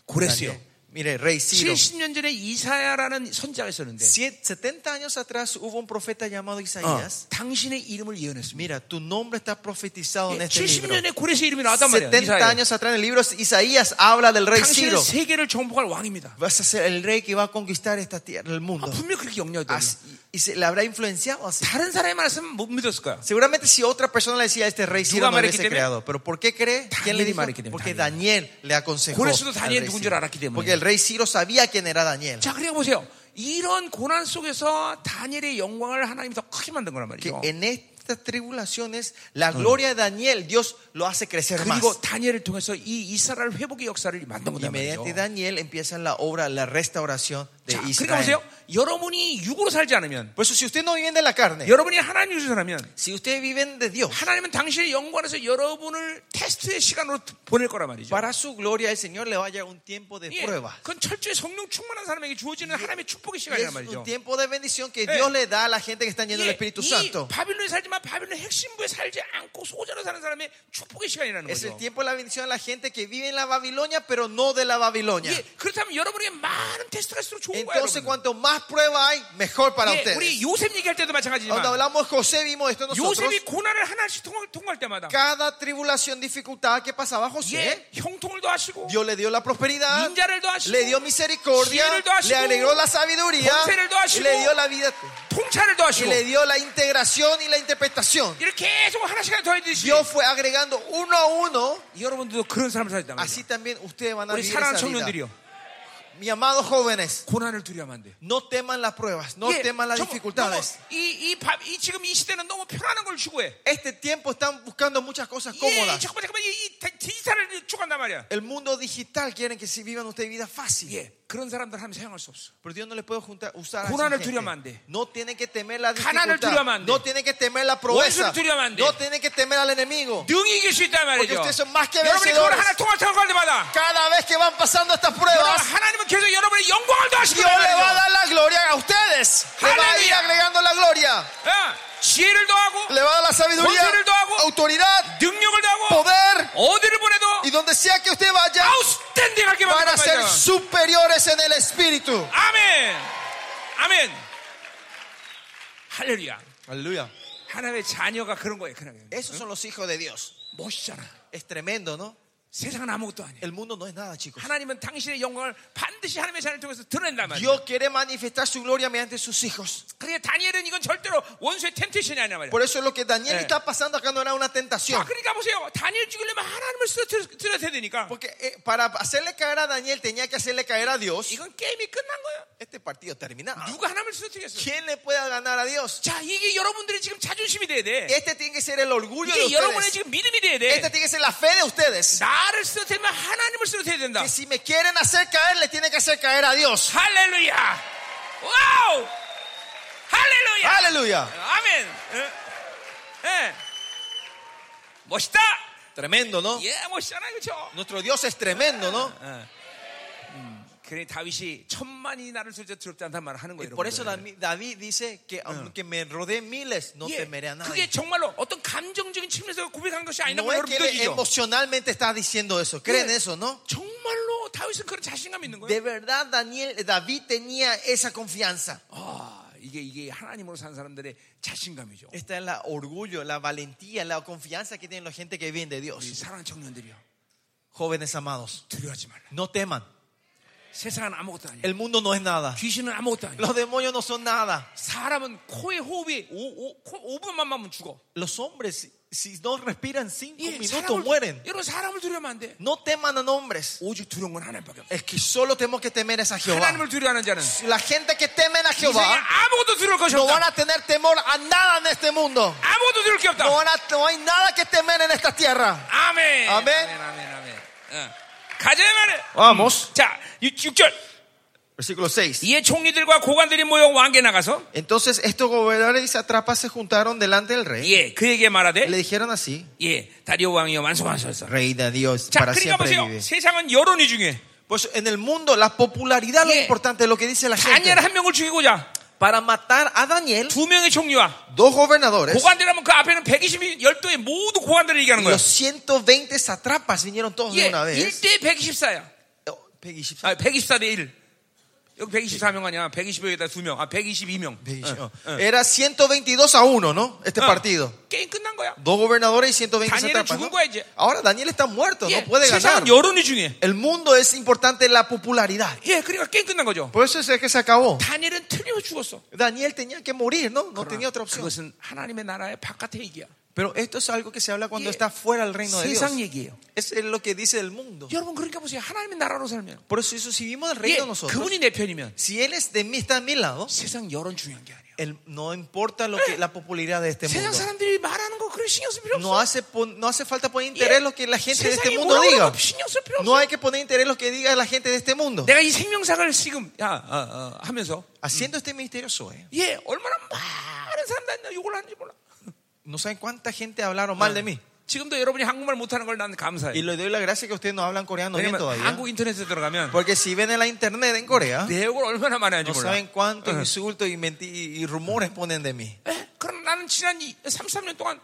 B: 고레스요.
A: Daniel. Mire, rey Ciro.
B: 70년 전에 이사야라는 선자가 있었는데
A: Siete- 70 años atrás hubo un profeta llamado
B: 어,
A: Isaías.
B: 당신의 이름을 예언했습니다.
A: Mira, tu nombre está profetizado
B: 예,
A: en este libro.
B: 70년에 고레스의 이름이 나왔단 말이에요.
A: 70
B: 이사야에.
A: años atrás en el libro Isaías habla del rey
B: 당신은
A: Ciro.
B: 세계를 정복할 왕입니다.
A: Vas a ser el rey que va a conquistar esta tierra, el
B: 아,
A: mundo.
B: 분명 그렇게 영향했다.
A: Así- y se le habrá influenciado así.
B: 다른 사람의 말씀 못 믿었을 거야.
A: Seguramente si otra persona le decía a este rey Ciro no
B: 말했기
A: hubiese
B: 때문에?
A: creado. Pero ¿por qué cree? ¿Quién le
B: Daniel이
A: dijo?
B: 말했기 때문에,
A: Porque Daniel le aconsejó.
B: 고레스도
A: al
B: 다니엘
A: rey
B: 누군
A: Ciro.
B: 줄 알았기 때문에.
A: Porque el rey Ciro sabía quién era Daniel.
B: 자, 그러니까 보세요. 이런 고난 속에서 다니엘의 영광을 하나님이 더 크게 만든 거란
A: Que
B: 말이죠.
A: en estas tribulaciones la gloria de Daniel Dios lo hace crecer más.
B: 그리고 다니엘을 통해서 이 이스라엘 회복의 역사를 만든
A: Y
B: 거단
A: mediante
B: 말이죠.
A: Daniel empieza la obra, la restauración de de
B: 자, 그러니까
A: Israel.
B: 보세요. 여러분이 육으로 살지 않으면,
A: Por eso, si usted no viven de la carne,
B: 여러분이 하나님 유지를 하면,
A: si ustedes viven de Dios,
B: 하나님은 당신의 영광에서 여러분을 테스트의 시간으로 보낼 거란 말이죠.
A: para su gloria el Señor le vaya un tiempo de
B: 예,
A: prueba.
B: 그건 철저히 성령 충만한 사람에게 주어지는 하나님의
A: Y
B: 축복의
A: es
B: 시간이란
A: un
B: 말이죠.
A: tiempo de bendición que
B: Eh.
A: Dios le da a la gente que está llena del
B: 예,
A: Espíritu
B: 이
A: Santo.
B: 바빌론에 살지만 바빌론 핵심부에 살지 않고 소자로 사는 사람의 축복의 시간이라는
A: Es el
B: 거죠.
A: tiempo de la bendición de la gente que vive en la Babilonia, pero no de la Babilonia.
B: 예, 그렇다면 여러분에게 많은 테스트가 있을수록 좋은 거예요.
A: Entonces, cuanto más prueba hay, mejor para
B: 예, 우리
A: ustedes.
B: 요셉 얘기할 때도
A: Cuando
B: 마찬가지지만
A: hablamos de José, vimos esto nosotros.
B: 요셉이 고난을 하나씩 통할, 통할 때마다
A: Cada tribulación, dificultad que pasaba José,
B: 예, 형통을 더하시고
A: Dios le dio la prosperidad,
B: 인자를 더하시고
A: le dio misericordia,
B: 지혜를 더하시고,
A: le agregó la sabiduría,
B: 권세를
A: y
B: 더하시고,
A: le dio la vida,
B: 통찰을
A: y
B: 더하시고
A: le dio la integración y la interpretación.
B: 이렇게 계속 하나씩 더해드시
A: Dios fue agregando u고 a uno.
B: 여러분들도 그런 사람을 살다
A: Así también ustedes van a
B: 우리
A: vivir
B: 사랑하는
A: esa vida.
B: 아, 청년들이요
A: Mi amados jóvenes,
B: 고난을 두려면 안 돼.
A: no teman las pruebas, no
B: 예,
A: teman las
B: 정말
A: dificultades.
B: 너무 이, 이, 밥, 이 지금 이 시대는 너무 편안한 걸 추구해.
A: Este tiempo están buscando muchas cosas
B: 예,
A: cómodas.
B: 잠깐만 잠깐만 이, 이 데- 디지털을 추구한단 말이야.
A: El mundo digital quieren que si vivan ustedes vida fácil.
B: 예, 그런 사람들 하면 사용할 수 없어.
A: Pero Dios no les puede juntar, usar a esa
B: 고난을
A: gente.
B: 두려면 안 돼.
A: No tienen que temer la
B: 가난을
A: dificultad.
B: 두려면 안 돼.
A: No tienen que temer la proeza.
B: 원수를 두려면 안 돼.
A: No tienen que temer al enemigo.
B: 능이 이길 수 예, 있단
A: Porque
B: 말이죠.
A: ustedes son más que
B: 여러분이 그걸
A: vencedores.
B: 하나 통할 생각할 때마다
A: Cada vez que van pasando estas pruebas,
B: 여러분, 하나님은 계속 여러분의 영광을 더하시고
A: Dios le va a dar la gloria a ustedes. Le va a ir
B: Aleluya.
A: agregando la gloria.
B: 예, 지혜를 더하고
A: Le va a dar la sabiduría,
B: Conse를 더하고, 예.
A: autoridad,
B: 능력을 더하고
A: poder.
B: 어디를 보내도
A: Y donde sea que usted vaya,
B: 아웃스탠딩하게
A: van a
B: 만든단
A: ser
B: 말이야.
A: superiores en el espíritu.
B: 아멘. 아멘. 할렐루야.
A: Aleluya.
B: 하나님의 자녀가 그런 거예요. 그냥
A: Esos son los hijos de Dios.
B: 멋있잖아.
A: Es tremendo, ¿no?
B: 세상은 아무것도 아니에요.
A: El mundo no es nada, chicos.
B: 하나님은 당신의 영광을 반드시 하나님의 자녀를 통해서 드러낸단 말이에요.
A: Dios quiere manifestar su gloria mediante sus hijos.
B: 그래 다니엘은 이건 절대로 원수의 템테이션이 아니란 말이에요.
A: Por eso lo que Daniel
B: Eh.
A: está pasando acá no era una
B: 자,
A: tentación.
B: 그러니까 보세요. 다니엘 죽이려면 하나님을 쓰러뜨려야 되니까
A: Porque eh, para hacerle caer a Daniel tenía que hacerle caer a Dios.
B: 이건 게임이 끝난 거예요.
A: Este partido terminado.
B: 누가 하나님을 쓰러뜨리겠어요?
A: ¿Quién le puede ganar a Dios?
B: 자, 이게 여러분들의 지금 자존심이 돼야 돼.
A: Este tiene que ser el orgullo de
B: 이게 여러분의
A: ustedes.
B: 지금 믿음이 돼야
A: Esta
B: 돼.
A: tiene que ser la fe de ustedes.
B: 나를 쓰러뜨리면 하나님을 쓰러뜨려야 된다.
A: Que si me quieren hacer caer, le tiene que hacer caer a Dios.
B: 할렐루야. 와우. 할렐루야.
A: Aleluya.
B: 아멘. 예. 예. 멋있다.
A: Tremendo, ¿no?
B: 예, 멋있잖아요, 그렇죠?
A: Nuestro Dios es tremendo, ¿no?
B: 그래 다윗이 천만이 나를 소리쳐 두렵지 않단 말을 하는
A: Y
B: 거예요.
A: por eso
B: 여러분들.
A: David David dice que aunque me rodeen miles, no
B: 예,
A: temeré a
B: 그게
A: nadie.
B: 정말로 어떤 감정적인 측면에서 고백한 것이
A: No
B: 아니라고
A: es
B: 여러분
A: que él
B: 믿어지죠.
A: emocionalmente está diciendo eso. ¿Creen
B: 예.
A: eso, no?
B: 정말로 다윗은 그런 자신감 있는
A: De
B: 거예요.
A: verdad, Daniel, David tenía esa confianza.
B: 아, 이게 이게 하나님으로 산 사람들의 자신감이죠.
A: Esta es la orgullo, la valentía, la confianza que tienen la gente que viene de
B: 우리
A: Dios.
B: 사랑하는 청년들이요.
A: Jóvenes amados,
B: 두려워하지 말라.
A: no teman.
B: 세상은 아무것도 아니야.
A: El mundo no es nada.
B: 귀신은 아무것도 아니야.
A: Los demonios no son nada.
B: 사람은 코의 호흡이 5분만 맞으면 죽어.
A: Los hombres, si- si no respiran cinco
B: 예,
A: minutos, mueren.
B: 여러분 사람을 두려면 안 돼.
A: No teman a hombres.
B: 오직 두려운 건 하나님밖에 없어.
A: Es que solo tenemos que temer es a Jehová.
B: 하나님을 두려워하는 자는
A: La gente que temen a
B: 인생에
A: Jehová
B: 아무것도 두려울 것이
A: no van
B: 없다.
A: a tener temor a nada en este mundo.
B: 아무것도 두려울 게 없다.
A: No, van a- no hay nada que temer en esta tierra.
B: 아멘.
A: 아멘.
B: 아멘. 아멘. 아멘. 어. 가자 말해.
A: Vamos.
B: 자, 6절.
A: Versículo 6.
B: 이에 총리들과 고관들이 모여 왕께 나가서
A: Entonces estos gobernadores y satrapas se juntaron delante del rey.
B: 예,
A: Y
B: 그에게
A: le
B: 말하되
A: dijeron así,
B: 예, 다리오 왕이여 만성하소서.
A: rey de Dios,
B: 자,
A: para
B: 그러니까
A: siempre
B: 보세요.
A: vive.
B: 세상은 여론이 중요해.
A: Pues en el mundo la popularidad lo
B: Yeah.
A: importante es lo que dice la gente.
B: 다니엘 한 명을 죽이고자
A: Para matar a Daniel,
B: 두 명의 총리와
A: dos gobernadores,
B: 고관들하면 그 앞에는 120이 12의 모두 고관들을 얘기하는 거예요.
A: los 120 satrapas vinieron todos de
B: 예,
A: una vez.
B: 1대 124야.
A: Oh, Peggy Ship-
B: 아, 124대 1. 여기 124명 아니야. 120명에다 2명. 아, 122명. 어,
A: Peggy Ship-
B: ah. 예.
A: Era 122 a 1, ¿no? Este partido.
B: 게임 끝난 거야.
A: Dos gobernadores y 120
B: Daniel
A: satrapas.
B: 죽은
A: ¿no?
B: 거야, 이제.
A: Ahora Daniel está muerto,
B: 예,
A: no puede ganar.
B: 세상은 여론이 중요해.
A: El mundo es importante la popularidad.
B: 예, 그러니까 게임 끝난 거죠.
A: Por eso es que se acabó.
B: 다니엘은 틀림없이 죽었어.
A: Daniel tenía que morir, ¿no? No tenía otra opción.
B: 그것은 하나님의 나라의 바깥의 얘기야.
A: Pero esto es algo que se habla cuando
B: Yeah.
A: está fuera del reino de Dios.
B: 세상 얘기예요.
A: Eso Es lo que dice el mundo.
B: 여러분 그러니까 보세요. 하나님의 나라로 살면
A: Por eso, eso, si vivimos el
B: 예,
A: reino nosotros,
B: 그분이 내 편이면
A: si él es de mí, está a mi lado,
B: 세상 여론 중요한 게 아니야.
A: él- no importa lo que, la popularidad de este
B: 세상
A: mundo.
B: 사람들이 말하는 거 그런 신경 쓸 필요 없어.
A: No hace, pon- no hace falta poner interés en lo que la gente de este
B: 세상이
A: mundo
B: 뭐라고
A: diga.
B: 그래도 신경 쓸 필요
A: No
B: 없어.
A: hay que poner interés en lo que diga la gente de este mundo.
B: 내가 이 생명상을 지금 야, 어, 어, 하면서
A: Haciendo este ministerio soy.
B: 예 얼마나 많은 사람들 욕을 하는지 몰라.
A: No saben cuánta gente hablaron mal de mí.
B: 지금도 여러분이 한국말 못하는 걸 나는
A: Y
B: 감사해.
A: le doy la gracia que ustedes no hablan coreano bien
B: 왜냐면
A: todavía.
B: 한국 인터넷에 들어가면
A: Porque si ven en la internet en Corea,
B: 내 욕을 얼마나 많이 하는지
A: no
B: 몰라.
A: saben cuántos insultos y, menti- y rumores ponen de mí.
B: 예, 그럼 나는 지난 이- 33년 동안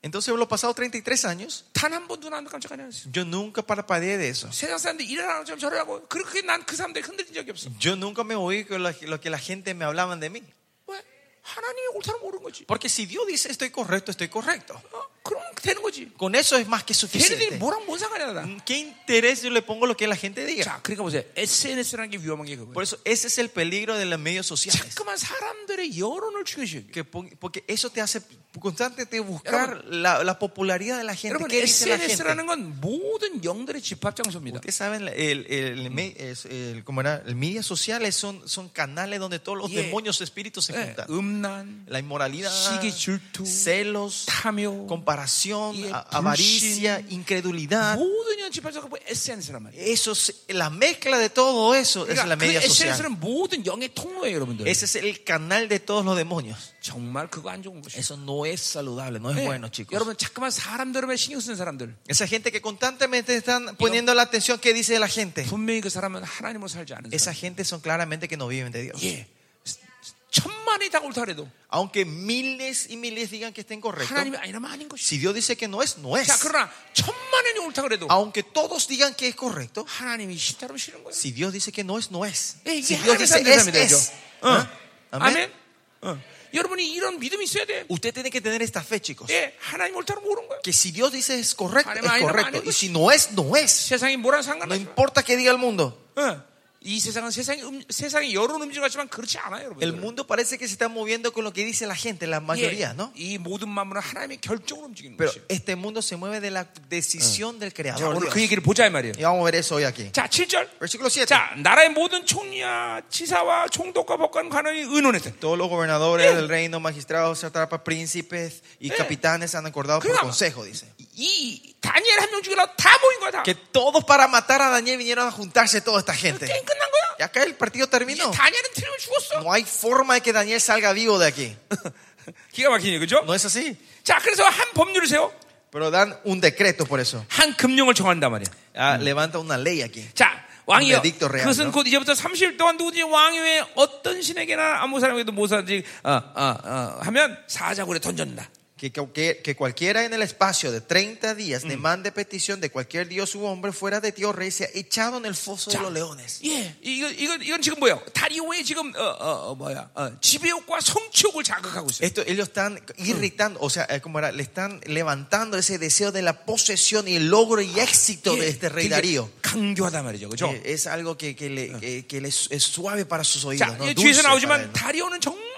A: Entonces, los pasados 33 años,
B: 단 한 번도 나는 깜짝 안 했어.
A: yo nunca parpadeé de eso.
B: 세상 사람들이 일하는 것처럼 저를 하고 그렇게 난 그 사람들 흔들린 적이 없어.
A: Yo nunca me oí con la- lo que la gente me hablaban de mí.
B: 왜? 하나님이 옳다는 모르는 거지.
A: Porque si Dios dice estoy correcto, estoy correcto.
B: 어, 그럼 되는 거지.
A: Con eso es más que
B: 걔네들이
A: suficiente.
B: 뭐랑 뭔 상관이야 나.
A: ¿Qué interés yo le pongo lo que la gente diga?
B: 자, 그러니까 보세요. SNS라는 게 위험한 게 그거예요.
A: Por eso ese es el peligro de los medios sociales.
B: 자꾸만 사람들의 여론을 죽여줘.
A: Que pon- porque eso te hace constantemente buscar la, la popularidad de la gente.
B: 여러분
A: ¿Qué dice la
B: SNS라는
A: gente?
B: 건 moden 영들의 집합 장소입니다.
A: Ustedes saben, la- el, el, el me- es- el- ¿cómo era? El medios sociales son, son canales donde todos los
B: Yeah.
A: demonios espíritus se
B: 예,
A: juntan.
B: 음란,
A: La inmoralidad,
B: Sigue 질투,
A: celos,
B: 탐욕,
A: comparación,
B: Yeah,
A: a- avaricia, incredulidad.
B: 모든 연 집합 장소가 SNS란 말이에요.
A: Eso es- la mezcla de todo eso es la
B: 예, 그러니까 그
A: media social.
B: SNS는 모든 영의 통로예요, 여러분들.
A: Ese es el canal de todos los demonios.
B: 정말 그거 안 좋은 것이에요.
A: Eso no es saludable, no es
B: 예,
A: bueno, chicos.
B: 여러분 자꾸만 사람들에만 신경 쓰는 사람들
A: Esa gente que constantemente están poniendo la atención que dice la gente.
B: 분명히 그 사람은 하나님으로 살지 않은
A: Esa
B: 사람.
A: gente son claramente que no viven de Dios.
B: 예. 천만이 다 옳다 그래도
A: Aunque miles y miles digan que estén correctos,
B: 하나님이 아니라면 아닌 것이.
A: si Dios dice que no es, no es.
B: 자, 그러나 천만이 옳다 그래도
A: Aunque todos digan que es correcto,
B: 하나님이 싫다로 싫은 거예요.
A: si Dios dice que no es, no es.
B: 예,
A: Si
B: 이게
A: Dios
B: 하나님의
A: dice
B: 사람들
A: es,
B: 삶이 되죠.
A: es.
B: 어.
A: ¿Ah?
B: 아멘.
A: Amén.
B: 어. 여러분이 이런 믿음이 있어야 돼.
A: Usted tiene que tener esta fe, chicos.
B: 예, 하나님 옳다로 모르는 거야.
A: Que si Dios dice es correcto,
B: Hanim,
A: es
B: hanim,
A: correcto.
B: hanim.
A: Y si no es, no es.
B: 세상이 뭐랑
A: No
B: 상관없어.
A: importa que diga el mundo.
B: 어. 이 세상은 세상이 음, 세상이 여론 움직임 같지만 그렇지 않아요, 여러분.
A: El mundo parece que se está moviendo con lo que dice la gente, la mayoría, ¿no?
B: 예, 이 모든 만물은 하나님의 결정으로 움직이는
A: Pero
B: 것이.
A: este mundo se mueve de la decisión del
B: 자,
A: Creador.
B: 오늘
A: Dios.
B: 그 얘기를 보자 이 말이에요.
A: Y vamos a ver eso hoy aquí.
B: 자, 7절.
A: Versículo 7.
B: 자, 나라의 모든 총리와 지사와 총독과 법관 관원이 의논했대.
A: Todos los gobernadores del reino, magistrados, satrapas, príncipes y
B: Eh.
A: capitanes han acordado por
B: Claro.
A: consejo, dice.
B: 이 다니엘 한 명 죽이라고 다 모인 거야 다.
A: Que todos para matar a Daniel vinieron a juntarse toda esta
B: 게임
A: gente.
B: 끝난 거야.
A: Y acá el partido
B: 이제
A: terminó.
B: 다니엘은 틀리면 죽었어.
A: No hay forma de que Daniel salga vivo de aquí.
B: 기가 막히네, 그죠?
A: No es así.
B: 자, 그래서 한 법률을 세워.
A: Pero dan un decreto por eso.
B: 한 금령을 정한단 말이야.
A: Ah, Levanta una ley aquí.
B: 자, 왕이여.
A: Benedicto Real,
B: 그것은
A: no?
B: 곧 이제부터 30일 동안 누구든지 왕이 외에 어떤 신에게나 아무 사람에게도 모사지 어, 어, 어, 하면 사자굴에 던졌다.
A: Que, que- que cualquiera en el espacio de 30 días demande petición de cualquier dios u hombre fuera de Dios rey sea echado en el foso de los leones.
B: 예, 이거 이건 이건 지금 뭐야? 다리오의 지금 어, 어, 어, 뭐야? 어, 지배욕과 성취욕을 자극하고 있어요.
A: Esto, ellos están irritando, o sea, eh, como era, le están levantando ese deseo de la posesión y el logro y éxito de
B: 예,
A: este rey
B: 되게
A: Darío.
B: 강조하다 말이죠, 그죠?
A: Eh, Es algo que, que le, que- que le es es suave para sus oídos.
B: 자,
A: ¿no?
B: 이제
A: Dulce
B: 뒤에서
A: para
B: 나오지만
A: él, ¿no?
B: 다리오는 정말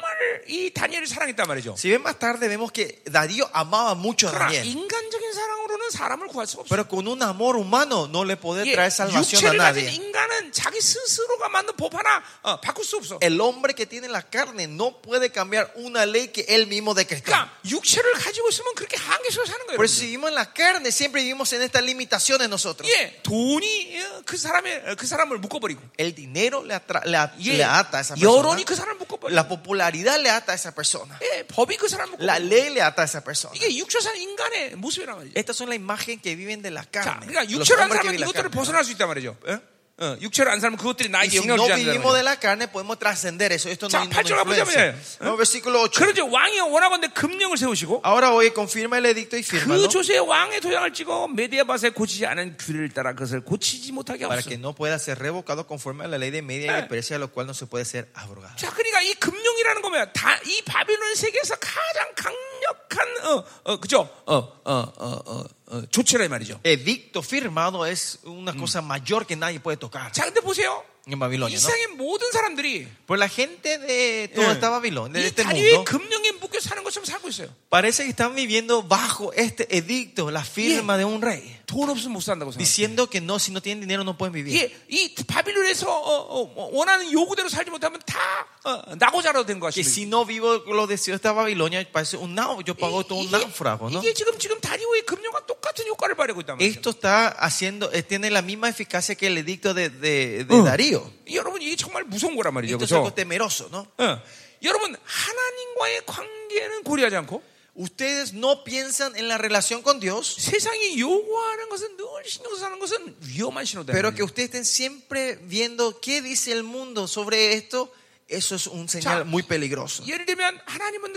B: 이 다니엘을 사랑했단 말이죠.
A: Si ven más tarde, vemos que Darío amaba mucho a
B: 그러나
A: Daniel,
B: 인간적인 사랑으로는 사람을 구할 수가 없어요.
A: 예. pero con un amor humano no le puede
B: 예,
A: traer salvación a
B: 육체를 가진
A: nadie.
B: 인간은 자기 스스로가 만든 법 하나 어, 바꿀 수 없어.
A: El hombre que tiene la carne no puede cambiar una ley que él mismo decretó.
B: 그러니까 육체를 가지고 있으면 그렇게 한계 속에 사는 거예요.
A: Por eso si
B: 여러분들.
A: vivimos en la carne, siempre vivimos en estas limitaciones nosotros.
B: 예, 돈이 어, 그 사람의 어, 그 사람을 묶어버리고,
A: El dinero le, atra- le a-
B: 예,
A: le ata a esa
B: 여론이 그
A: persona.
B: 사람을 묶어버리고,
A: La popularidad le ata a esa persona.
B: 예, 법이 그 사람을 묶어버리고.
A: La ley le ata a esa persona.
B: 이게 육체산 인간의 모습이란 말이죠.
A: Estas son la imagen que viven de la
B: 자,
A: carne.
B: 그러니까
A: Los
B: 육체를 안
A: hombres que
B: 살면
A: viven la
B: 이것들을
A: carne.
B: 벗어날 수 있단 말이죠. 어, 어, 육체를 안 살면 그것들이
A: Y
B: 나에게
A: si
B: 영향을
A: no
B: 주지 않는다는
A: vivimos de
B: 거죠.
A: la carne, podemos trascender eso. Esto
B: 자,
A: no, no nos
B: 팔절 가보자,
A: influencia.
B: 뭐예요?
A: Vamos, versículo 8.
B: 그러죠 왕이 원하건대 금령을 세우시고
A: Ahora hoy confirma el edicto y firma
B: 그 조세의 왕의 도장을 찍어 메디아밭에 고치지 않은 규례를 따라 그것을 고치지 못하게
A: para
B: 하옵소서.
A: que no pueda ser revocado conforme a la ley de media y de Persia, lo cual no se puede ser abrogado.
B: 자, 그러니까 이 금융이라는 거면 다이 바빌론 세계에서 가장 강력한 어, 어, 그죠? 어, 어, 어, 어, 어, 조치라 이 말이죠.
A: Edicto firmado es una cosa mayor que nadie puede tocar
B: 자, 근데 보세요.
A: en
B: 이
A: Babilonia. ¿no?
B: 세상의 모든 사람들이
A: Pues la gente de toda esta Babilonia, de
B: 이
A: este
B: 다리의
A: mundo,
B: 금융에 묶여 통치로 사는 것처럼 살고 있어요.
A: Parece que están viviendo bajo este edicto, la firma de un rey,
B: 돈 없으면 못 산다고 생각.
A: diciendo que no, si no tienen dinero no pueden vivir.
B: 이게 이 바빌론에서 어, 어, 원하는 요구대로 살지 못하면 다 어, 낙오자로 된
A: Que
B: 것이죠.
A: si no vivo lo deseado esta Babilonia, parece un nau- yo pago todo un náufrago, ¿no?
B: 이게 지금 지금 다리오의 금융과 똑같은 효과를 발휘하고 있단 말이에요.
A: Esto está haciendo, eh, tiene la misma eficacia que el edicto de, de- de Darío.
B: 여러분 이게 정말 무서운 거란 말이죠.
A: Esto es algo
B: 그렇죠?
A: temeroso, ¿no?
B: 어. 여러분 하나님과의 관계는 고려하지 않고
A: Ustedes no piensan en la relación con Dios,
B: 세상이 요구하는 것은 늘 신경 쓰는 것은 위험한 신호다.
A: pero que ustedes estén siempre viendo qué dice el mundo sobre esto, eso es un
B: Ya.
A: señal muy peligroso.
B: 예를 들면 하나님은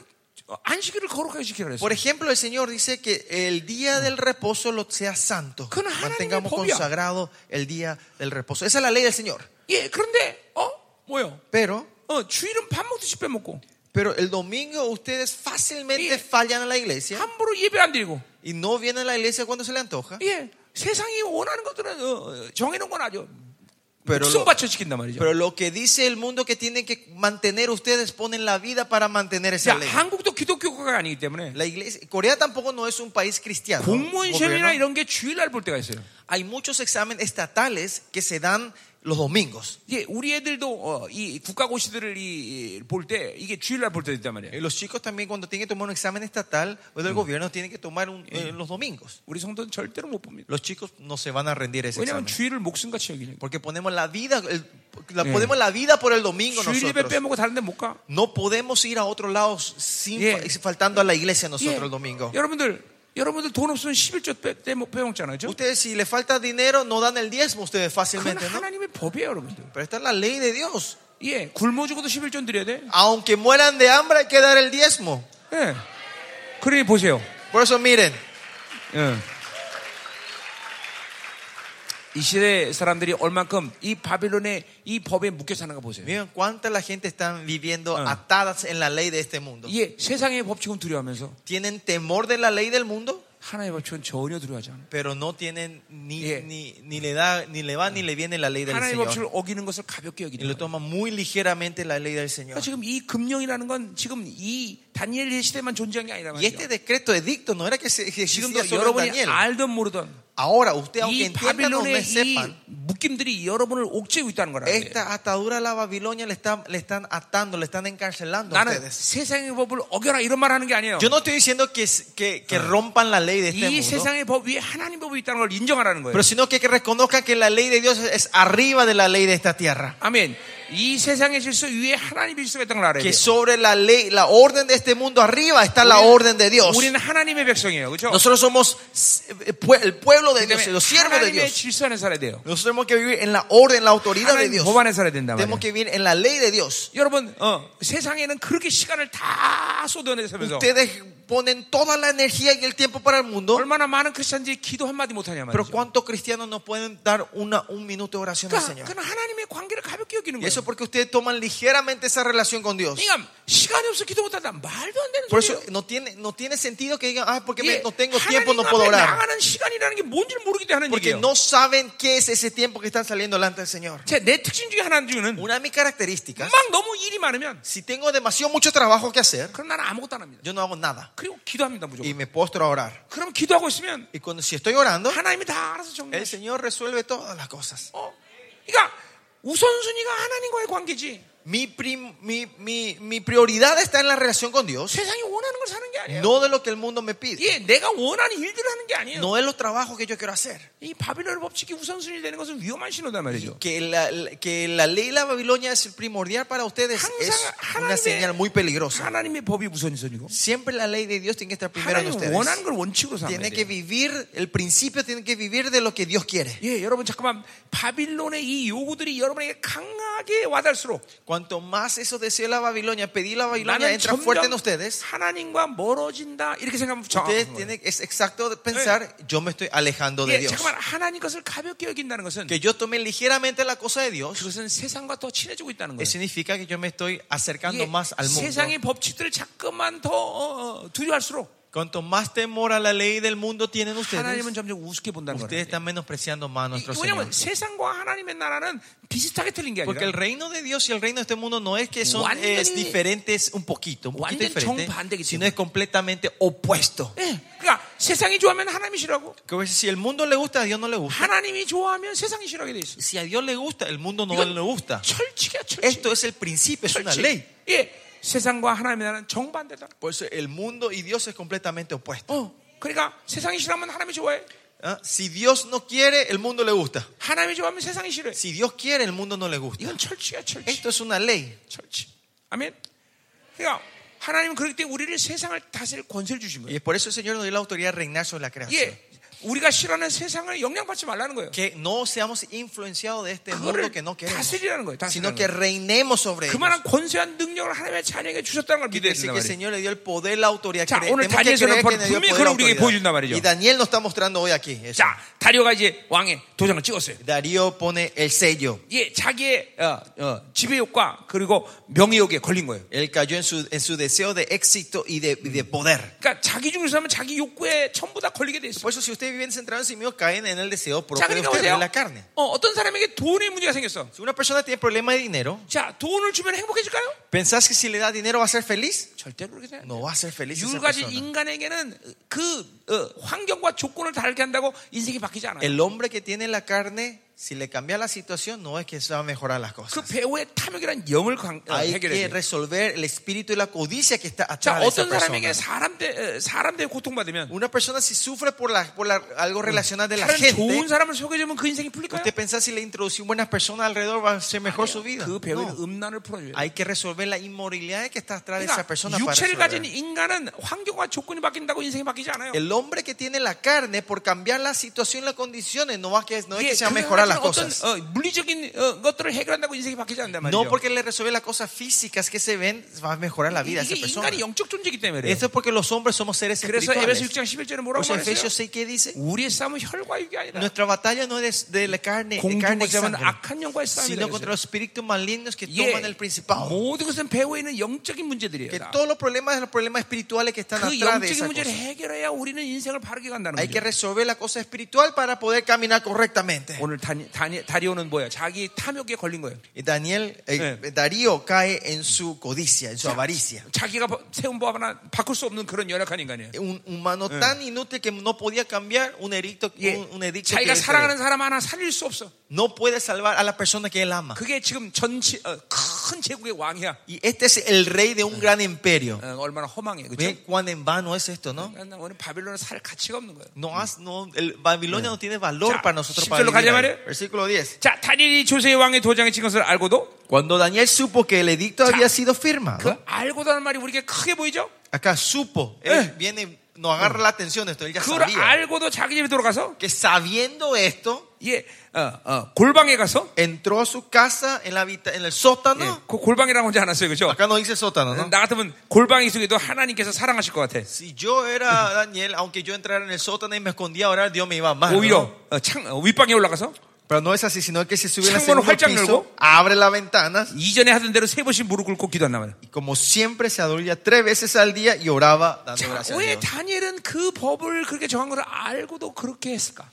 B: 안식일을 거룩하게 지키라 했어요.
A: Por ejemplo, el Señor dice que el día del reposo lo sea santo.
B: 그건 하나님의
A: Mantengamos
B: 법이야.
A: consagrado el día del reposo. Esa es la ley del Señor.
B: 예, 그런데 어 뭐요?
A: Pero,
B: 어 주일은 밥 먹듯이 빼먹고
A: pero el domingo ustedes fácilmente
B: Sí.
A: fallan a la iglesia
B: 함부로 예배 안 드리고
A: y no vienen a la iglesia cuando se le antoja.
B: 예 세상이 원하는 것들은 어, 어, 정해놓은 건 아주
A: Pero
B: 목숨
A: lo,
B: 바쳐 지킨단 말이죠.
A: pero lo que dice el mundo que tienen que mantener ustedes ponen la vida para mantener esa
B: 자,
A: ley.
B: 한국도 기독교가 아니기 때문에
A: La iglesia, Corea tampoco no es un país cristiano.
B: 공무원 시험이나
A: gobierno.
B: 이런 게 주일날 볼 때가 있어요.
A: Hay muchos exámenes estatales que se dan los domingos.
B: 예, 우리 애들도 어, 이 국가고시들을 볼 때 이게 주일날 볼 때도 있단
A: Eh,
B: 말이에요.
A: Los chicos también cuando tienen que tomar un examen estatal o del gobierno tienen que tomar un- eh, los domingos.
B: 우리 성도는 절대로 못 봅니다.
A: Los chicos no se van a rendir ese
B: 왜냐하면
A: examen.
B: 주일을 목숨같이 여기니까.
A: Porque ponemos la vida, el- la, ponemos la vida por el domingo
B: 주일 예배
A: nosotros.
B: 빼먹고 다른 데 못 가.
A: No podemos ir a otro lado sin,
B: Yeah.
A: faltando a la iglesia nosotros
B: 예,
A: el domingo.
B: 여러분들, 여러분들 돈 없으면 11조 빼, 빼먹, 빼먹잖아요. 그죠?
A: Ustedes si le falta dinero no dan el diezmo ustedes
B: 그건
A: fácilmente, ¿no?
B: 하나님의 법이에요, 여러분들.
A: Pero esta es la ley de Dios.
B: 예, 굶어 죽어도 11조 드려야 돼.
A: Aunque mueran de hambre hay que dar el diezmo.
B: 예. 그러니 보세요.
A: Por eso miren,
B: 예. 이 시대 사람들이 얼만큼 이 바빌론의 이 법에 묶여 사는가 보세요.
A: miren cuánta la gente están viviendo
B: Ah.
A: atadas en la ley de este mundo.
B: 예, 세상의 법칙은 두려워하면서
A: Tienen temor de la ley del mundo,
B: 하나님의 법칙은 전혀 두려워하지 않아요.
A: pero no tienen ni,
B: Yeah.
A: ni, ni le da ni le va ni le viene la ley del
B: 하나님의
A: Señor.
B: 법칙을 어기는 것을 가볍게
A: Y lo
B: 여기는 거예요.
A: toman muy ligeramente la ley del
B: 그러니까
A: Señor.
B: 지금 이 금령이라는 건 지금 이 다니엘 시대만 존재한 게 아니라
A: Y
B: 말이죠.
A: este decreto edicto no era que se que existía
B: 지금도
A: solo en
B: 여러분이
A: Daniel.
B: 알든 모르든
A: Ahora usted aunque
B: 이
A: entiendan o no
B: 바빌론의 이
A: sepan,
B: 묶임들이 여러분을 옥죄고 있다는 거라.
A: esta atadura a la Babilonia le están le están atando, le están encarcelando a
B: 나는
A: ustedes.
B: 세상의 법을 어겨라 이런 말 하는 게 아니에요.
A: Yo no estoy diciendo que, que, que rompan la ley de este
B: 이
A: mundo,
B: 세상의 법 위에 하나님 법이 있다는 걸 인정하라는 거예요.
A: pero sino que, que reconozcan que la ley de Dios es arriba de la ley de esta tierra.
B: 아멘. 이 세상의 질서 위에 하나님의 질서가 있다는 걸 알아야 돼요.
A: Que sobre la ley, la orden de este mundo arriba está la orden de Dios.
B: 우리는 하나님의 백성이에요. 그렇죠?
A: Nosotros somos eh, pue- el pueblo de Dios, los siervos de
B: 하나님의
A: Dios.
B: 질서 안에 살아야 돼요.
A: Nosotros tenemos que vivir en la orden, en la autoridad de
B: 하나님
A: Dios.
B: 법 안에 살아야 된다 말이에요.
A: Tenemos que vivir en la ley de Dios.
B: 여러분, 어, 세상에는 그렇게 시간을 다 쏟아내면서
A: Ustedes ponen toda la energía y el tiempo para el mundo,
B: 얼마나 많은 크리스천들이 기도 한 마디 못 하냐
A: pero
B: 말이죠.
A: ¿cuántos cristianos no pueden dar una, un minuto de oración al
B: 그러니까
A: Señor?
B: 그건 하나님의 관계를 가볍게 여기는
A: Y
B: 거예요.
A: eso porque ustedes toman ligeramente esa relación con Dios.
B: 그러니까 시간이 없어 기도 못 한다. 말도 안 되는
A: Por eso
B: 소리예요.
A: no tiene, no tiene sentido que digan, ah, porque me-
B: 이게
A: no tengo
B: 하나님
A: tiempo, no
B: 앞에
A: puedo orar.
B: 나가는 시간이라는 게 뭔지 모르기 때문에 하는
A: Porque
B: 얘기예요.
A: no saben qué es ese tiempo que están saliendo delante del Señor.
B: 제, 내 특징 중에 하나 중에는
A: Una de mis características,
B: 막 너무 일이 많으면
A: si tengo demasiado mucho trabajo que hacer,
B: 그럼 나는 아무것도 안 합니다.
A: yo no hago nada.
B: 그리고 기도합니다
A: Y
B: 무조건.
A: me postro a orar.
B: 그럼 기도하고 있으면
A: Y cuando, si estoy orando,
B: 하나님이 다 알아서 정리해.
A: el Señor resuelve todas las cosas.
B: 어, 그러니까 우선순위가 하나님과의 관계지.
A: Mi, prim- mi, mi, mi prioridad está en la relación con Dios,
B: 세상이 원하는 걸 사는 게 아니에요.
A: no de lo que el mundo me pide,
B: 예, 내가 원하는 일들을 하는 게 아니에요.
A: no de los trabajos que yo quiero hacer.
B: 이 바빌론 법칙이 우선순위 되는 것은 위험한 신호단 말이죠.
A: que la, la- que la ley de la Babilonia es primordial para ustedes
B: 항상
A: es una
B: 하나님의-
A: señal muy peligrosa.
B: 하나님의 법이 우선순위고
A: Siempre la ley de Dios tiene que estar primero en
B: 하나님 원하는
A: ustedes.
B: 걸 원칙으로 삼아야
A: Tiene que
B: 돼요.
A: vivir, el principio tiene que vivir de lo que Dios quiere.
B: 예, 여러분 잠깐만 바빌론의 이 요구들이 여러분에게 강하게 와닿을수록
A: Cuanto más eso desea la Babilonia, pedir la Babilonia
B: 나는
A: entra
B: 점점
A: fuerte en ustedes.
B: 하나님과 멀어진다 이렇게 생각하면 정확한
A: Ustedes
B: 거예요.
A: tienen, es exacto de pensar, yo me estoy alejando de
B: 예,
A: Dios.
B: 잠깐만 그러니까 하나님 것을 가볍게 여긴다는 것은
A: Que yo tome ligeramente la cosa de Dios,
B: 그것은 세상과 더 친해지고 있다는
A: eh,
B: 거예요. 예,
A: significa que yo me estoy acercando
B: 이게
A: más al mundo.
B: 세상의 법칙들을 자꾸만 더 어, 어, 두려할수록
A: Cuanto más temor a la ley del mundo tienen ustedes,
B: 하나님은 점점 그러니까 우습게 본다는
A: ustedes
B: 거예요.
A: están menospreciando más a nuestro Señor.
B: 왜냐하면 세상과 하나님의 나라는 비슷하게 틀린 게
A: Porque el
B: 아니라
A: reino de Dios y el reino de este mundo no es que son
B: 완전히-
A: es diferentes un poquito, un poquito
B: 완전히
A: diferente,
B: 정반대이기
A: sino
B: 때문에.
A: es completamente opuesto.
B: 예, 그러니까 세상이 좋아하면 하나님이 싫어하고
A: Que a veces si el mundo le gusta, a Dios no le gusta.
B: 하나님이 좋아하면 세상이 싫어하게 돼 있어.
A: Si a Dios le gusta, el mundo no
B: 이건
A: le gusta.
B: 철칙이야 철칙.
A: Esto es el principio, es una
B: 철칙.
A: ley.
B: 예, 세상과 하나님의 나라는 정반대다.
A: Por eso el mundo y Dios es completamente opuesto.
B: 어, 그러니까 세상이 싫어하면 하나님이 좋아해.
A: ¿Ah? Si Dios no quiere, el mundo le gusta.
B: 하나님이 좋아하면 세상이 싫어해.
A: Si Dios quiere, el mundo no le gusta.
B: 이건 철칙이야 철칙.
A: Esto es una ley.
B: 철칙. 아멘. 그러니까 하나님은 그렇기 때문에 우리를 세상을 다스릴 권세를 주신 거예요.
A: Y por eso el Señor nos dio la autoridad de reinar sobre la creación.
B: 예, 우리가 싫어하는 세상을 영향받지 말라는 거예요.
A: Que no seamos influenciados de este mundo
B: 그거를
A: que no queremos,
B: 다스리라는 거예요.
A: sino
B: 다스리라는
A: que
B: 거예요.
A: reinemos sobre ellos.
B: 그만한 권세한 능력을 하나님의 자녀에게 주셨다는 걸 믿어야
A: Dice que
B: 된다
A: el
B: 말이에요.
A: Señor le dio el poder, la autoridad.
B: 자,
A: Cre-
B: 오늘
A: tenemos que
B: 다니엘서는
A: creer que le dio
B: 분명히
A: poder, la
B: 그걸 우리에게 보여준단 말이죠.
A: autoridad. Y Daniel nos está mostrando hoy aquí. eso.
B: 자, 다리오가 이제 왕의 도장을 찍었어요.
A: Darío pone el sello.
B: 예, 자기의 어, 어, 지배욕과 그리고 명예욕에 걸린 거예요.
A: Él cayó en su, en su deseo de éxito y de, y de poder.
B: 그러니까 자기 중심사람은 자기 욕구에 전부 다 걸리게 돼 있어.
A: Por eso, si ustedes viven centrados en sí mismos, caen en el deseo
B: 자,
A: propio de
B: 그러니까
A: ustedes,
B: 보세요.
A: de la carne.
B: 어, 어떤 사람에게 돈의 문제가 생겼어.
A: Si una persona tiene problema de dinero,
B: 자, 돈을 주면 행복해질까요?
A: ¿pensás que si le da dinero va a ser feliz?
B: 절대로 그렇게 생각.
A: No va a ser feliz esa
B: 율가진
A: persona.
B: 인간에게는 그 어, 환경과 조건을 다르게 한다고 인생이 바뀌지 않아요.
A: El hombre que tiene la carne, si le cambia la situación, no es que se va a mejorar las
B: 그
A: cosas.
B: 배우의 탐욕이란 영을 강- 어,
A: Hay
B: 해결해야
A: que
B: 돼.
A: resolver el espíritu y la codicia que está atrás
B: 자,
A: de esa
B: 어떤
A: persona.
B: 사람에게 사람 대 에, 사람 대 고통받으면
A: Una persona si sufre por, la, por la- algo relacionado de la
B: 다른 좋은
A: gente,
B: 사람을 소개해주면 그 인생이 풀릴까요?
A: usted piensa si le introducimos buenas personas alrededor va a ser mejor su vida.
B: 그 배우의
A: No.
B: 음란을 풀어줘야 돼.
A: Hay que resolver la inmoralidad que está atrás de esa persona.
B: 그러니까
A: Para
B: 육체를 가진
A: resolver.
B: 인간은 환경과 조건이 바뀐다고 인생이 바뀌지 않아요.
A: El hombre que tiene la carne por cambiar la situación y las condiciones no, va que, no es
B: 예,
A: que se va a
B: 그
A: mejorar las
B: 사람은 어떤
A: cosas.
B: 어, 물리적인 어, 것들을 해결한다고 인생이 바뀌지 않는단 말이죠.
A: No porque le resuelve las cosas físicas que se ven va a mejorar la vida de
B: 이게
A: esa persona.
B: 인간이 영적 존재이기 때문에 그래요.
A: Esto es porque los hombres somos seres
B: 그래서 에베소
A: espirituales.
B: 6장 11절에
A: Por
B: 뭐라고
A: eso
B: 말했어요?
A: Efesios 6 que dice,
B: 우리의 싸움은 혈과 육이 아니라
A: nuestra batalla no es de la carne, carne
B: 공중과
A: y
B: 싸움은
A: sangre. Oh,
B: 악한 영과의 싸움이다.
A: sino contra
B: 그랬어요.
A: los espíritus malignos que
B: 예,
A: toman el principado.
B: 모든 것은 배후에 있는 영적인
A: Que
B: 문제들이에요. 다.
A: todos los problemas los problemas espirituales que están
B: 그
A: atrás de
B: 영적인
A: esa
B: 문제를
A: cosa.
B: 해결해야 우리는 인생을 바르게 간다는
A: Hay que
B: 거죠.
A: resolver la cosa espiritual para poder caminar correctamente.
B: 오늘 다니, 다니, 다리오는 뭐야? 자기 탐욕에 걸린 거예요.
A: Y Daniel, eh,
B: 네.
A: Darío cae en su codicia, en su avaricia.
B: 자기가 바- 세운 법 하나 바꿀 수 없는 그런 연약한 인간이에요.
A: Un humano tan inútil que no podía cambiar un edicto,
B: 예,
A: un, un edicto que
B: 자기가
A: él
B: 사랑하는 사람 하나 살릴 수 없어.
A: no puede salvar a la persona que él ama.
B: 그게 지금 전체 어, 큰 제국의 왕이야.
A: Y este es el rey de un gran imperio.
B: 어, 얼마나 허망해, 그렇죠?
A: ¿Ven cuán en vano es esto, no?
B: 오늘 바빌론은 살 가치가 없는 거예요.
A: No, has- no el Babilonia no tiene valor
B: Ya,
A: para nosotros.
B: ¿sí que
A: Para
B: lo
A: vivir
B: calla,
A: ahí.
B: Mario?
A: Versículo 10.
B: 자, 다니엘이 조세의 왕의 도장에 찍은 것을 알고도
A: Cuando Daniel supo que el edicto había sido
B: 그
A: firmado,
B: 알고도 하는 말이 우리에게 크게 보이죠?
A: acá supo, él viene, nos agarra la atención esto, él ya
B: 그걸
A: sabía.
B: 알고도 자기 집에 돌아가서
A: Que sabiendo esto,
B: 예, 어, 어, 골방에 가서
A: entró a su casa en, la habita- en el
B: 예,
A: sótano.
B: 그 골방이라고 하지 않았어요, 그렇죠?
A: Acá no dice sótano, ¿no?
B: 나 같으면 골방이 속에도 하나님께서 사랑하실 것 같아.
A: Si yo era Daniel, aunque yo entrara en el sótano y me escondía a orar, Dios me iba a amar. ¿no?
B: 오히려 어, 창 어, 윗방에 올라가서
A: Pero no es así, sino que se sube al segundo
B: Changmon 활짝
A: piso,
B: 열고.
A: abre las ventanas
B: 이전에 하던 대로 세 번씩 무릎 꿇고 기도한단 말이야.
A: y como siempre se adoría tres veces al día y oraba dando
B: 자,
A: gracias a Dios.
B: 왜 다니엘은 그 법을 그렇게 정한 것을 알고도 그렇게 했을까?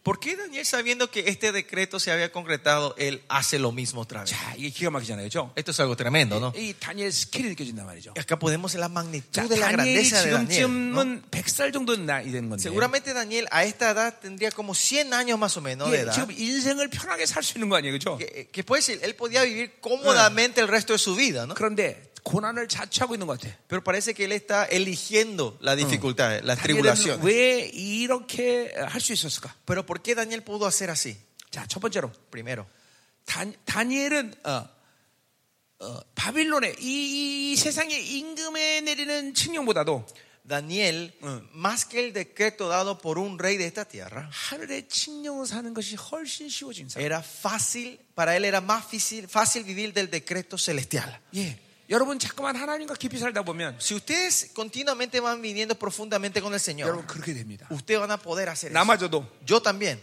A: ¿Por qué Daniel, sabiendo que este decreto se había concretado, él hace lo mismo otra vez?
B: 자, 이게 기가 막히잖아요, 그렇죠?
A: Esto es algo tremendo, ¿no?
B: 이 다니엘 스킬이 느껴진단 말이죠.
A: Eh, Acá podemos ver la magnitud
B: 자,
A: de la
B: 다니엘이 어?
A: grandeza de Daniel. ¿no?
B: 지금쯤은 100살 정도 나이 되는 건데.
A: Seguramente Daniel a esta edad tendría como 100 años más o menos de
B: 예,
A: edad.
B: 지금 인생을 편하게 살 수 있는 거 아니에요, 그렇죠?
A: Que, que puede decir, él podía vivir cómodamente el resto de su vida, ¿no?
B: 그런데 고난을 자초하고 있는 것 같아.
A: Pero parece que él está eligiendo las dificultades, las
B: 다니엘은
A: tribulaciones.
B: 왜 이렇게 할 수 있었을까?
A: Pero ¿por qué Daniel pudo hacer así?
B: 자, 첫 번째로
A: Primero,
B: 다, 다니엘은 어, 어, 바빌론의 이, 이 세상의 임금에 내리는 칙령보다도
A: Daniel,
B: Mm.
A: más que el decreto dado por un rey de esta tierra,
B: 하늘의 칙령을 사는 것이 훨씬 쉬워진 사람.
A: era fácil, para él era más fácil, fácil vivir del decreto celestial.
B: 예, 여러분 자꾸만 하나님과 깊이 살다 보면
A: Si ustedes continuamente van viniendo profundamente con el Señor,
B: 예, 여러분 그렇게 됩니다.
A: ustedes van a poder hacer eso.
B: 나마저도
A: Yo también.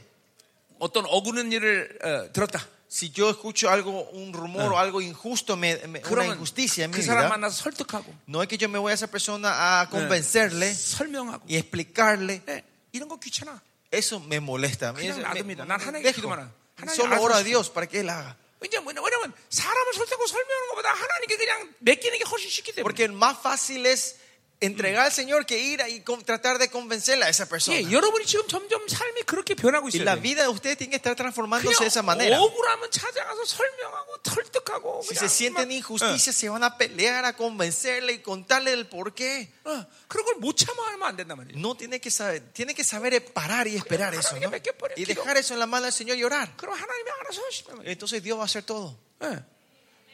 B: 어떤 억울한 일을 어, 들었다.
A: si yo escucho algo, un rumor o algo injusto, me, me- una
B: 그러면
A: injusticia en mi
B: 그 사람
A: vida,
B: 만나서 설득하고
A: no es que yo me voy a esa persona a
B: 네.
A: convencerle
B: 설명하고
A: y explicarle.
B: 네, 이런 거 귀찮아.
A: Eso me molesta. A mí
B: 그냥
A: eso me-
B: 놔둡니다. 난 하나님께
A: dejo.
B: 기도만 하라. 하나님
A: Solo
B: 알아서
A: oro a
B: 하시죠.
A: Dios para que Él haga.
B: 이제 뭐냐, 왜냐면 사람을 설득하고 설명하는 것보다 하나님께 그냥 맡기는 게 훨씬 쉽기 때문에.
A: Porque el más fácil es entregar al Señor que ir y con- tratar de convencerle a esa persona.
B: 예, 여러분이 지금 점점 삶이 그렇게 변하고
A: Y
B: 있어요.
A: la vida de ustedes tiene que estar transformándose de esa manera.
B: 그냥 억울하면 찾아가서 설명하고 설득하고
A: Si
B: 그냥 예.
A: se sienten
B: 막,
A: injusticia, se van a pelear, a convencerle y contarle el por qué.
B: 어, 어, 그런 걸 못 참아하면 안 된단 말이에요.
A: No tiene que saber, tiene que saber parar y esperar eso, ¿no? Y dejar eso en la mano del Señor y orar.
B: 그럼 하나님이 알아서 하시면 돼.
A: Entonces Dios va a hacer todo.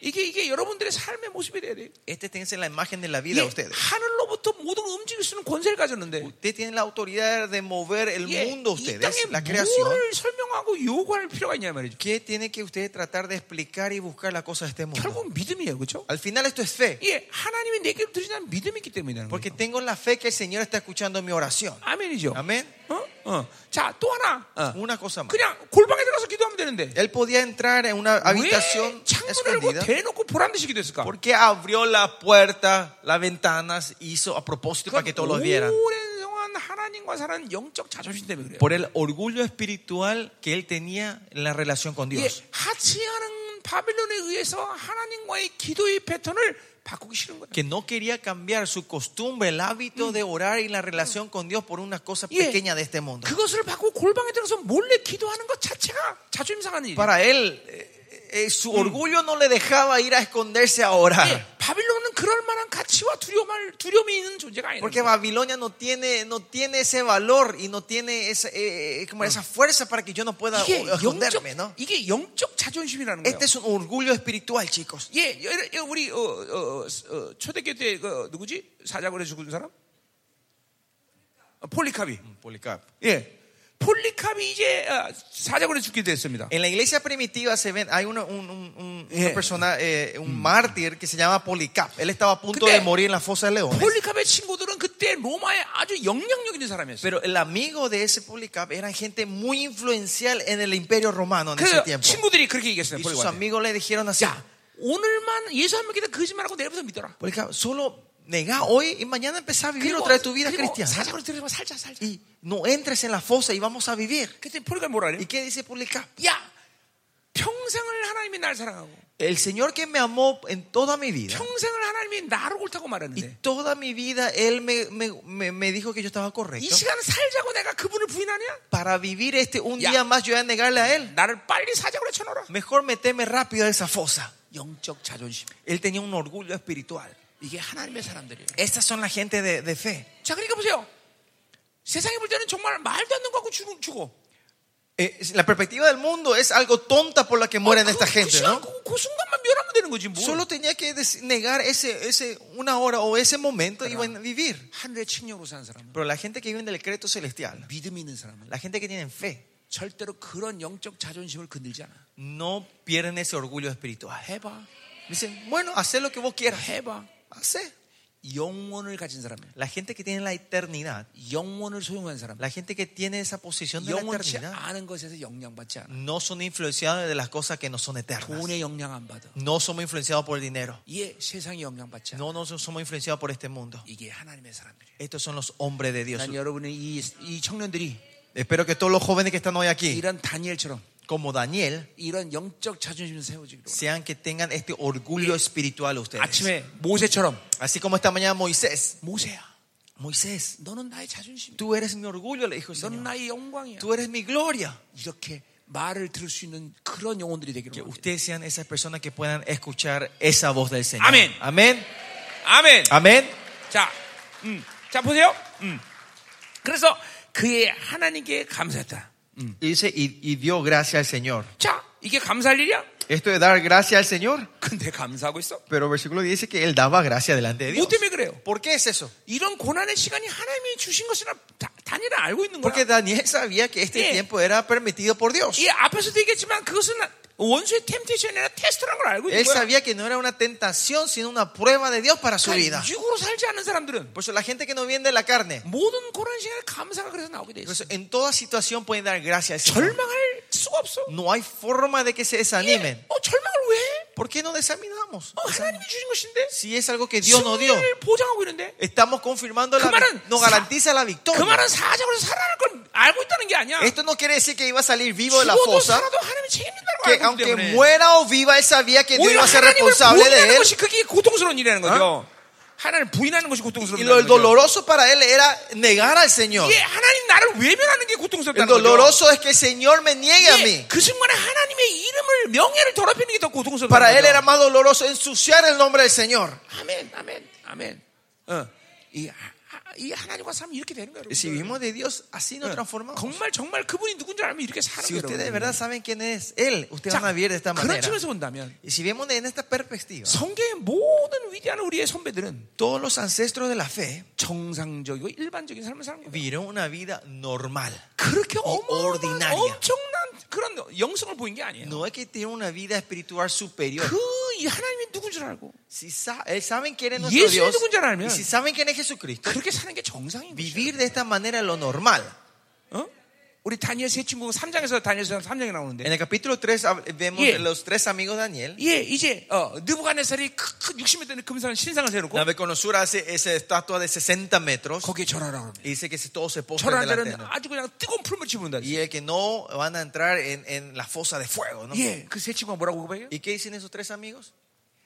B: 이게 이게 여러분들의 삶의 모습이 돼야 돼.
A: Este tiene que ser la imagen de la vida
B: 이게
A: de ustedes.
B: 하늘로부터 모든 걸 움직일 수 있는 권세를 가졌는데
A: Ustedes tienen la autoridad de mover el
B: 이게
A: mundo
B: 이
A: ustedes, la
B: 땅에
A: creación.
B: 뭐를 설명하고 요구할 필요가 있냐 말이죠.
A: ¿Qué tiene que ustedes tratar de explicar y buscar las cosas de este mundo?
B: 결국 믿음이에요, 그렇죠?
A: Al final esto es fe,
B: 예, 하나님이 내게로 들으시는 믿음이 있기 때문이라는
A: porque
B: 거예요.
A: tengo la fe que el Señor está escuchando mi oración.
B: 아멘이죠.
A: Amén.
B: 어? 어. 자, 또 하나. 어. 예,
A: Una cosa más.
B: 그냥 골방에 들어가서 기도하면 되는데
A: Él podía entrar en una habitación
B: 왜 창문을 열고
A: escondida.
B: 대놓고 보란 듯이 기도했을까?
A: ¿Por qué abrió la puerta, las ventanas, hizo a propósito para que todos los vieran?
B: 오랜동안 하나님과 사는 영적 자존심 때문에 그래요.
A: Por el orgullo espiritual que él tenía en la relación con
B: 예,
A: Dios.
B: 하치하는 바빌론에 의해서 하나님과의 기도의 패턴을 바꾸기 싫은 거예요.
A: Que no quería cambiar su costumbre, el hábito de orar y la relación con Dios por una cosa
B: Yeah.
A: pequeña de este mundo.
B: 그것을 바꾸고 골방에 들어서 몰래 기도하는 것 자체가 자존심 상하는 일이에요.
A: Para él, eh, eh, su orgullo no le dejaba ir a esconderse a orar.
B: 예, 바빌론은 그럴 만한 가치와 두려움을, 두려움이 있는 존재가 아니에요.
A: Porque Babilonia no tiene, no tiene ese valor y no tiene esa, eh, eh, como esa fuerza para que yo no pueda
B: 이게 영적,
A: esconderme, ¿no?
B: 이게 영적 자존심이라는 거예요.
A: Este es un orgullo espiritual, chicos.
B: 예, 여- 여- 우리 어, 어, 어, 초대교 때 그, 누구지? 사자굴에 죽은 사람? 어, 폴리카비. 예. 폴리캅이 이제 어, 사자굴에 죽게 됐습니다.
A: En la iglesia primitiva se ven, hay una, un, un- un- una
B: Yeah.
A: persona, eh, un mártir que se llama Policap. Él estaba a punto
B: Pero-
A: de morir en la fosa de leones.
B: 폴리캅의 친구들은 그때 로마에 아주 영향력 있는 사람이었어요.
A: Pero el amigo de ese Policap era gente muy influencial en el imperio romano en ese
B: 그래서
A: tiempo.
B: 친구들이 그렇게 얘기했어요.
A: Y sus
B: 폴리캅한테.
A: amigos le dijeron así:
B: 야, 오늘만 예수 한 명이다 거짓말하고 내일부터 믿어라.
A: Policap, solo nega hoy y mañana empezá a vivir
B: 그리고,
A: otra vez tu vida
B: 그리고
A: cristiana.
B: 사자굴에 들어가 살자 살자.
A: Y no entres en la fosa y vamos a vivir.
B: 그때 폴리캅 뭐라
A: ¿Y
B: 그래요?
A: qué dice Policap?
B: 야, 평생을 하나님이 날 사랑하고
A: El Señor que me amó en toda mi vida.
B: 평생을 하나님이 나를 옳다고
A: Y
B: 말하는데
A: toda mi vida Él me, me- me- me dijo que yo estaba
B: 이
A: correcto.
B: 시간 살자고 내가 그분을 부인하냐?
A: Para vivir este un
B: Ya.
A: día más, yo voy a negarle a Él.
B: 나를 빨리 사자굴에 쳐넣어라.
A: Mejor meteme rápido a esa fosa.
B: 영적 자존심.
A: Él tenía un orgullo espiritual.
B: 이게 하나님의 사람들이에요.
A: Estas son la gente de, de fe.
B: 자, 그러니까 보세요. 세상에 볼 때는 정말 말도 안 되는 거 하고 죽, 죽어.
A: Eh, la perspectiva del mundo es algo tonta por la que mueren
B: 그,
A: esta gente,
B: 시간,
A: ¿no?
B: 그, 그 순간만 멸하면 되는 거지 뭐.
A: Solo tenía que des- negar ese, ese una hora o ese momento y van a vivir.
B: 하늘의 칭령으로 사는 사람은
A: Pero la gente que vive en el crédito celestial,
B: 믿음이 있는 사람은
A: la gente que tiene fe,
B: 절대로 그런 영적 자존심을 건들지 않아.
A: no pierden ese orgullo espiritual.
B: 해봐,
A: Dicen, bueno, haz lo que vos quieras.
B: 해봐.
A: Hacé.
B: 영혼을 가진 사람은
A: La gente que tiene la eternidad,
B: 영혼을 소유한 사람,
A: la gente que tiene esa posición de la
B: 영혼치
A: eternidad,
B: 않은 것에서 영향 받지 않아.
A: no son influenciados de las cosas que no son eternas.
B: 돈에 영향 안 받아.
A: No somos influenciados por el dinero.
B: 예, 세상에 영향 받지 않아.
A: No, no somos influenciados por este mundo.
B: 이게 하나님의 사람들이에요.
A: Estos son los hombres de Dios.
B: 난 여러분의 이, 이 청년들이
A: Espero que todos los jóvenes que están hoy aquí,
B: 이런 다니엘처럼
A: como Daniel,
B: 이런 영적 자존심을 세워주기로.
A: sean que tengan este orgullo espiritual ustedes.
B: 아침에 모세처럼
A: Así como esta mañana Moisés.
B: 모세야,
A: Moisés,
B: 너는 나의 자존심이야.
A: tú eres mi orgullo, le dijo el
B: 너는
A: Señor.
B: 나의 영광이야.
A: Tú eres mi gloria.
B: 이렇게 말을 들을 수 있는 그런 영혼들이
A: Que
B: 되기를 원해요.
A: ustedes sean esas personas que puedan escuchar esa voz del Señor.
B: Amén.
A: Amén.
B: 아멘.
A: Amén.
B: 자, 음, 자 보세요. 음. 그래서 그의 하나님께 감사했다.
A: Y dice, y, y dio gracias al Señor.
B: 자, 이게 감사할 일이야?
A: Esto de dar gracias al Señor,
B: 근데 감사하고 있어?
A: pero versículo 10 dice que él daba gracia delante de
B: 뭐
A: Dios.
B: 때문에 그래요?
A: ¿Por qué es eso?
B: 이런 고난의 시간이 하나님이 주신 것이라 다- 단일은 알고 있는 거야.
A: Porque Daniel sabía que este
B: Sí.
A: tiempo era permitido por Dios.
B: 이 앞에서도 얘기했지만 그것은 원수의 템테이션이 아니라 테스트라는 걸 알고 있는
A: Él
B: 거야.
A: sabía que no era una tentación, sino una prueba de Dios para su vida.
B: 그러니까 육으로 살지 않는 사람들은
A: Por eso la gente que no viene de la carne,
B: 모든 고난 시간에 감사가 그래서 나오게 돼
A: por
B: 있어.
A: eso en toda situación pueden dar gracias al Señor.
B: 절망할 수가 없어.
A: No hay forma de que se desanimen.
B: 어, 절망을 왜? 해?
A: ¿Por qué no desaminamos?
B: 어, 하나님이 주신 것인데.
A: Si es algo que Dios nos dio,
B: 승리를 보장하고 있는데.
A: estamos confirmando, la,
B: 그 말은
A: nos
B: 사-
A: garantiza la
B: 그
A: victoria.
B: 말은 사자로 살아날 걸 알고 있다는 게 아니야.
A: Esto no quiere decir que iba a salir vivo de la
B: 죽어도
A: fosa,
B: 살아도 하나님이 책임진다고
A: que
B: 알고 있기
A: aunque
B: 때문에.
A: muera o viva, él sabía que Dios
B: 오히려
A: iba a ser
B: 하나님을
A: responsable 어?
B: 부인하는
A: de él.
B: 것이 그게 고통스러운 일이라는 거죠. 하나님 을 부인하는 것이
A: Y
B: 고통스럽다는
A: lo el
B: 거죠.
A: doloroso para él era negar al Señor.
B: 이게 하나님 나를 외면하는 게
A: El
B: 고통스럽다는 거죠.
A: doloroso es que el Señor me niegue a
B: 이게
A: mí.
B: 그 순간에 하나님의 이름을 명예를 더럽히는 게 더
A: Para él
B: 고통스럽다는
A: era
B: 거죠.
A: más doloroso ensuciar el nombre del Señor.
B: 아멘, 아멘, 아멘. 어, 이, 하- 하- 이 하나님과 삶이 이렇게 되는 거예요.
A: Si
B: 여러분.
A: vivimos de Dios, así nos transformamos.
B: 정말 정말 그분이 누군지 알면 이렇게 사는
A: Si
B: 거예요.
A: ustedes de
B: 여러분.
A: verdad saben quién es Él, ustedes
B: 자,
A: van a vivir de esta
B: 그런
A: manera.
B: 측면에서 본다면
A: Y si vemos en esta perspectiva,
B: 성경의 모든 위대한 우리의 선배들은
A: todos los ancestros de la fe
B: 정상적이고 일반적인 삶을 사는 거예요.
A: vivieron una vida normal.
B: 그렇게 어마어마한
A: ordinaria.
B: 엄청난 그런 영성을 보인 게 아니에요.
A: No es que tienen una vida espiritual superior.
B: 그이 하나님이 누군 줄 알고
A: Si sa- eh, saben quién es nuestro
B: 예수의
A: Dios
B: 누군지 알면
A: y si saben quién es Jesucristo,
B: 그렇게 사는 게 정상인 거죠.
A: vivir de esta manera es lo normal.
B: 어? 우리 다니엘 세 친구 3장에서 다니엘서 3장에
A: En
B: 나오는데
A: el capítulo 3 hab- vemos
B: Yeah.
A: los tres amigos de Daniel.
B: 예 이제 어, 느부갓네살이 60m 되는 금상 신상을 세우고
A: Nabucodonosor hace esa estatua de 60 metros
B: 거기에 절하라고 합니다.
A: y dice que se- todos se postran
B: 절하는
A: delante de
B: 자는
A: él.
B: 아주 그냥 뜨거운 풀물 치문다.
A: Y el que no van a entrar en, en la fosa de fuego. ¿no?
B: 예, 그 세 친구가 뭐라고 고백해요?
A: ¿Y qué dicen esos tres amigos?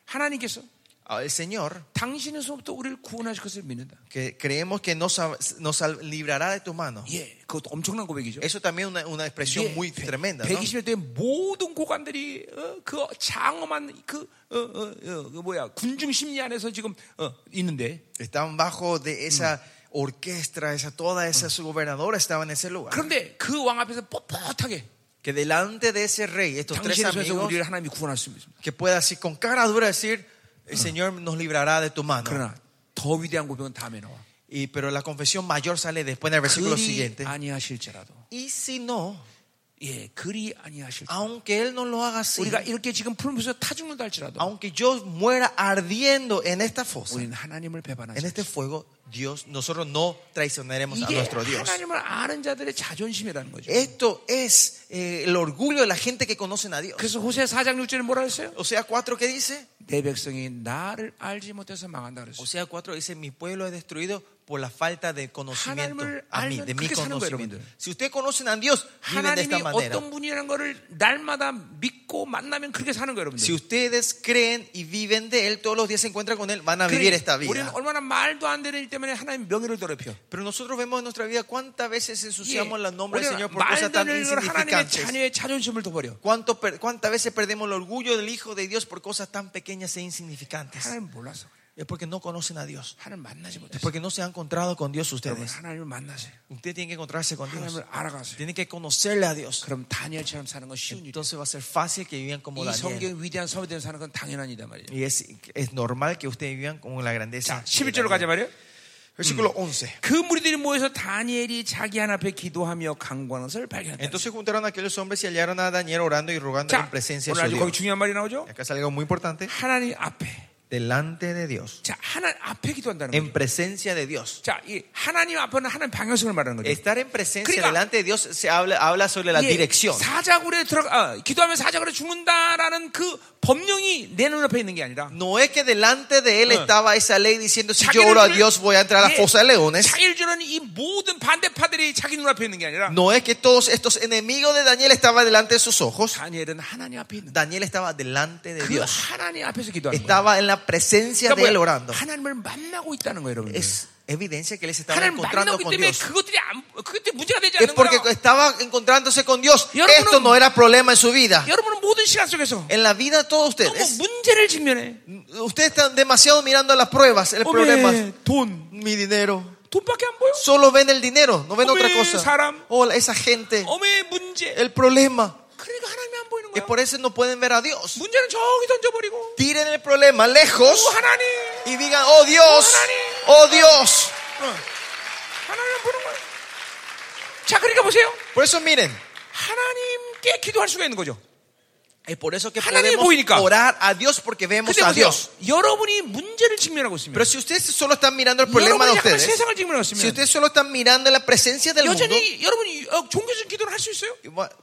B: 하나님께서
A: Ah, El Señor,
B: 당신에서부터 우리를 구원하실 것을 믿는다.
A: que creemos que nos, sal- nos sal- librará de tu mano.
B: 예, 그것도 엄청난 고백이죠.
A: Eso también es una, una expresión muy tremenda. ¿no?
B: 120년 된 모든 고관들이 어, 그 장엄한 그, 어, 어, 어, 그 뭐야 군중 심리 안에서 지금 어, 있는데
A: Estaban bajo de esa orquesta, esa, toda esa gobernadora estaba en ese lugar.
B: 그런데 그 왕 앞에서 뻣뻣하게
A: Que delante de ese rey, estos tres
B: 당신에서
A: amigos,
B: 우리를 하나님이 구원할 수 있습니다.
A: que pueda así con cara dura decir, el Señor nos librará de tu mano.
B: 그러나 더 위대한 고백은 다음에 나와.
A: Y, pero la confesión mayor sale después en el versículo
B: 그리
A: siguiente.
B: 아니하실지라도
A: Y si no,
B: 예, 그리 아니하실지라도
A: aunque Él no lo haga así,
B: 우리가 이렇게 지금 풀면서 타 죽는다 할지라도
A: aunque yo muera ardiendo en esta fosa,
B: 우리는 하나님을 배반하지
A: en
B: 않습니다.
A: este fuego, Dios, nosotros no traicionaremos a
B: 이게
A: nuestro Dios.
B: 하나님을 아는 자들의 자존심이라는 거죠.
A: Esto es eh, el orgullo de la gente que conocen a Dios.
B: 그래서 호세 4장 6절에 뭐라 했어요?
A: O sea, 4 que dice,
B: 내 백성이 나를 알지 못해서 망한다
A: o
B: 그랬어요.
A: sea, 4 dice, mi pueblo es destruido por la falta de conocimiento
B: 하나님을
A: a mí,
B: 알면
A: de mi
B: 그렇게 사는 거예요,
A: conocimiento.
B: 여러분들.
A: Si ustedes conocen a Dios, viven de
B: 하나님이
A: esta manera.
B: 어떤 분이라는 거를 날마다 믿고 만나면 그렇게 사는 거예요,
A: Si
B: 여러분들.
A: ustedes creen y viven de Él, todos los días se encuentran con Él, van a vivir
B: 그래,
A: esta
B: 우리는
A: vida.
B: 얼마나 말도 안 되는 일 때문에 하나님 명예를 더럽혀.
A: Pero nosotros vemos en nuestra vida cuántas veces
B: 예,
A: ensuciamos el nombre del
B: 우리는
A: Señor por cosas
B: 말도 안
A: tan
B: 되는 일로 하나님의
A: insignificantes.
B: 자녀의 자존심을 더 버려.
A: ¿Cuánto per- ¿Cuántas veces perdemos el orgullo del Hijo de Dios por cosas tan pequeñas e insignificantes?
B: 하나님 몰라서 그래.
A: Es porque no conocen a Dios.
B: 하나님 만나지
A: Es
B: 못해서.
A: porque no se han encontrado con Dios
B: 여러분
A: ustedes.
B: 하나님을 만나세요.
A: Ustedes tienen que encontrarse con Dios.
B: 하나님을 알아가세요.
A: Tienen que conocerle a Dios.
B: 그럼 다니엘처럼 사는 건 쉬운 일이에요.
A: Entonces va a ser fácil que vivan como
B: 이
A: Daniel.
B: 성경 위대한 선배들 사는 건 당연한 일이단 말이에요.
A: Y es, es normal que ustedes vivan como la grandeza.
B: 자,
A: de
B: 11절로
A: Daniel.
B: 가자
A: Mm.
B: 말이에요.
A: Versículo 11.
B: 그 무리들이 모여서 다니엘이 자기 하나 앞에 기도하며 강구하는 것을 발견했다.
A: Entonces juntaron a aquellos hombres y hallaron a Daniel orando y rogando en
B: 자,
A: presencia
B: 오늘
A: de
B: 아주
A: su
B: 거기
A: Dios.
B: 중요한 말이 나오죠.
A: Acá es algo muy importante.
B: 하나님 앞에.
A: Delante de Dios.
B: 자, 하나님 앞에 기도한다는 거예요.
A: En presencia de Dios.
B: 자, 이 하나님 앞에는 하나님 방향성을 말하는 거죠.
A: Estar en presencia
B: Criga.
A: delante de Dios se habla, habla sobre la
B: 예,
A: dirección.
B: 사자굴에 들어가 어, 기도하면 사자굴에 죽는다라는 그 법령이 내 눈앞에 있는 게 아니라
A: No es que delante de él
B: Ah.
A: estaba esa ley diciendo si yo oro a Dios voy a entrar a la fosa de leones.
B: 예, 차일주는 이 모든 반대파들이 자기 눈앞에 있는 게 아니라
A: No es que todos estos enemigos de Daniel estaban delante de sus ojos.
B: 다니엘은 하나님 앞에 있는
A: Daniel estaba delante de
B: 그
A: Dios.
B: 하나님 앞에서 기도하는 거예요. 그러니까
A: Estaba en la presencia de él
B: 뭐야?
A: orando.
B: 하나님을 만나고 있다는 거예요, 여러분.
A: Es evidencia que él se estaba
B: 하나님
A: encontrando
B: 만나기
A: con
B: 때문에
A: Dios.
B: 그것들이 안, 예, 그것들이 문제가 되지
A: Es
B: 않는 거야.
A: porque estaba encontrándose con Dios.
B: Y ahora
A: Esto
B: uno-
A: no era problema en su vida.
B: 여러분은 모든 시간 속에서
A: En la vida de todos
B: 너무
A: ustedes.
B: 문제를 직면해.
A: Ustedes están demasiado mirando las pruebas, el problema.
B: 어메, 돈,
A: Mi dinero.
B: 돈밖에 안 보여.
A: Solo ven el dinero, no ven otra
B: Hombre,
A: cosa.
B: Saram.
A: Hola, esa gente.
B: 어메 문제.
A: El problema.
B: 그러니까 하나님이 안 보이는
A: Es
B: 거야.
A: por eso no pueden ver a Dios.
B: 문제는 저기 던져버리고.
A: Tiren el problema
B: 오
A: lejos
B: 하나님,
A: y digan, oh Dios, oh Dios.
B: 하나님 안 보는 거야. 자, 그러니까 보세요.
A: Por eso miren,
B: 하나님께 기도할 수가 있는 거죠.
A: Es por eso que
B: 하나님이
A: podemos
B: 보이니까.
A: orar a Dios porque vemos
B: 근데
A: a
B: 보세요.
A: Dios.
B: 여러분이 문제를 직면하고 있습니다.
A: Pero si ustedes solo están mirando el problema de
B: 여러분이 약간
A: ustedes,
B: 세상을 직면하고
A: si
B: 있습니다.
A: ustedes solo están mirando la presencia del mundo,
B: 여전히 여러분이 어, 종교적 기도를 할 수 있어요.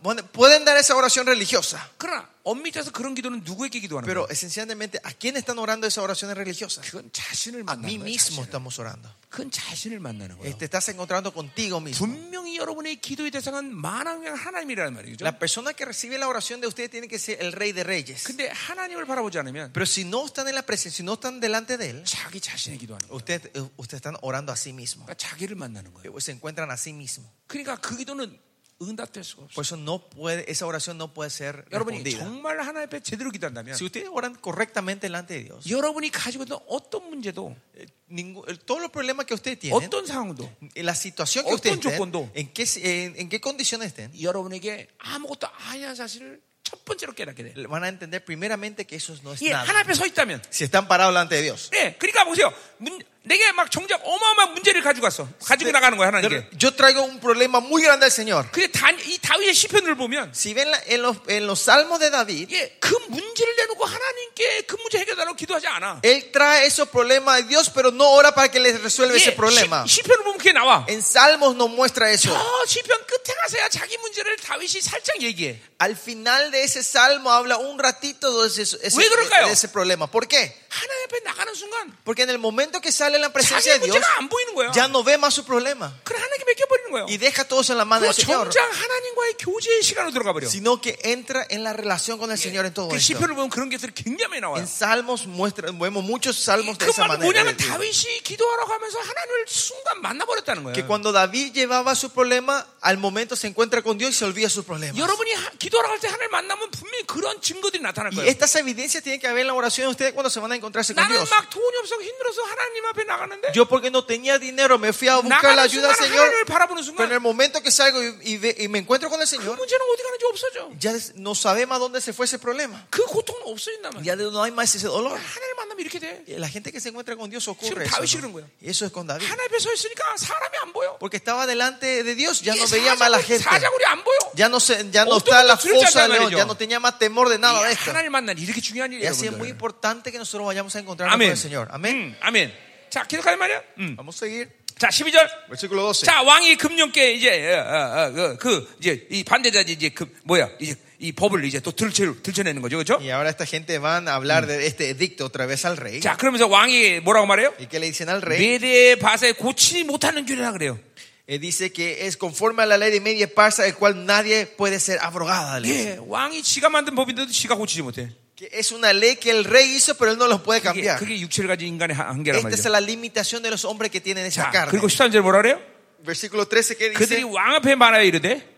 A: bueno, pueden dar esa oración religiosa.
B: 그러나 엄밀히 따서 그런 기도는 누구에게 기도하는 거예요?
A: Pero esencialmente, ¿a quién están orando esas oraciones religiosas?
B: 그건 자신을
A: A
B: 만나는
A: mí
B: 거예요.
A: mismo
B: 자신을.
A: estamos orando.
B: 그건 자신을 만나는
A: Eh,
B: 거예요.
A: Te estás encontrando contigo mismo.
B: 분명히 여러분의 기도의 대상은 만왕의 하나님이라는 말이죠.
A: La persona que recibe la oración de ustedes tiene que ser el rey de reyes.
B: 근데 하나님을 바라보지 않으면
A: Pero si no están en la presencia, si no están delante de él,
B: 자기 자신의 기도하는 거예요.
A: ustedes, eh, ustedes están orando a sí mismo.
B: 그러니까 자기를 만나는 거예요.
A: Eh, Se encuentran a sí mismo.
B: 그러니까 그 기도는 응답될 수가 없어요.
A: Por eso no puede, esa oración no puede ser
B: 여러분이
A: respondida.
B: 정말 하나님 앞에 제대로 기도한다면
A: Si ustedes oran correctamente delante de Dios,
B: 여러분이 가지고 있는 어떤 문제도
A: eh, ningún- eh, todos los problemas que ustedes tienen,
B: 어떤 상황도
A: eh, la situación que
B: 어떤
A: ustedes
B: 조건도.
A: estén, en qué, si- en- en qué condiciones estén,
B: 여러분에게 아무것도 아니라는 사실을 첫 번째로 깨닫게 돼요.
A: van a entender primeramente que eso no es
B: 예, 하나님
A: nada.
B: 앞에 서 있다면
A: Si están parados delante de Dios.
B: 네, 그러니까 보세요. 문- 내게 막 정작 어마어마한 문제를 가지고 왔어. 가지고 나가는 거야, 하나님께.
A: Yo traigo un problema muy grande al Señor.
B: 근데 다, 이 다윗의 시편을 보면
A: Si ven la- en, los, en los salmos de David,
B: 예, 그 문제를 내놓고 하나님께 그 문제 해결하라고 기도하지 않아.
A: él trae esos problemas de Dios, pero no ora para que les resuelva
B: 예,
A: ese problema.
B: 시, 시편을 보면 그게 나와.
A: En salmos no muestra eso.
B: 저 시편 끝에 가서야 자기 문제를 다윗이 살짝 얘기해.
A: Al final de ese salmo habla un ratito de ese, ese-
B: 왜 그럴까요?
A: de ese problema. ¿Por qué?
B: 하나님 앞에 나가는 순간
A: Porque en el momento que sale en la presencia
B: 자기
A: de Dios,
B: 문제가 안 보이는 거야.
A: ya no ve más su problema.
B: 그래 하나님께 맡겨버리는 거예요.
A: Y deja todos en la mano
B: 그
A: del Señor.
B: 정작 하나님과의 교제의 시간으로 들어가 버려.
A: Sino que entra en la relación con el Señor en todo
B: 그
A: esto.
B: 시편을 보면 그런 것들이 굉장히 많이 나와요.
A: En salmos muestra, vemos muchos salmos de
B: 그
A: esa
B: 말은
A: manera.
B: 뭐냐면 다윗이 기도하라고 하면서 하나님을 순간 만나버렸다는
A: Que
B: 거예요.
A: cuando David llevaba su problema, al momento se encuentra con Dios y se olvida su problema.
B: 여러분이 하- 기도하라고 할 때 하나님을 만나면 분명히 그런 증거들이 나타날
A: Y
B: 거예요.
A: estas evidencias tienen que haber en la oración de ustedes cuando se van a encontrarse con
B: 나는
A: Dios.
B: 막 돈이 없어서 힘들어서 하나님 앞에 나가는데
A: Yo porque no tenía dinero me fui a buscar la
B: 나가는
A: ayuda
B: 순간
A: al Señor.
B: 하나님을 바라보는
A: Pero en el
B: 순간
A: momento que salgo y, y ve- y me encuentro con el
B: 그
A: Señor,
B: 문제는 어디 가는지 없어져.
A: ya no sabemos a dónde se fue ese problema.
B: 그 고통은 없어진단 말이야.
A: Ya no hay más ese dolor.
B: 하나님 만나면 이렇게 돼.
A: La gente que se encuentra con Dios
B: 지금
A: ocurre
B: 다윗이
A: eso.
B: 그런 거예요.
A: ¿no? Y eso es con David.
B: 하나님 앞에 서 있으니까 사람이 안 보여.
A: Porque estaba delante de Dios, ya
B: 이게
A: no veía más a la
B: 사자굴-
A: gente.
B: 사자굴이 안 보여.
A: Ya no, se, ya "Oh, no
B: 어떤
A: está la
B: 것도 두렵지
A: fosa,
B: 않단
A: león, ya
B: 말이죠.
A: no tenía más temor de nada de
B: 이
A: esto.
B: 하나님을 만나는 이렇게 중요한
A: Y
B: 일이에요.
A: así es muy
B: 여러분들.
A: importante que nosotros vayamos a encontrarnos
B: 아멘.
A: con el Señor. Amén. Mm,
B: 음, 아멘. 자, 계속하는 말이야. 음.
A: Vamos a seguir.
B: 자, 12절.
A: Versículo 12.
B: 자 왕이 금년께 이제 어, 어, 어, 그, 그 이제 이 반대자지 이제 그 뭐야 이제 이 법을 이제 또 들쳐 들춰내는 거죠, 그렇죠?
A: Y ahora esta gente van a hablar de este edicto otra vez al rey.
B: 자 그러면서 왕이 뭐라고 말해요?
A: ¿Y qué le dicen al rey?
B: 메대 바세 고치지 못하는 규례라 그래요.
A: Eh, dice que es conforme a la ley de media parsa, el cual nadie puede ser abrogada. le
B: 예,
A: dice.
B: 왕이 지가 만든 법인데도 지가 고치지 못해.
A: Que es una ley que el rey hizo, pero él no los puede
B: 그게,
A: cambiar.
B: 그게 육체를 가진 인간의 한- 한계란
A: Esta es
B: 말이죠.
A: la limitación de los hombres que tienen esa
B: 자,
A: carne.
B: 그리고 13절 뭐라 그래요?
A: Versículo 13 que
B: 그들이
A: dice:
B: 왕 앞에 말하여 이르되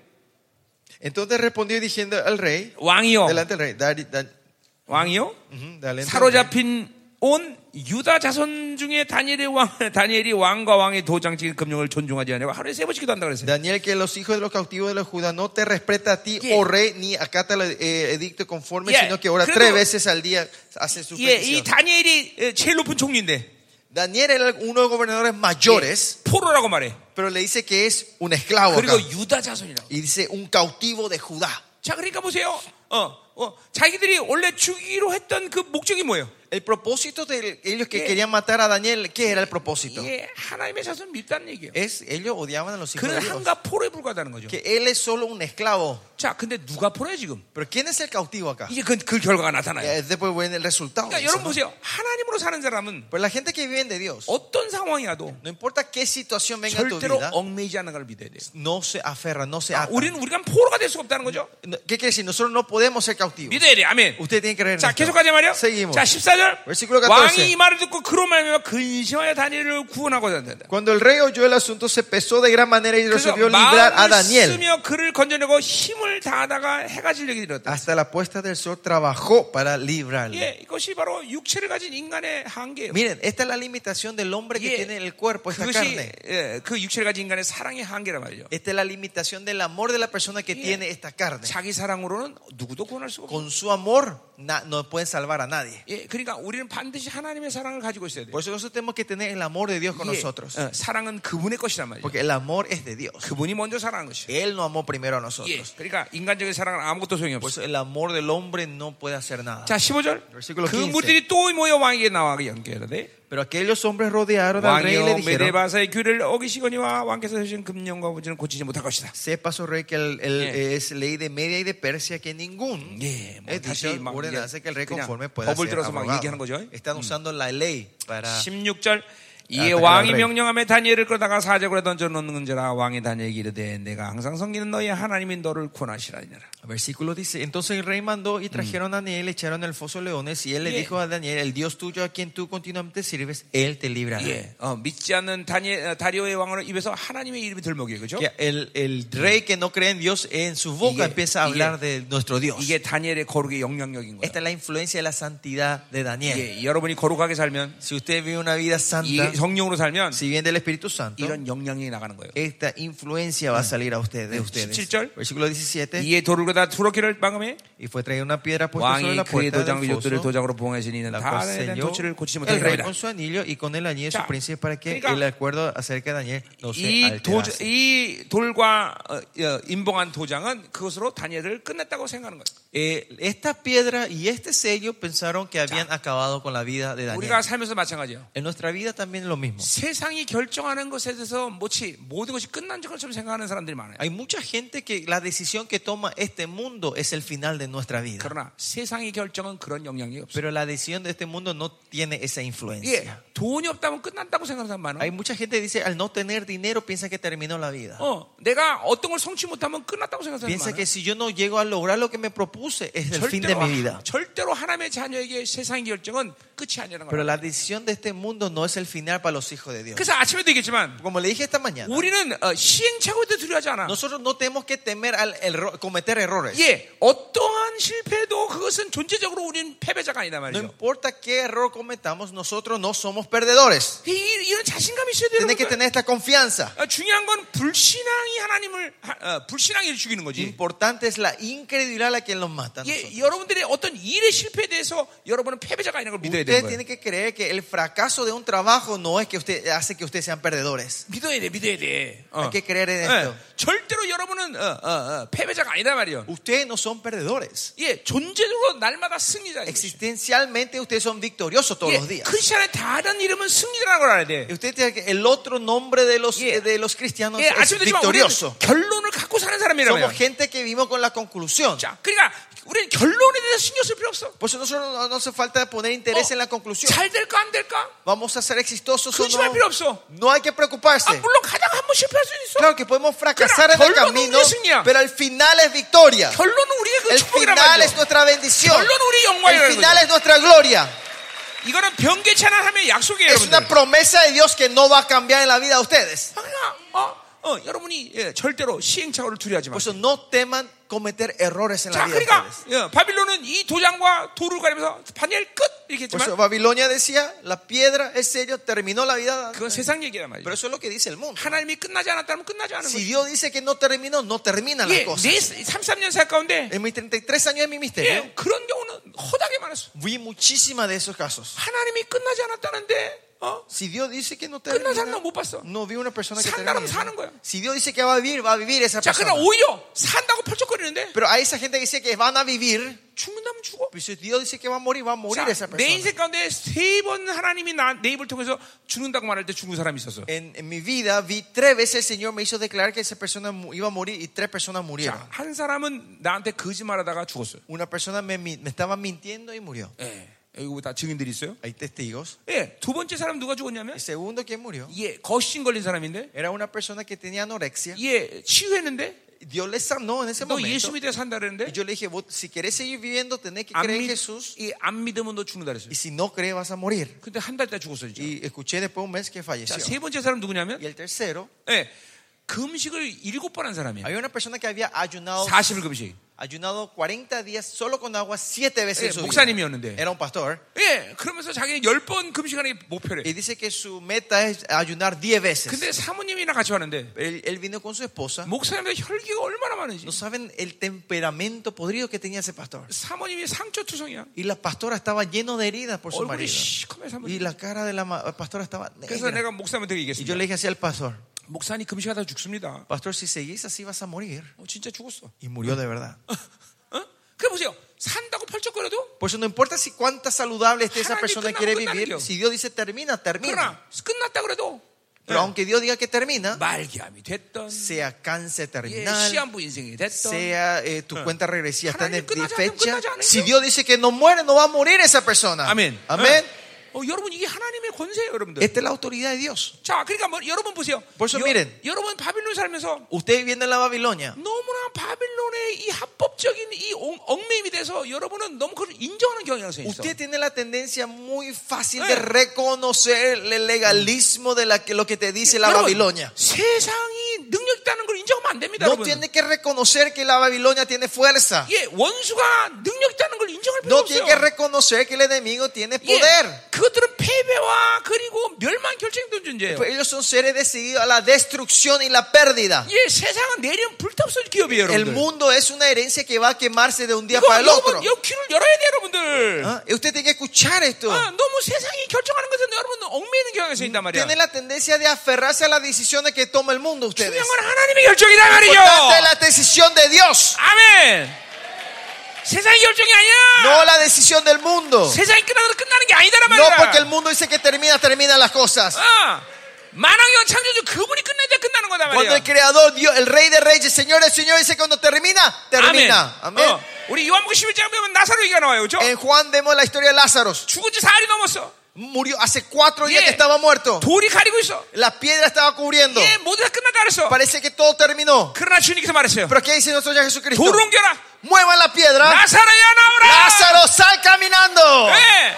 A: Entonces respondió diciendo al rey,
B: 왕이요,
A: delante del rey, Dari- da-
B: 왕이요,
A: ujú, delante del rey.
B: 사로잡힌 온 유다 자손 중에 다니엘의 왕 다니엘이 왕과 왕의 도장직 금령을 존중하지 않냐고 하루에 세 번씩 기도한다 그랬어요.
A: Daniel, que los hijos de los cautivos de los judas no te respeta a ti,
B: Yeah.
A: oh rey, ni acata el eh, edicto conforme,
B: Yeah.
A: sino que ora
B: Creo-
A: tres veces al día hace su
B: 예, 이
A: petición.
B: 다니엘이 예, 제일 높은 총리인데
A: Daniel era uno de los gobernadores
B: 예,
A: mayores,
B: 포로라고 말해.
A: pero le dice que es un esclavo.
B: 어, 그리고
A: acá.
B: 유다 자손이라고.
A: Y dice un cautivo de Judá.
B: 자, 그러니까 보세요. 어, 어, 자기들이 원래 죽이로 했던 그 목적이 뭐예요?
A: El propósito de ellos que
B: Yeah.
A: querían matar a Daniel, ¿qué era el propósito?
B: 이게 하나님의 자손 밀다는 어. 얘기예요.
A: Es, ellos odiaban a los hijos
B: 그는
A: de Dios.
B: 한가 포로에 불과하다는 거죠.
A: Que él es solo un esclavo.
B: 자, 근데 누가 포로야 지금?
A: Pero ¿quién es el cautivo acá?
B: 이제 그, 그 결과가 나타나요.
A: Eh, Después ven el resultado. de
B: 그러니까
A: eso,
B: 여러분
A: ¿no? Oh.
B: 보세요. 하나님으로 사는 사람은
A: Pero la gente que vive de Dios,
B: 어떤 상황이라도
A: no importa qué situación venga a tu
B: 절대로
A: vida,
B: 얽매이지 않는 걸 믿어야 돼요.
A: no se aferra, no se ata.
B: 우리는 우리가 포로가 될 수가 없다는 거죠.
A: No, ¿Qué quiere decir? Nosotros no podemos ser cautivos.
B: 믿어야 돼. 아멘.
A: Usted tiene que creer. en
B: 자,
A: esto.
B: 계속하자 말이요.
A: Seguimos.
B: 자, 14절.
A: Versículo 14.
B: 왕이 이 말을 듣고 그로 말미암아 근심하여 다니엘을 구원하고자 한다.
A: Cuando el rey oyó el asunto, se pesó de gran manera y
B: 그래서 아,
A: resolvió librar a
B: 마음을
A: Daniel.
B: 쓰며 그를 건져내고 힘을 다하다가 해가 질력이 들었다.
A: hasta la puesta del sol trabajó para librarle.
B: 예, 이것이 바로 육체를 가진 인간의 한계예요.
A: Miren, esta es la limitación del hombre que
B: 예,
A: tiene el cuerpo, esta
B: 그것이
A: carne.
B: 예, 그 육체를 가진 인간의 사랑의 한계란 말이죠.
A: Esta es la limitación del amor de la persona que tiene esta carne.
B: 자기 사랑으로는 누구도 구원할 수가 없어.
A: Con su amor na- no pueden salvar a nadie.
B: 예, 그러니까 우리는 반드시 하나님의 사랑을 가지고 있어야 돼.
A: Por eso nosotros tenemos que tener el amor de Dios con
B: 예,
A: nosotros.
B: 어, 사랑은 그분의 것이란 말이죠.
A: Porque el amor es de Dios.
B: 그분이 먼저 사랑한 것이에요.
A: Él nos amó primero a
B: 예,
A: nosotros.
B: 그러니까 그러니까 인간적인 사랑은 아무것도 소용이
A: Por
B: 없어.
A: eso el amor del hombre no puede hacer nada.
B: 자, 15절.
A: Versículo
B: 그
A: 15.
B: 무리들이 또 모여 왕에게 나와 그 연결하되
A: Pero aquellos hombres rodearon al rey y le
B: 왕이여
A: dijeron,
B: 메데바사의 규례를 어기시거니와 왕께서 주신 금령과 부지는 고치지 못할 것이다.
A: sepa su rey que el- el-
B: Yeah.
A: es ley de Media y de Persia que ningún
B: Yeah,
A: 예,
B: 뭐 다시
A: edición
B: 막
A: ordenanza que el rey
B: 그냥
A: conforme pueda
B: 법을
A: ser
B: 들어서 막
A: abrogado.
B: 얘기하는 거죠.
A: Están usando la ley para
B: 16절 이에
A: 예. 아,
B: 왕이
A: 그래.
B: 명령함에 다니엘을 끌어다가 사적으로 던져놓는 자라 왕이 다니엘에게 이르되 내가 항상 섬기는 너의 하나님이 너를 구원하시라니라
A: Versículo dice, entonces el rey mandó y trajeron a Daniel, le echaron en el foso de leones y él le
B: Yeah.
A: dijo a Daniel, el Dios tuyo a quien tú continuamente sirves, él te librará.
B: 예, 어, 믿지 않는 다니엘, 어, 다리오의 왕으로 입에서 하나님의 이름이 들먹이에요 그죠?
A: Que el, el rey que no cree en Dios en su boca
B: Yeah.
A: empieza a hablar de nuestro Dios.
B: 이게 다니엘의 거룩의 영향력인 거예요
A: Esta es la influencia de la santidad de Daniel.
B: 예, 여러분이 거룩하게 살면
A: Si usted vive una vida
B: 이
A: santa,
B: 성령으로 살면
A: si viene del Espíritu Santo,
B: 이런 영향이 나가는 거예요
A: esta influencia va a salir a ustedes. De ustedes.
B: 17.
A: Versículo 17.
B: 이에 돌을 그다 투르키를 방음해
A: Y fue traída una piedra puesta sobre
B: 왕이
A: la
B: 그의
A: puerta
B: 도장
A: del
B: 귀족들을
A: foso.
B: 도장으로 봉하시니
A: la
B: 다
A: cual
B: 된
A: selló
B: 도치를 고치지
A: el
B: 못하게
A: rey
B: 하리라
A: con su anillo y con el anillo de
B: 자,
A: su príncipe para que
B: 그러니까
A: el acuerdo acerca de Daniel no se
B: 이, 도,
A: alterase.
B: 이 돌과 어, 어, 임봉한 도장은 그것으로 다니엘을 끝냈다고 생각하는 거예요.
A: Eh, esta piedra y este sello pensaron que habían acabado con la vida de Daniel.
B: 우리가 살면서 마찬가지예요.
A: En nuestra vida también es lo mismo.
B: 세상이 결정하는 것에 대해서 뭐지 모든 것이 끝난 것처럼 생각하는 사람들이 많아요.
A: Hay mucha gente que la decisión que toma este mundo es el final de nuestra vida.
B: 그러나 세상의 결정은 그런 영향이 없어요.
A: Pero la decisión de este mundo no tiene esa influencia.
B: 예, 돈이 없다면 끝난다고 생각하는 사람 많아요.
A: Hay mucha gente que dice, al no tener dinero, piensa que terminó la vida.
B: 어, 내가 어떤 걸 성취 못하면 끝났다고 생각하는
A: Piensa
B: 사람
A: que
B: 많아요.
A: si yo no llego a lograr lo que me propuse, es el fin de
B: 절대로, 아,
A: mi vida.
B: 하- 절대로 하나님의 자녀에게 세상의 결정은 끝이 아니라는
A: Pero
B: 거예요.
A: la decisión de este mundo no es el final para los hijos de Dios.
B: 그래서 아침에도 얘기했지만
A: Como le dije esta mañana,
B: 우리는 어, 시행착오에 대해 두려워하지 않아.
A: nosotros no tenemos que temer al erro- cometer errores.
B: 예, 어떠한 실패도 그것은 존재적으로 우리는 패배자가 아니다
A: No
B: 말이죠.
A: importa qué error cometamos, nosotros no somos perdedores.
B: 이, 이런 자신감이 있어야 돼요.
A: Tienes que
B: 여러분들.
A: tener esta confianza.
B: 어, 중요한 건 불신앙이 하나님을 하- 어, 불신앙이 죽이는 거지.
A: Importante es la incredulidad a la que nos mata. a nosotros.
B: 예, 여러분들의 어떤 일의 실패에 대해서 여러분은 패배자가 아니라는 걸 믿어야 되는
A: Usted
B: 거예요.
A: tiene que creer que el fracaso de un trabajo no es que usted hace que ustedes sean perdedores.
B: 믿어야 돼, 믿어야 돼. 어.
A: Hay que creer en
B: 예,
A: esto.
B: 절대로 여러분은 어, 어, 어, 패배자가 아니다 말이요.
A: Ustedes no son perdedores.
B: 예, 존재적으로 날마다 승리자예요.
A: Existencialmente ustedes son victoriosos todos los
B: 예,
A: días.
B: 크리스천의 다른 이름은 승리라는 걸 알아야 돼.
A: Y Usted tiene que el otro nombre de los,
B: Yeah.
A: de los cristianos
B: 예,
A: es
B: 아침도 지만 우리는
A: victorioso.
B: 결론을 갖고 사는 사람이라면.
A: Somos gente que vivimos con la conclusión.
B: 자, 그러니까 우리는 결론에 대해서 신경 쓸 필요 없어. 어,
A: Por eso nosotros no, no hace falta poner interés
B: Oh.
A: en la conclusión.
B: 잘 될까 안 될까?
A: Vamos a ser exitosos o
B: 근심할 필요
A: no.
B: 없어.
A: No hay que
B: 아,
A: preocuparse.
B: 물론 가장 한 번 실패할 수 있어.
A: Claro que podemos fracasar en el
B: 결론은
A: camino,
B: 우리의 승리야.
A: pero al final es victoria.
B: 결론은 우리의 그
A: El
B: 축복이란
A: final es
B: 말이야.
A: nuestra bendición.
B: 결론은 우리
A: El
B: 영광이라는
A: final
B: 거야.
A: es nuestra gloria.
B: 이거는 변개치 않은 하나님의 약속이에요,
A: Es una
B: 여러분들.
A: promesa de Dios que no va a cambiar en la vida de ustedes.
B: 아, 그러니까, 어, 어, 여러분이 예, 절대로 시행착오를 두려워하지 마.
A: Por eso no teman cometer errores en la
B: 자,
A: vida de ustedes.
B: 그러니까 예, 바빌론은 이 도장과 도를 가리면서 반일 끝 이렇게
A: Por eso
B: 했지만
A: Babilonia decía, la piedra, el sello, terminó la vida.
B: 그건 세상 얘기란 말이야.
A: Pero eso es lo que dice el mundo.
B: 하나님이 끝나지 않았다면 끝나지 않은
A: Si
B: 거지.
A: Dios dice que no terminó, no terminan las
B: 예,
A: cosas.
B: 내 33년 살 가운데
A: En mis 33 años de mi misterio,
B: 예, 그런 경우는 허다하게 많았어.
A: vi muchísimas de esos casos.
B: 하나님이 끝나지 않았다는데 어?
A: Si Dios dice que no
B: 끝난
A: termina,
B: 사람은 못 봤어.
A: no vi una persona que
B: San 사람
A: termine.
B: 사는 거야.
A: Si Dios dice que va a vivir, va a vivir esa
B: 자, 그러나
A: persona.
B: 오히려 산다고 펄쩍거리는데
A: Pero hay esa gente que dice que van a vivir.
B: 죽는다면 죽어.
A: Pero si Dios dice que va a morir, va a morir esa
B: 자, 내
A: persona.
B: 인생 가운데 세 번 하나님이 나, 내 입을 통해서 죽는다고 말할 때 죽은 사람이 있었어.
A: En, en mi vida vi tres veces el Señor me hizo declarar que esa persona mu- iba a morir y tres personas murieron.
B: 자, 한 사람은 나한테 거짓말하다가 죽었어요.
A: Una persona me, mi- me estaba mintiendo y murió.
B: 예, 이거 다 증인들이 있어요.
A: Hay testigos.
B: 예, 두 번째 사람 누가 죽었냐면
A: El segundo que murió
B: 예, 거신 걸린 사람인데
A: era una persona que tenía anorexia.
B: 예, 치유했는데
A: Dios le sanó en ese
B: 너
A: momento.
B: 예수 믿어 산다 그랬는데
A: Y yo le dije, "Vos, si querés seguir viviendo, tenés que
B: 안,
A: creer en
B: 믿,
A: Jesús.
B: 예, 안 믿으면 너 죽는다 그랬어요.
A: Y si no crees, vas a morir.
B: 근데 한 달 때 죽었어요, 진짜.
A: Y escuché después de un mes que
B: 자,
A: falleció.
B: 세 번째 사람 누구냐면
A: Y el tercero,
B: 예, 금식을 일곱 번 한 사람이에요.
A: había una persona que había ayunado,
B: 40일 금식.
A: ayunado 40 días solo con agua siete veces.
B: Eh,
A: en su vida.
B: 목사님이었는데.
A: Era un pastor.
B: 예, 그러면서 자기는 열 번 금식하는 게 목표래.
A: Y dice que su meta es ayunar 10 veces.
B: 근데 사모님이랑 같이 왔는데
A: Él, él vino con su esposa.
B: 목사님들 혈기가 얼마나 많은지.
A: No saben el temperamento podrido que tenía ese pastor.
B: 사모님이 상처투성이야.
A: Y la pastora estaba llena de heridas por su
B: 얼굴이
A: marido.
B: 시커매
A: Y
B: 사모님.
A: la cara de la ma- pastora estaba
B: 그래서
A: negra.
B: 내가 목사님한테
A: Y yo
B: 얘기했어요.
A: le dije así al pastor,
B: 목사님 금식하다 죽습니다.
A: Pastor, si seguís así vas a morir.
B: 어, 진짜 죽었어.
A: Y murió de verdad.
B: 어? 그래 보세요. 산다고 펄쩍거려도
A: Por eso no importa si cuánta saludable esté esa
B: 하나님
A: persona
B: 끝나면
A: quiere
B: 끝나는
A: vivir,
B: 거예요.
A: si Dios dice termina, termina.
B: 그러나 끝났다 그래도
A: Pero aunque Dios diga que termina,
B: 말기암이 됐던
A: sea cáncer
B: 예,
A: terminal,
B: 시한부 인생이 됐던
A: sea eh, tu cuenta regresiva está en de
B: 하나님 끝나지
A: fecha,
B: 않으면 끝나지 않아요.
A: si Dios dice que no muere, no va a morir esa persona.
B: 아멘.
A: Amén. Eh.
B: 어, 여러분 이게 하나님의 권세예요, 여러분들.
A: Esta es la autoridad de Dios.
B: 자, 그러니까 뭐, 여러분 보세요.
A: 벌써 미래.
B: 여러분 바빌론 살면서
A: Usted viviendo en la Babilonia,
B: 너무나 바빌론의 이 합법적인 이 엉- 얽매임이 돼서 여러분은 너무 그걸 인정하는 경향성이 있어.
A: usted tiene la tendencia muy fácil
B: Eh.
A: de reconocer el legalismo de la que, lo que te dice la
B: 여러분,
A: Babilonia.
B: 세상이 능력 있다는 걸 인정하면 안 됩니다,
A: No
B: 여러분.
A: tiene que reconocer que la Babilonia tiene fuerza.
B: 예, 원수가 능력 있다는 걸 인정할 필요
A: No
B: 없어요.
A: tiene que reconocer que el enemigo tiene
B: 예,
A: poder.
B: 그것들은 패배와 그리고 멸망 결정된 존재예요.
A: Pues ellos son seres decididos a la destrucción y la pérdida.
B: 예, 세상은 내리면 불타없어질 기업이에요,
A: El
B: 여러분들.
A: mundo es una herencia que va a quemarse de un día para
B: 이거
A: el otro.
B: 여러분, 여 귀를 열어야 돼, 여러분들.
A: ¿Ah? Usted tiene que escuchar esto.
B: 아, 너무 세상이 결정하는 것은 여러분은 얽매이는 경향에서 있단 말이야.
A: Tiene la tendencia de aferrarse a las decisiones que toma el mundo ustedes.
B: 중요한 건 하나님의 결정이란 말이죠.
A: Importante es la decisión de Dios,
B: 아멘. 세상의 결정이 아니야.
A: no la decisión del mundo.
B: 세상이 끝나도 끝나는 게 아니다란
A: No
B: 말이야.
A: porque el mundo dice que termina, terminan las cosas.
B: 아, 만왕의 창조주 그분이 끝내야 돼, 끝나는 거다
A: Cuando
B: 말이야.
A: el creador, Dios, el rey de reyes, señor el señor dice cuando termina, termina. Amén. Eh.
B: 어, 우리 요한복음 11장 보면 나사로 얘기가 나와요. 그죠?
A: En Juan vemos la historia de Lázaro.
B: 죽은 지 사흘이 넘었어.
A: Murió hace cuatro días
B: Yeah.
A: que estaba muerto.
B: 돌이 가리고 있어.
A: La piedra estaba cubriendo.
B: 예, 모두 다 끝났다 그랬어.
A: Parece que todo terminó.
B: 그러나 주님께서 말했어요.
A: Pero ¿qué dice nuestro Señor Jesucristo?
B: 돌을 옮겨라.
A: Muevan la piedra.
B: 나사로야 나오라.
A: Lázaro, sal caminando.
B: Eh. 예.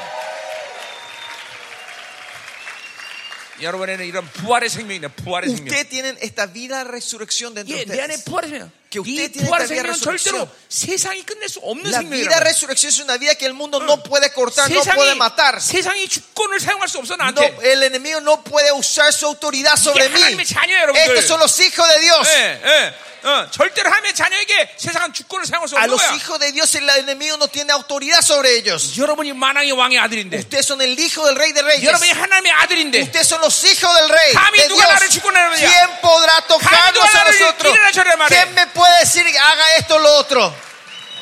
B: 여러분에는 이런 부활의 생명이 있네. 부활의 생명.
A: Ustedes tienen esta vida de resurrección dentro de
B: 예, 내 안에
A: ustedes.
B: 부활의 생명.
A: Que usted
B: 이
A: tiene
B: 부활의
A: esta vida
B: 생명은 절대로
A: resurrección.
B: 세상이 끝낼 수 없는
A: La vida de
B: 생명이야.
A: resurrección es una vida que el mundo no puede cortar, no puede matar.
B: 세상이 세상이 주권을 사용할 수 없어
A: Ah, No,
B: 나한테.
A: el enemigo no puede usar su autoridad sobre mí.
B: 하나님의 자녀예요, 여러분들.
A: Estos son los hijos de Dios.
B: 예, 예. 어, 절대로 하나님의 자녀에게 세상은 주권을 사용할 수
A: A
B: 없는
A: los
B: 거야.
A: hijos de Dios el enemigo no tiene autoridad sobre ellos.
B: 여러분이 만왕의 왕의 아들인데,
A: Ustedes son el hijo del rey de reyes.
B: 여러분이 하나님의 아들인데,
A: Ustedes son los hijos del rey.
B: 감히
A: de
B: 누가
A: Dios.
B: 나를 주권하느냐?
A: ¿Quién podrá tocarnos
B: 누가
A: a
B: 나를
A: nosotros?
B: 이래라 저래라 말해?
A: ¿Quién me puede decir haga esto o lo otro?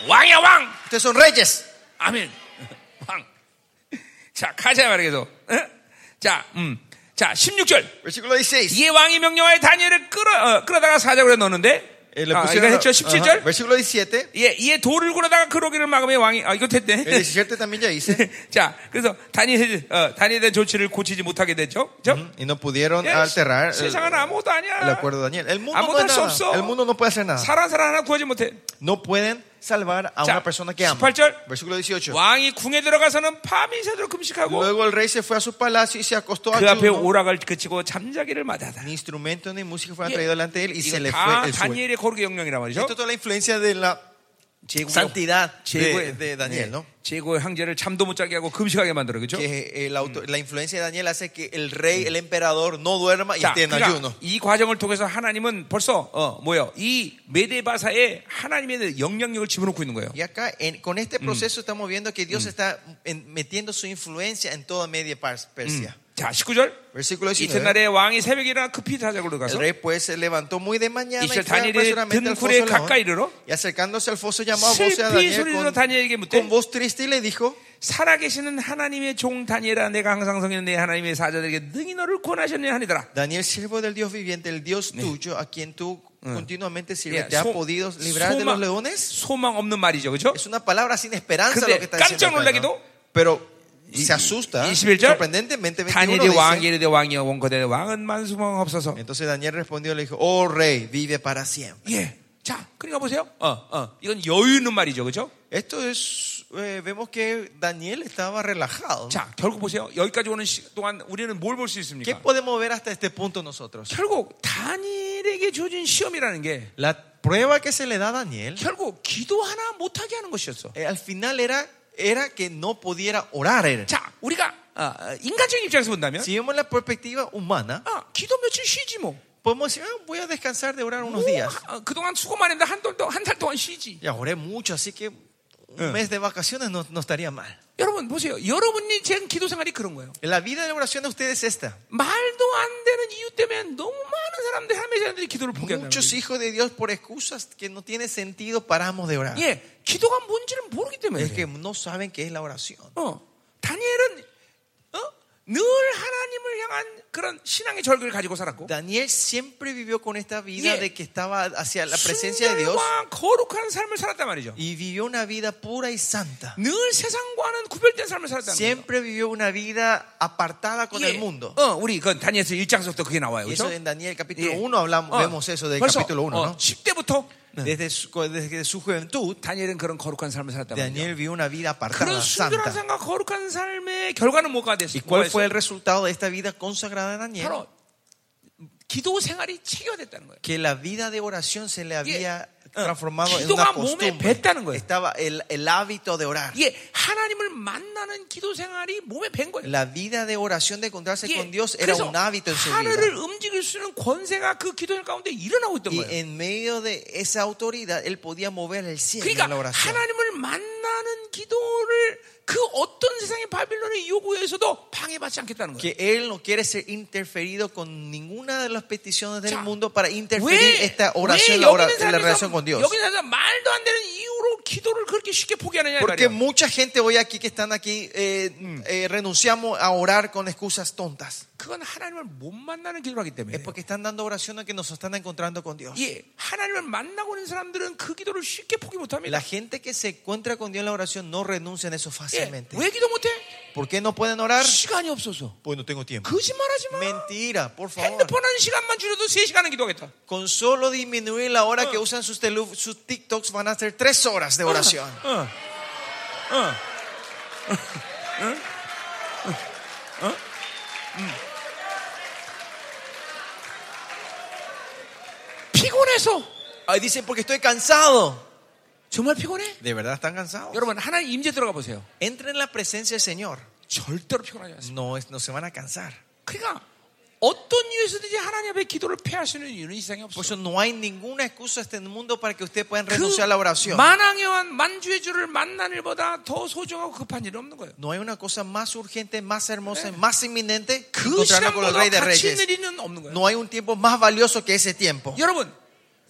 B: 왕이야 왕.
A: Ustedes son reyes.
B: 아멘. 왕. 자, 가자 말이죠. 어? 자, 음. 자, 16절.
A: Versículo 16.
B: 이 왕이 명령하에 다니엘을 끌어 어, 끌어다가 사자굴에 넣었는데
A: Eh, le
B: 아, 이거
A: pusieron-
B: 했죠.
A: Ajá.
B: 17절.
A: Versículo 17.
B: 예, 이에 돌을 굴어다가 그러기를 막으며 왕이 아 이거
A: El
B: 됐네.
A: 17 también ya hice.
B: 자, 그래서 다니엘 어, 다니엘에 대한 조치를 고치지 못하게 됐죠. 그죠?
A: Y no pudieron
B: 예,
A: alterar el,
B: 세상은 아무것도
A: el
B: 아니야.
A: acuerdo de Daniel. El mundo, no
B: 아무도
A: es
B: 할수
A: nada.
B: 없어.
A: el mundo no puede hacer nada.
B: 사람 사람 하나 구하지 못해.
A: No pueden salvar a
B: 자,
A: una persona que ama.
B: 18.
A: Versículo 18.
B: 왕이 궁에 들어가서는 밤이 새도록 금식하고
A: Luego el rey se fue a su palacio y se acostó a
B: 그 앞에
A: ayuno.
B: 오락을 그치고 잠자기를 마다다.
A: Ni instrumento ni música fueron
B: 예.
A: traídos delante de él y se
B: 이거
A: le
B: 다
A: fue el sueño.
B: 다니엘의 거룩의 영령이란 말이죠.
A: Esto es toda la influencia de la
B: 네, 제국의
A: santidad de,
B: 제국의-
A: de Daniel, ¿no?
B: 네. 제국의 황제를 잠도 못 자게 하고 금식하게 만들어 그죠?
A: Que eh, la, auto- la influencia de Daniel hace que el rey, el emperador, no duerma y
B: 자,
A: esté en
B: 그러니까
A: ayuno.
B: 이 과정을 통해서 하나님은 벌써 어, 뭐요? 이 메데바사에 하나님의 영향력을 집어넣고 있는 거예요.
A: Y acá, en- con este proceso, estamos viendo que Dios está en- metiendo su influencia en toda media Pars- Persia.
B: 자, 19절.
A: Versículo 19.
B: 이튿날에 왕이 새벽에 일어나 급히 사자굴로
A: El
B: 가서
A: rey pues se levantó muy de mañana y fue
B: 이절 다니엘이
A: apresuradamente
B: 든
A: al foso
B: 굴에
A: de león.
B: 가까이 이르러
A: Y acercándose al foso llamó a voces a
B: 슬피
A: Daniel
B: 소리로
A: con,
B: 다니엘에게 묻되
A: con voz triste y le dijo
B: 살아계시는 하나님의 종 다니엘아 내가 항상 성인 내 하나님의 사자들에게 능히 너를 권하셨느냐 하니더라
A: Daniel, siervo del Dios viviente, el Dios tuyo, a quien tú continuamente sirves,
B: 예,
A: ¿te ha
B: 소-
A: podido librar de los leones?
B: 소망 없는 말이죠 그죠?
A: Es una palabra sin esperanza
B: 근데
A: lo que está diciendo.
B: 깜짝
A: acá,
B: 놀라기도
A: ¿no? Pero se asusta,
B: 21절,
A: sorprendentemente, 21
B: 다니엘이
A: dice,
B: 왕이 이르되 왕이여 원거대 왕은 만수망 없어서
A: Entonces Daniel respondió y le dijo, oh rey, vive para siempre.
B: 예. 자, 그러니까 보세요. 어, 어. 이건 여유 있는 말이죠. 그죠?
A: Esto es, eh, vemos que Daniel estaba relajado.
B: 자, 결국 보세요. 여기까지 오는 시- 동안 우리는 뭘 볼 수
A: ¿Qué
B: 있습니까?
A: podemos ver hasta este punto nosotros?
B: 결국 다니엘에게 주어진 시험이라는 게
A: La prueba que se le da a Daniel,
B: 결국 기도 하나 못하게 하는 것이었어.
A: eh, al final era, era que no pudiera orar. él.
B: 자, 우리가 아, 아, 인간적인 입장에서 본다면
A: Si vemos la perspectiva humana,
B: 아, 기도 며칠 쉬지 뭐.
A: podemos decir, "Ah, voy a descansar de orar unos
B: 뭐,
A: días.
B: 아, 그동안 수고만 했는데 한달 동안 한 달 동안 쉬지.
A: Ya oré mucho, así que un mes de vacaciones no, no estaría mal.
B: 여러분 보세요. 여러분이 지금 기도 생활이 그런 거예요.
A: La vida de oración de ustedes es esta.
B: 말도 안 되는 이유 때문에 너무 많은 사람들 하나님의 자녀들이 기도를 포기한다는
A: Muchos
B: 거예요.
A: hijos de Dios por excusas que no tienen sentido paramos de orar.
B: 예, 기도가 뭔지를 모르기 때문에.
A: Es
B: 그래요.
A: que no saben qué es la oración.
B: 어, 다니엘은 어? 늘 하나님을 향한 그런 신앙의 절규를 가지고 살았고
A: Daniel siempre vivió con esta vida
B: Yeah.
A: de que estaba hacia la presencia de Dios
B: 순결과 거룩한 삶을 살았단 말이죠.
A: y vivió una vida pura y santa.
B: 늘 세상과는 구별된 삶을 살았단 말이죠.
A: Siempre vivió una vida apartada con el mundo.
B: 어, 우리 그 다니엘서 1장서부터 그게 나와요.
A: Y
B: 그렇죠?
A: eso en Daniel capítulo 1
B: Ah.
A: hablamos, vemos eso del
B: 벌써,
A: capítulo 1,
B: 어,
A: ¿no?
B: 10대부터
A: Desde su, desde su juventud,
B: 다니엘은 그런 거룩한 삶을 살았단 말이죠.
A: Daniel vivió una vida
B: 그런
A: apartada,
B: 순결한
A: santa.
B: 삶과 거룩한 삶의 결과는 뭐가 됐어
A: ¿Y cuál fue el resultado de esta vida consagrada de Daniel?
B: 바로 기도 생활이 체결됐다는 거예요.
A: que la vida de oración se le había
B: 예.
A: transformado en
B: 기도가
A: una
B: 몸에
A: costumbre.
B: 뱄다는 거예요.
A: Estaba el, el hábito de orar.
B: 이게 하나님을 만나는 기도 생활이 몸에 밴 거예요.
A: La vida de oración de encontrarse
B: 예,
A: con Dios era
B: 그래서
A: un hábito en su
B: 하늘을
A: vida.
B: 움직일 수 있는 권세가 그 기도 가운데 일어나고 있던
A: Y
B: 거예요.
A: en medio de esa autoridad, él podía mover el cielo en la
B: 그러니까
A: oración.
B: 하나님을 만나는 기도를 그 어떤 세상의 바빌론의 요구에서도 방해받지 않겠다는 거예요.
A: Que él no quiere ser interferido con ninguna de las peticiones del
B: 자,
A: mundo para
B: 왜,
A: interferir
B: 왜
A: esta oración, la, ora-
B: 여기는
A: la relación
B: 사람에서
A: con Dios.
B: 여기는 사람 말도 안 되는 이유로 기도를 그렇게 쉽게 포기하느냐 이
A: Porque
B: 말이에요.
A: mucha gente hoy aquí que están aquí eh, eh, renunciamos a orar con excusas tontas.
B: 그건 하나님을 못 만나는 기도하기 때문에.
A: Es porque están dando oraciones que nos están encontrando con Dios.
B: 예, 하나님을 만나고 있는 사람들은 그 기도를 쉽게 포기
A: La
B: 못합니다.
A: gente que se encuentra con Dios en la oración no renuncia en eso
B: 예,
A: fácilmente.
B: 왜 기도 못해?
A: ¿Por qué no pueden orar?
B: 시간이 없어서.
A: Pues no tengo tiempo.
B: 거짓말하지 마.
A: Mentira, por favor.
B: 핸드폰 한 시간만 줄여도 3시간은 기도하겠다.
A: Con solo disminuir la hora que usan sus, telu- sus TikToks van a ser tres horas de oración.
B: 어. 어. 어. 어. 어. 음. 피곤해서
A: Ahí dicen, porque estoy cansado.
B: 정말 피곤해?
A: ¿De verdad están cansados?
B: 여러분 하나님 임재 들어가 보세요.
A: Entren en la presencia del Señor.
B: 절대로 피곤하지 않습니다.
A: No, es- no se van a cansar.
B: 그러니까 어떤 이유에서든지 하나님 앞에 기도를 패하시는 이유는 이 세상에 없어요.
A: Por eso no hay ninguna excusa en este mundo para que ustedes puedan renunciar a la
B: 그
A: oración.
B: 만왕의 왕 만주의 주를 만난 일보다 더 소중하고 급한 일은 없는 거예요.
A: No hay una cosa más urgente, más hermosa, más inminente que
B: 그
A: encontrarnos con el
B: 시간보다
A: Rey de
B: 가치 있는
A: Reyes.
B: 일은 없는 거예요.
A: No hay un tiempo más valioso que ese tiempo.
B: 여러분,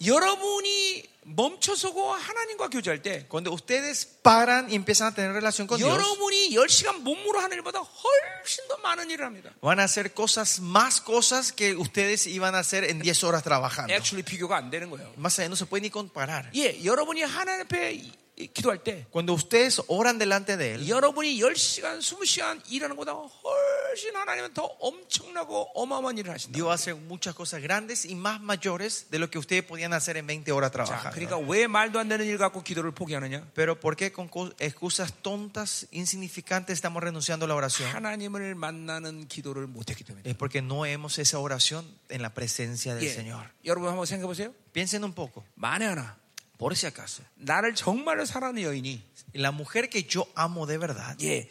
B: 여러분이 멈춰서고 하나님과 교제할 때
A: Cuando ustedes paran y empiezan a tener relación con Dios,
B: 여러분이 10시간 몸으로 하는 일보다 훨씬 더 많은 일을 합니다.
A: van a hacer cosas, más cosas que ustedes iban a hacer en 10 horas trabajando.
B: 액츄얼리 비교가 안 되는 거예요.
A: Más allá, no se puede ni comparar.
B: 예, 여러분이 하나님 앞에 이- 이- 기도할 때
A: Cuando ustedes oran delante de Él,
B: 여러분이 10시간, 20시간 일하는 것보다 훨씬 하나님은 더 엄청나고 어마어마한 일을 하신다.
A: Dios hace muchas cosas grandes y más mayores de lo que ustedes podían hacer en 20 horas
B: 자,
A: trabajando.
B: 그러니까 왜 말도 안 되는 일 갖고 기도를 포기하느냐?
A: Pero ¿por qué con co- excusas tontas, insignificantes, estamos renunciando a la oración?
B: 하나님을 만나는 기도를 못했기 때문에.
A: Es porque no hemos esa oración en la presencia del
B: 예,
A: Señor.
B: 여러분 한번 생각해 보세요.
A: Piensen un poco,
B: 만에 하나
A: por si acaso.
B: 나를 정말로 사랑하는 여인이
A: La mujer que yo amo de verdad
B: 예.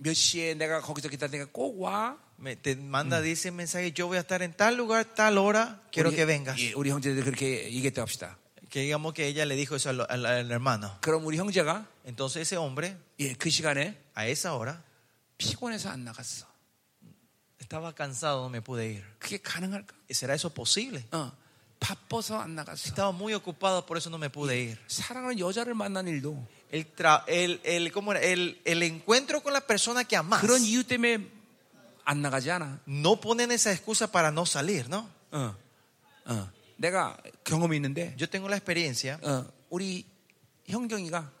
B: 몇 시에 내가 거기서 기다릴 테니까 꼭 와.
A: me, te manda, dice mensaje, yo voy a estar en tal lugar, tal hora, quiero
B: 우리-
A: que vengas.
B: 예, 우리 형제들 그렇게 얘기했다 합시다.
A: Que digamos que ella le dijo eso al, al- al hermano.
B: 그럼 우리 형제가
A: Entonces ese hombre,
B: 예, 그 시간에
A: a esa hora,
B: 피곤해서 안 나갔어.
A: estaba cansado, no me pude ir.
B: 그게 가능할까?
A: ¿Será eso posible?
B: 어. 바빠서 안 나갔어.
A: Estaba muy ocupado, por eso no me pude ir.
B: 사랑하는 여자를 만난 일도
A: El, tra- el, el- ¿cómo era? El- el encuentro con la persona que amas.
B: 그런 이유 때문에 안 나가지 않아.
A: No ponen esa excusa para no salir, ¿no?
B: 어. 어. 내가 경험이 있는데
A: Yo tengo la experiencia,
B: 어, 우리 형경이가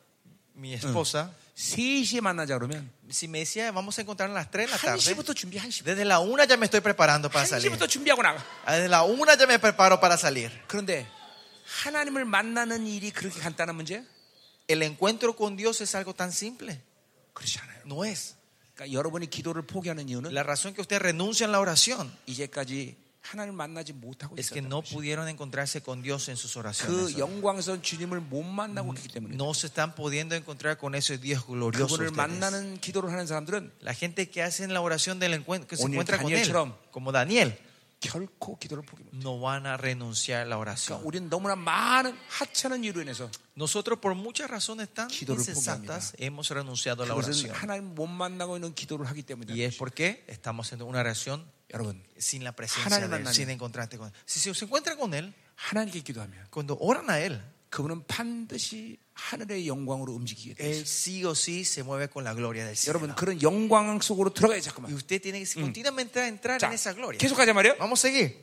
A: mi esposa,
B: 3시에 만나자 그러면
A: si me decía, vamos a encontrar a las 3 de la tarde,
B: 1시부터 준비 1시.
A: desde la 1 ya me estoy preparando para salir.
B: 1시부터 준비하고 나가.
A: Ah, Desde la una ya me preparo para salir.
B: 그런데 하나님을 만나는 일이 그렇게 간단한 문제야?
A: El encuentro con Dios es algo tan simple.
B: 그렇지 않아요.
A: No es.
B: 그러니까 여러분이 기도를 포기하는 이유는
A: La razón que usted renuncia en la oración
B: 이제까지 하나님 을 만나지 못하고
A: es que
B: 있었다.
A: no pudieron encontrarse con Dios en sus oraciones.
B: 그 영광선 주님을 못 만나고 있기 때문에
A: No se están pudiendo encontrar con ese Dios glorioso.
B: 그분을
A: ustedes.
B: 만나는 기도를 하는 사람들은
A: La gente que hace en la oración del encuentro, que se
B: 오늘
A: encuentra con él,
B: 다니엘처럼
A: como Daniel,
B: 결코 기도를 포기합니다.
A: no van a renunciar a la oración.
B: 그러니까 우리는 너무나 많은 하찮은 이유로 인해서
A: Nosotros por muchas razones tan
B: 기도를
A: insensatas hemos renunciado a la
B: 그것은
A: oración.
B: 하나님 못 만나고 있는 기도를 하기 때문이다.
A: Y es porque estamos haciendo una oración
B: 여러분
A: sin la presencia
B: 하나님
A: de Él,
B: 만나면-
A: sin encontrarte con Él. Si se encuentran con Él,
B: 하나님께 기도하면
A: cuando oran a Él,
B: 그분은 반드시 하늘의 영광으로 움직이게 돼.
A: Él sí o sí se mueve con la gloria del cielo.
B: 여러분 그런 영광 속으로 들어가야
A: Y
B: 잠깐만.
A: usted tiene que continuamente entrar
B: 자,
A: en esa gloria.
B: 계속 가자 말이요.
A: Vamos a seguir.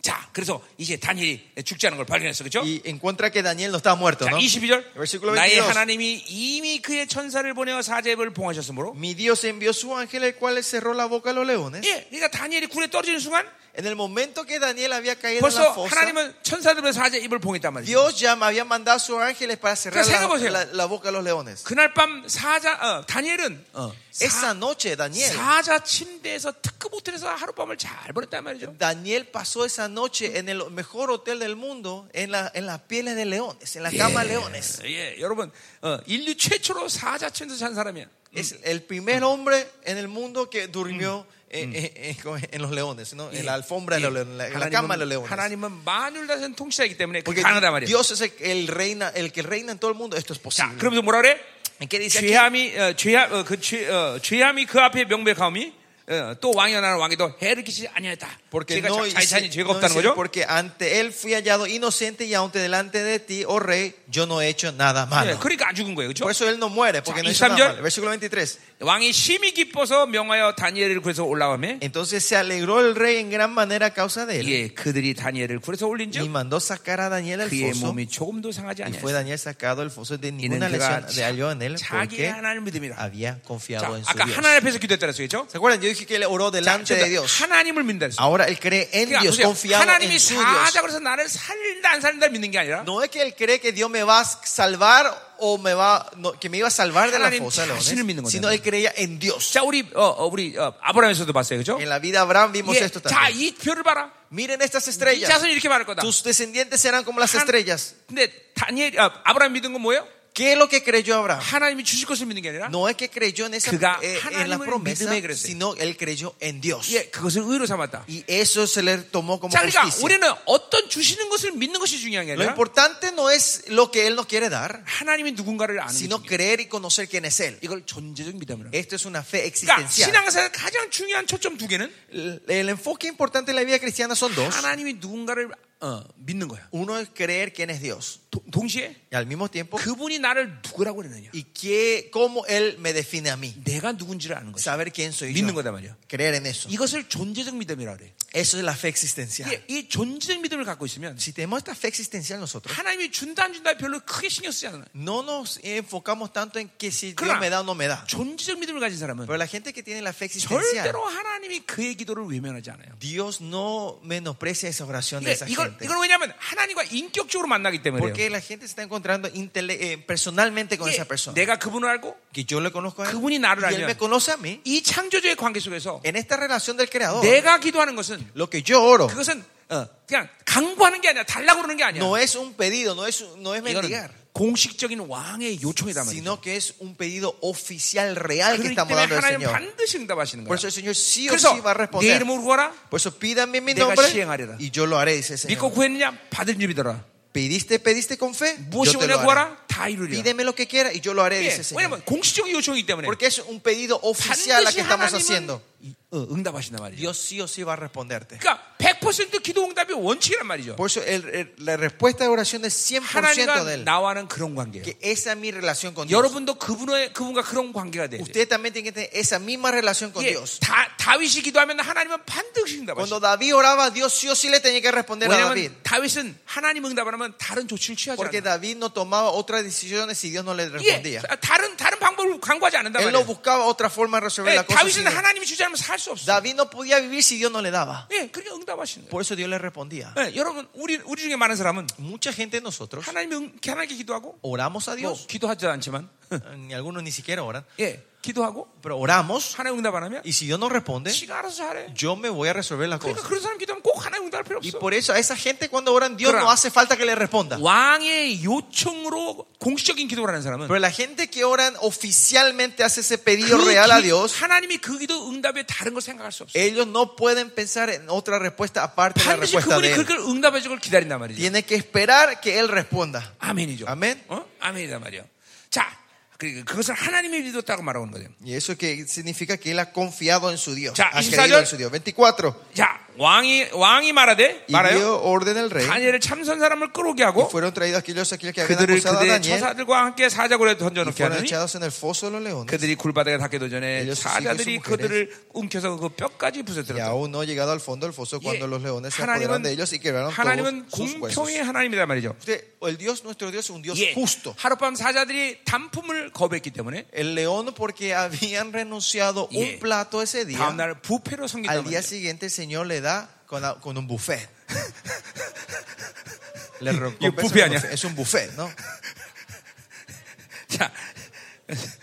B: 자, 그래서 이제 다니엘이 죽지 않은 걸 발견했어, 그렇죠?
A: Y encuentra que Daniel no estaba muerto,
B: 자,
A: ¿no?
B: 22절.
A: Versículo
B: 나의
A: 22.
B: 하나님이 이미 그의 천사를 보내어 사제벌을 봉하셨으므로.
A: Mi Dios envió su ángel, el cual le cerró la boca a los leones.
B: 예, 그러니까 다니엘이 굴에 떨어지는 순간
A: En el momento que Daniel había caído en
B: 벌써
A: la fosa,
B: 하나님은 천사들 보내어 사제 입을 봉했단 말이죠.
A: Dios ya me había mandado a sus ángeles para cerrar
B: Pero
A: la,
B: 생각해보세요.
A: la- la boca a los leones.
B: 그날 밤 사자 어, 다니엘은 사,
A: Esa noche, Daniel,
B: 사자 침대에서 특급 호텔에서 하룻밤을 잘 보냈단 말이죠.
A: Daniel pasó esa noche en el mejor hotel del mundo, en, la, en las pieles de leones, en la
B: 예.
A: cama de leones.
B: 예, 여러분 어, 인류 최초로 사자 침대에서 잔 사람이야.
A: Es el primer hombre en el mundo que durmió eh, eh, eh, en los leones, ¿no? en la alfombra de los leones, en la- en la cama de los
B: 하나님은,
A: leones.
B: 하나님은 만율다선 통치자이기 때문에 그게
A: Porque
B: 가능하단 말이에요.
A: Dios es el, el reina, el que reina en todo el mundo. Esto es
B: 자,
A: posible.
B: 그러면서 뭐라 그래?
A: ¿En qué dice aquí?
B: 죄함이 어, 죄함 어, 그 죄, 어, 죄함이 그 앞에 명백함이 어, 또 왕이 나는 왕에도 해를 끼치지 아니하였다.
A: Porque
B: 제가
A: no
B: 자- 자신이
A: hice-
B: 죄가
A: no
B: 없다는
A: hice-
B: 거죠.
A: porque ante él fui hallado inocente y aunque delante de ti, oh rey, yo no he hecho nada malo.
B: 예, 그러니까 안 죽은 거예요, 그렇죠?
A: Por eso él no muere, porque
B: 자,
A: no hizo nada
B: 23절.
A: malo. Versículo 23.
B: 왕이 심히 기뻐서 명하여 다니엘을 굴에서 올라오매
A: Entonces se alegró el rey en gran manera a causa de él
B: 예, 그들이 다니엘을 굴에서
A: y
B: 올린즉
A: mandó sacar a Daniel al
B: 그의
A: foso.
B: 몸이 조금도 상하지
A: Y fue
B: 아니하였다.
A: Daniel sacado del foso de
B: 이는
A: ninguna
B: 그가
A: lesión de
B: 자-
A: halló en él
B: 자기의
A: porque
B: 하나님을 믿음이라.
A: había
B: 자,
A: confiado en su
B: 아까
A: Dios.
B: 하나님 앞에서 기도했다 그랬어요, 그렇죠?
A: ¿Se acuerdan? Yo dije que él oró
B: 자,
A: delante de Dios.
B: 하나님을 믿는다 그랬어요.
A: Ahora él cree en
B: 그러니까
A: Dios,
B: 보세요.
A: confiado
B: 하나님이
A: en su Dios.
B: 사자 그래서 나를 살린다 안 살린다 믿는 게 아니라
A: No es que él cree que Dios me va a salvar o me va, no, que me iba a salvar de la
B: 하나님
A: fosa de leones,
B: 자신을 믿는 거잖아요.
A: sino él creía en Dios.
B: 자 우리 어, 어, 우리 어, 아브라함에서도 봤어요, 그렇죠?
A: En la vida de Abraham vimos esto también.
B: 자이 표를 봐라.
A: Miren estas
B: 이
A: estrellas.
B: 자손이 이렇게 말할 거다.
A: Tus descendientes serán como las
B: Han-
A: estrellas.
B: 근데 다니엘 아, 아브라함 믿은 건 뭐예요?
A: ¿Qué es lo que creyó Abraham?
B: 하나님이 주실 것을 믿는 게 아니라
A: No es que creyó en esa
B: 그가
A: eh, en la
B: 하나님을
A: promesa,
B: 믿음에 그랬어요.
A: sino él creyó en Dios.
B: 예 그것을 의로 삼았다.
A: Y eso se le tomó como
B: 자 그러니까
A: justicia.
B: 우리는 어떤 주시는 것을 믿는 것이 중요한 게
A: Lo
B: 아니라
A: importante no es lo que él nos quiere dar,
B: 하나님이 누군가를 아는
A: sino
B: 것
A: creer y conocer quién es él.
B: 이걸 존재적 믿음이라고. 해요.
A: Esto es una fe
B: 그러니까
A: existencial.
B: 신앙사의 가장 중요한 초점 두 개는
A: El, el enfoque importante de la vida cristiana son dos.
B: 하나님이 누군가를 어, 믿는 거야.
A: Uno es creer quién es Dios.
B: 도- 동시에
A: Y al mismo tiempo,
B: 그분이 나를 누구라고 그러느냐.
A: y qué, cómo Él me define a mí.
B: 내가 누군지를 아는 거야.
A: Saber quién soy yo.
B: 믿는 거다 말이야.
A: Creer en eso.
B: 이것을 존재적 믿음이라 그래.
A: Eso es la fe existencial.
B: 이게 이 존재적 믿음을 갖고 있으면
A: Si tenemos esta fe existencial nosotros,
B: 하나님이 준다 안 준다 별로 크게 신경 쓰지 않아.
A: no nos enfocamos tanto en que si Dios
B: 그러나
A: me da o no me da.
B: 존재적 믿음을 가진 사람은
A: Pero la gente que tiene la fe existencial,
B: 절대로 하나님이 그의 기도를 외면하지 않아요.
A: Dios no menosprecia esa oración de
B: 이게
A: esa
B: 이걸
A: gente.
B: 이걸 왜냐하면 하나님과 인격적으로 만나기 때문에
A: Porque la gente se está encontrando intele- eh, personalmente con esa persona.
B: 내가 그분을 알고
A: Que yo le conozco a él.
B: 그분이 나를
A: Y él
B: 알면
A: me conoce a mí.
B: 이 창조주의 관계 속에서
A: En esta relación del Creador,
B: 내가 기도하는 것은
A: lo que yo oro
B: 그것은 어, 그냥 강구하는 게 아니야 달라고 그러는 게 아니야.
A: no es un pedido, no es, no es
B: 이거는
A: mendigar,
B: 공식적인 왕의 요청이다 말이죠.
A: sino que es un pedido oficial real que
B: 그렇기
A: estamos
B: 때문에
A: dando al
B: 하나님
A: Señor.
B: 반드시 응답하시는
A: Por
B: 거야.
A: eso el Señor sí o
B: 그래서
A: sí va a
B: 내
A: responder.
B: 이름으로 구하라.
A: Por eso pídanme en mi
B: 내가
A: nombre
B: 시행하리라.
A: y yo lo haré, dice el
B: 믿고
A: Señor.
B: 구했느냐 받을 일이더라.
A: Pediste, pediste con fe,
B: 무엇이
A: yo te
B: 오냐
A: lo haré.
B: 구하라 다 이루리라.
A: Pídeme lo que quiera y yo lo haré,
B: 예,
A: dice el Señor.
B: 왜냐면 공식적인 요청이기 때문에
A: Porque es un pedido oficial la que
B: 반드시
A: estamos
B: 하나님은
A: haciendo.
B: 이- 어, 응답하신단 말이죠.
A: Dios sí o sí va a responderte.
B: 그러니까 100% 기도 응답이 원칙이란 말이죠.
A: Por eso el- el- la respuesta de oración es 100% de
B: 하나님과
A: Él.
B: 나와는 그런 관계예요.
A: Que esa es mi relación con Dios.
B: 여러분도 그분의 그분과 그런 관계가 돼야 돼요.
A: Usted también tiene que tener esa misma relación con
B: 예,
A: Dios.
B: 다 다윗이 기도하면 하나님은 반드시 응답하시죠.
A: Cuando David oraba, Dios sí o sí le tenía que responder a David.
B: 왜냐하면 어, 다윗은 하나님 응답하면 다른 조치를 취하지
A: Porque
B: 않아요.
A: David no tomaba otras decisiones si Dios no le
B: 예,
A: respondía.
B: 다른 다른 방법을 강구하지 않는다
A: Él no
B: 말이에요.
A: buscaba otra forma de resolver
B: 예,
A: la cosa.
B: 다윗은
A: sino-
B: 하나님이 주지 않으면 살 수 없어.
A: David no podía vivir si Dios no le daba.
B: 예, 그러니까 응답하시는 거예요.
A: Por eso Dios le respondía.
B: 예, 여러분 우리 우리 중에 많은 사람은
A: Mucha gente de nosotros
B: 하나님이 응- 하나님께 기도하고
A: oramos a
B: 뭐
A: Dios.
B: 기도하지 않지만
A: Algunos ni siquiera oran.
B: 예 기도하고
A: Pero oramos
B: 하나님 응답 안 하면
A: y si Dios no responde,
B: 지가 알아서 잘해.
A: yo me voy a resolver las
B: 그러니까
A: cosas.
B: 그런 사람 기도하면 꼭 하나님 응답할 필요
A: Y
B: 없어.
A: por eso a esa gente cuando oran Dios
B: Claro.
A: no hace falta que le responda.
B: 왕의 요청으로 공식적인 기도를 하는 사람은
A: Pero la gente que oran oficialmente hace ese pedido
B: 그
A: real a
B: 기,
A: Dios,
B: 하나님이 그 기도 응답에 다른 걸 생각할 수 없어.
A: ellos no pueden pensar en otra respuesta aparte de la
B: 반드시
A: respuesta
B: 그분이
A: de Él.
B: 그걸 응답해 주걸 기다린단 말이죠.
A: Tiene que esperar que Él responda.
B: 예. 아멘이죠.
A: 아멘.
B: 어? 아멘이다 말이야. 자, 그리고 그것을 하나님이 믿었다고 말하는 거예요.
A: Y eso que significa que Él ha confiado en su Dios.
B: Ya,
A: ha
B: y
A: creído
B: salió-
A: en su Dios. 24.
B: 자, 왕이 왕이 말하되
A: Y
B: 말아요.
A: dio orden al rey.
B: 다니엘을 참선 사람을 끌어오게
A: Y
B: 하고
A: fueron traídos aquellos, aquellos que habían
B: 그들을
A: acusado a
B: 그들의
A: Daniel.
B: 처사들과 함께 사자굴에
A: Y
B: 던져놓게
A: fueron
B: 하니
A: echados en el foso de los leones.
B: 그들이 굴바닥에 닿기도 전에
A: Ellos siguen
B: 사자들이
A: sus
B: 그들을 움켜서 그 뼈까지
A: Y
B: 부서뜨렸다. 예.
A: aún no ha llegado al fondo del foso cuando los leones se apoderaron de ellos y
B: 하나님은,
A: quebraron
B: 하나님은
A: todos sus huesos.
B: 공평의 하나님이다 말이죠.
A: Usted, el Dios, nuestro Dios, es un Dios
B: 예,
A: justo.
B: 하룻밤 사자들이 단품을 거부했기 때문에
A: El león porque habían renunciado
B: Yeah.
A: un plato ese día.
B: 다음날 부패로 섬긴다
A: Al día
B: 말이죠.
A: siguiente el Señor le da con, la- con un buffet. Le recompensa con
B: buffet
A: un
B: 아니야?
A: buffet. Es un buffet, ¿no?
B: 자,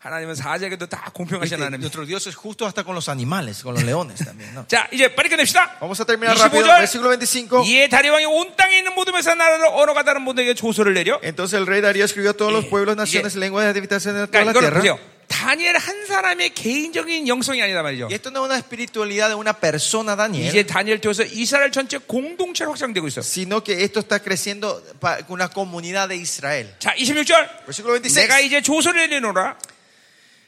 B: 하나님은 사자에게도 다 공평하신
A: Este,
B: 하나님.
A: nuestro Dios es justo hasta con los animales, con los leones también, ¿no?
B: 자, 이제 빨리 끝냅시다.
A: Vamos a terminar rápido.
B: 25절.
A: Versículo 25.
B: 이에 다리 왕이 온 땅에 있는 모든 회사 나라를 언어가 다른 모든에게 조서를 내려.
A: Entonces el rey Darío escribió a todos los
B: Yeah.
A: pueblos, naciones,
B: Yeah.
A: lenguas de habitación de toda
B: 그러니까
A: la
B: 이거는
A: tierra.
B: 보세요. 다니엘 한 사람의 개인적인 영성이 아니다 말이죠.
A: Y esto no es una espiritualidad de una persona, Daniel,
B: 이제 다니엘 통해서 이스라엘 전체 공동체로 확장되고 있어.
A: sino que esto está creciendo pa- con una comunidad de Israel.
B: 자, 26절.
A: Versículo 26.
B: 내가 이제 조서를 내놓으라.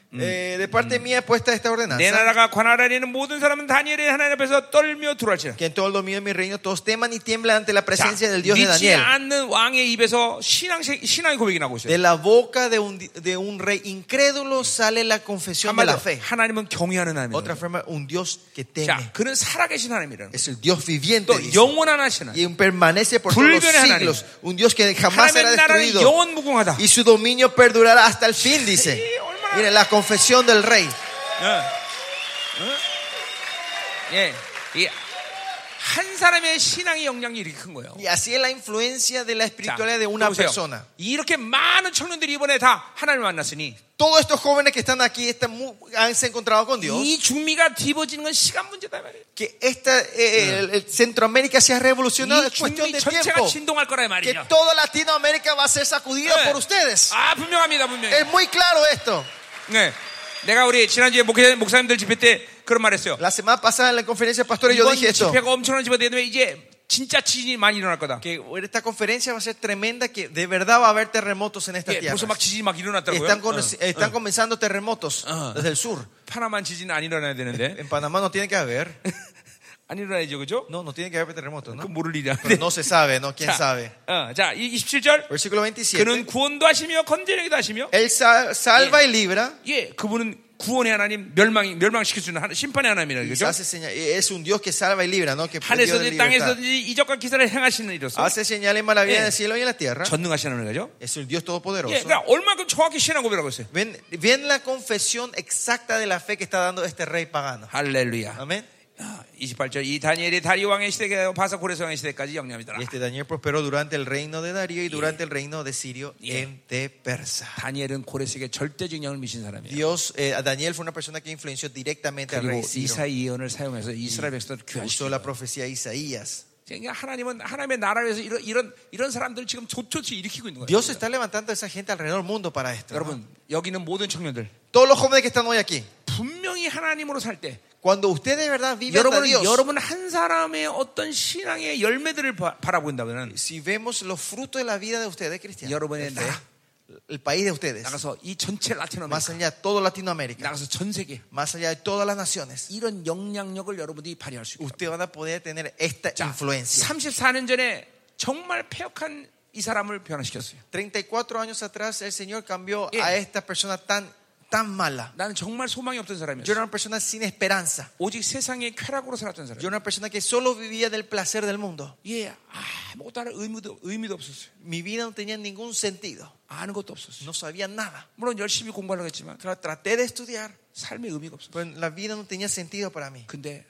A: Eh, de parte mía puesta esta
B: 내
A: ordenanza.
B: 나라가 관할하에 있는 모든 사람은 다니엘의 하나님 앞에서 떨며 들어갈지라.
A: Que en todo el dominio de mi reino todos teman y tiemblan ante la
B: 자,
A: presencia del Dios de
B: 믿지
A: Daniel.
B: 않는 왕의 입에서 신앙, 신앙의 고백이 나오고 있어요.
A: De la boca de un, de un rey incrédulo sale la confesión de la
B: 한마디로
A: fe.
B: 하나님은 경외하는 하나님입니다.
A: Otra forma, un Dios que
B: 자,
A: teme.
B: 그는 살아계신 하나님이라는 예. 거예요.
A: Es el Dios viviente.
B: 또
A: dice.
B: 영원한 하시는
A: Y permanece por todos los
B: 불변의 하나님.
A: siglos. Un Dios que jamás será
B: 하나님의 나라는
A: destruido.
B: 영원 무궁하다.
A: Y su dominio perdurará hasta el fin, dice.
B: Sí, 얼마나-
A: Miren, la confesión del rey.
B: 어? 예. 예. 이 한 사람의 신앙의 영향이 이렇게 큰 거예요.
A: Y así es la influencia de la
B: 자,
A: espiritualidad de una
B: 보세요.
A: persona.
B: 이렇게 많은 청년들이 이번에 다 하나님을 만났으니
A: Todos estos jóvenes que están aquí están mu- han se encontrado con Dios.
B: 이 중미가 뒤집어지는 건 시간 문제다 말이에요.
A: que esta, eh, el- el Centroamérica se ha revolucionado
B: 이
A: es cuestión
B: 중미
A: de
B: 전체가
A: tiempo.
B: 진동할 거라 이
A: Que
B: 말이죠.
A: toda Latinoamérica va a ser sacudida
B: 네.
A: por ustedes.
B: 아 분명합니다 분명히.
A: Es muy claro esto.
B: 네. 내가 우리 지난주에 목회- 목사님들 집회 때 그런 말했어요.
A: La semana pasada en la conferencia de pastores yo
B: 이번
A: dije esto.
B: 집회가 엄청난 집회 되면 이제 진짜 지진이 많이 일어날 거다.
A: Que esta conferencia va a ser tremenda, que de verdad va a haber terremotos en esta
B: 예,
A: tierra.
B: 벌써 막 지진이 막 일어났더라고요.
A: Están, con-
B: 어.
A: están comenzando terremotos
B: 어.
A: desde el sur.
B: 파나만 지진 안 일어나야 되는데
A: En Panamá no tiene que haber.
B: 안 일어나야죠, 그죠?
A: No, no tiene que haber terremotos,
B: 그
A: ¿no?
B: 모를 일이 안
A: Pero
B: 돼.
A: no se sabe, ¿no? ¿Quién sabe?
B: 어, 자, 이 27절.
A: Versículo
B: 그는
A: 27.
B: 구원도 하시며 건전하기도 하시며
A: Él sa- salva y libra.
B: 예, 그분은 구원의 하나님, 멸망 멸망시킬 수 있는 하나- 심판의 하나님이라
A: Se
B: 그죠?
A: hace señal- es un Dios que salva y libra, ¿no? Que Dios de
B: 하늘에서든지
A: libertad.
B: 땅에서든지 이적과 기사를 행하시는 이로서
A: hace señales maravillas en
B: Eh.
A: el cielo y en la tierra.
B: 전능하신 하나님이죠.
A: Es el Dios
B: 예,
A: todopoderoso.
B: 그러니까 얼마큼 정확히 신앙 고백하고 있어요.
A: Ven, ven la confesión exacta de la fe que está dando este rey pagano.
B: 할렐루야.
A: Amén.
B: 아, 28절 이 다니엘이 다리 왕의 시대에 바사 고레스 왕의 시대까지 영리합니다.
A: Y este Daniel prosperó durante el reino de Darío y durante el reino de Sirio
B: Yeah.
A: en de Persa.
B: 다니엘은 고레스에게 절대적 영향을 미친 사람이에요.
A: Dios, eh, a Daniel fue una persona que influenció directamente al
B: 그리고
A: rey Ciro.
B: 이사의 예언을 사용해서 이스라엘 백성들을
A: Usó
B: 귀환시켰어요.
A: la profecía de Isaías.
B: 그러니까 하나님은 하나님의 나라에서 이런 이런 이런 사람들을 지금 조초치 일으키고 있는 거예요.
A: Dios está levantando a esa gente alrededor del mundo para esto. ¿no?
B: 여러분 여기는 모든 청년들
A: Todos los jóvenes que están hoy aquí,
B: 분명히 하나님으로 살 때
A: cuando ustedes de verdad viven a
B: 여러분은
A: Dios,
B: 여러분 한 사람의 어떤 신앙의 열매들을 바, 바라본다면
A: si vemos los frutos de la vida de ustedes, cristianos,
B: 여러분의
A: de
B: 나-
A: fe, el país de ustedes,
B: 나가서 이 전체 라틴
A: más
B: 아메리카
A: allá de toda Latinoamérica,
B: 나가서 전 세계
A: más allá de todas las naciones,
B: 이런 영향력을 여러분들이 발휘할 수 있다.
A: ustedes van a poder tener esta
B: 자,
A: influencia.
B: 34년 전에 정말 폐역한 이 사람을 변화시켰어요.
A: 34 años atrás el Señor cambió
B: Yeah.
A: a esta persona tan, tan mala.
B: 나는 정말 소망이 없던
A: Yo era
B: 사람이었어.
A: una persona sin esperanza.
B: 오직 세상의 쾌락으로 살았던 사람.
A: Yo era una persona que solo vivía del placer del mundo.
B: 예, 아무것도 알 의미도 의미도 없었어요.
A: Mi vida no tenía ningún sentido.
B: 아는 것도 없었어요.
A: No sabía nada.
B: 물론 열심히 공부하려고 했지만
A: Tra- Traté de estudiar,
B: 삶의 의미가 없었어요.
A: Pues, pero la vida no tenía sentido para mí.
B: 근데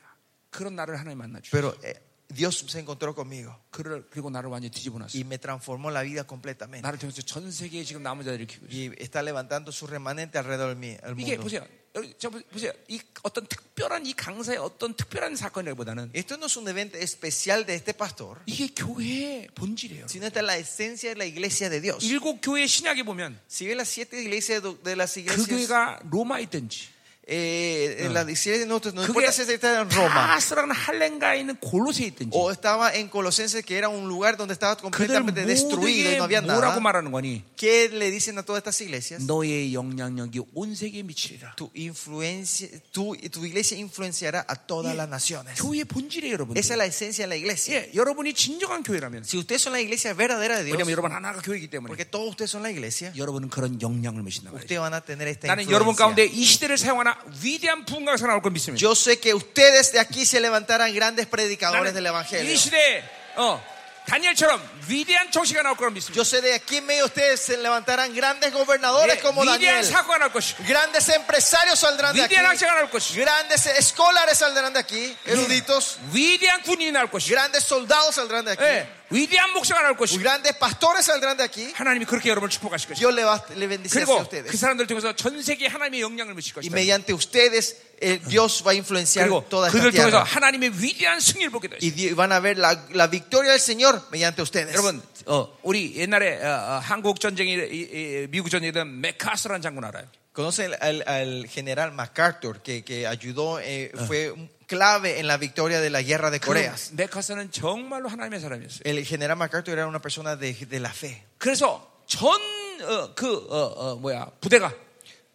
B: 그런 나를 하나님 만나 주셨어요.
A: Pero eh, Dios se encontró conmigo
B: 그를 그리고 나를 완전히 뒤집어 놨어.
A: y me transformó la vida completamente.
B: 나를 통해서 전 세계에 지금 남은 자들을 키우고 있어.
A: Y está levantando su remanente 알rededor de mí. al
B: 이게
A: mundo.
B: 보세요. 여기 저 보- 보세요. 이 어떤 특별한 이 강사의 어떤 특별한 사건이라기보다는
A: Esto no es un evento especial de este pastor,
B: 이게 교회의 본질이에요.
A: sino esta es la esencia de la iglesia de Dios.
B: 일곱 교회 신약에 보면
A: Si ves las siete iglesias do- de las
B: 그
A: iglesias,
B: 교회가 로마에 있든지
A: eh, en las iglesias de nosotros, no
B: 그
A: importa
B: 교회가
A: si está en Roma
B: 파스라는 할렌가에 있는 골로세에 있든지
A: o estaba en Colosenses, que era un lugar donde estaba
B: 어, 그들
A: completamente destruido y no
B: 모두에게
A: había nada.
B: 뭐라고 말하는 거니?
A: ¿Qué le dicen a todas estas iglesias?
B: 너의 영향력이 온 세계에 미치리라.
A: Tu, influencia, tu, tu iglesia influenciará a todas
B: 예,
A: las naciones.
B: 교회의 본질이에요, 여러분.
A: Esa es la esencia de la iglesia.
B: 예, 여러분이 진정한 교회라면.
A: Si ustedes son la iglesia verdadera de Dios,
B: 왜냐면 여러분 하나가 교회이기 때문에
A: porque todos ustedes son la iglesia,
B: 여러분은 그런 영향을 미친다 말이죠.
A: ustedes van a tener esta
B: 나는 여러분 가운데
A: influencia.
B: 이 시대를 사용하나 위대한 부흥가에서 나올 걸 믿습니다.
A: Yo sé que ustedes de aquí se levantarán grandes predicadores del
B: 이
A: evangelio.
B: 시대에 어, 다니엘처럼 위대한 정치가 나올 걸 믿습니다.
A: Yo sé de aquí en medio de ustedes se levantarán grandes gobernadores
B: 예,
A: como
B: 위대한
A: Daniel.
B: 사고가 나올 것이고
A: Grandes empresarios saldrán de aquí.
B: 위대한 학자가 나올 것이고
A: Grandes escolares saldrán de aquí, eruditos.
B: 위대한 군인이 나올 것이고
A: Grandes soldados saldrán de aquí.
B: 예, 위대한 목사가 나올 것이고
A: Grandes pastores saldrán de aquí.
B: 하나님이 그렇게 여러분을 축복하실 것이고
A: Dios le, va- le bendecirá a
B: 그리고 그
A: ustedes.
B: 사람들 통해서 전 세계에 하나님의 영향을 미칠
A: Y
B: 것이다.
A: mediante ustedes, eh, Dios va a influenciar
B: 그리고
A: toda esta
B: 그들 통해서
A: tierra.
B: 하나님의 위대한 승리를 보게 되죠.
A: Y di- van a ver la, la victoria del Señor mediante ustedes.
B: 여러분, 어, 우리 옛날에 어, 어, 한국 전쟁이 이- 이- 미국 전쟁이던 메카스라는 장군 알아요?
A: ¿Conocen al, al general MacArthur que, que ayudó, eh, fue un clave en la victoria de la guerra de Corea?
B: 그 메카스는 정말로 하나님의 사람이었어요.
A: El general MacArthur era una persona de, de la fe.
B: 그래서 전그 어, 어, 뭐야 부대가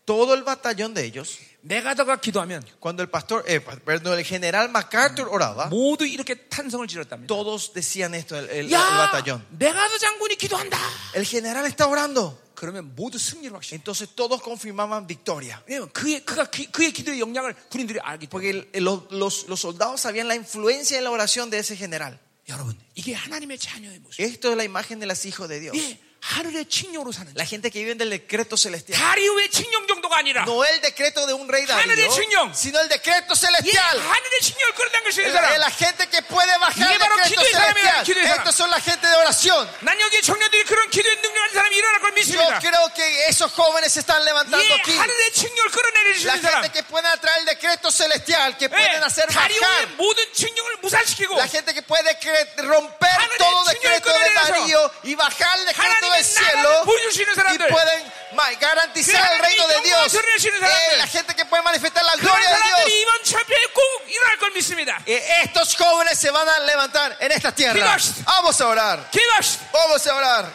A: Todo el batallón de ellos,
B: 메가더가 기도하면
A: cuando el pastor, eh, pa- perdón, el general MacArthur oraba,
B: 모두 이렇게 탄성을 지렀답니다.
A: todos decían esto, el, el- el
B: 야,
A: batallón.
B: 메가더 장군이 기도한다.
A: El general está orando.
B: 그러면 모두 승리를 확신.
A: Entonces todos confirmaban victoria.
B: 왜냐면 그의 그가 기- 그의 기도의 영향을 군인들이 알기 때문에.
A: Porque el- el- los, los- los soldados sabían la influencia de la oración de ese general.
B: 여러분, 이게 하나님의 자녀의 모습.
A: Esto es la imagen de los hijos de Dios.
B: 예, 하늘의 칭령으로 사는
A: La
B: 자.
A: gente que vive del decreto celestial.
B: 다리우의 칭령 정도가 아니라
A: No el decreto de un rey Darío,
B: Haner의 칭령.
A: sino el decreto
B: 예,
A: celestial.
B: 하늘의 칭령을 끌어당길 수 있는
A: Es
B: 사람.
A: la gente que puede bajar
B: 이게
A: el
B: 바로
A: decreto
B: 기도의 사람이에요, 기도의
A: celestial.
B: 사람.
A: Estos son la gente de oración.
B: 난 여기 청년들이 그런 기도의 능력을 가진 사람이 일어날 걸
A: Yo
B: 믿습니다.
A: creo que esos jóvenes se están levantando
B: 예,
A: aquí.
B: 하늘의 칭령을 끌어내릴 수
A: La
B: 있는 사람.
A: gente que puede atraer el decreto celestial, que
B: 예,
A: pueden hacer
B: 다리우의
A: bajar.
B: 모든 칭령을 무산시키고
A: La gente que puede cre- romper
B: Haner의
A: todo
B: 칭령을
A: decreto de
B: 끌어내려서
A: Darío y bajar el decreto del
B: 하나님의 나라를
A: cielo.
B: 보여줄 수 있는
A: y
B: 사람들.
A: pueden ma- garantizar el
B: 그
A: reino de
B: 하나님의 영광을
A: Dios.
B: 드러내시는
A: Eh,
B: 사람들.
A: la gente que puede manifestar la
B: 그런
A: gloria de Dios.
B: 사람들이 이번 참패에 꼭 일어날 걸 믿습니다.
A: Eh, estos jóvenes se van a levantar en esta tierra.
B: Dios.
A: Vamos a orar.
B: 기도합시다.
A: Vamos a orar.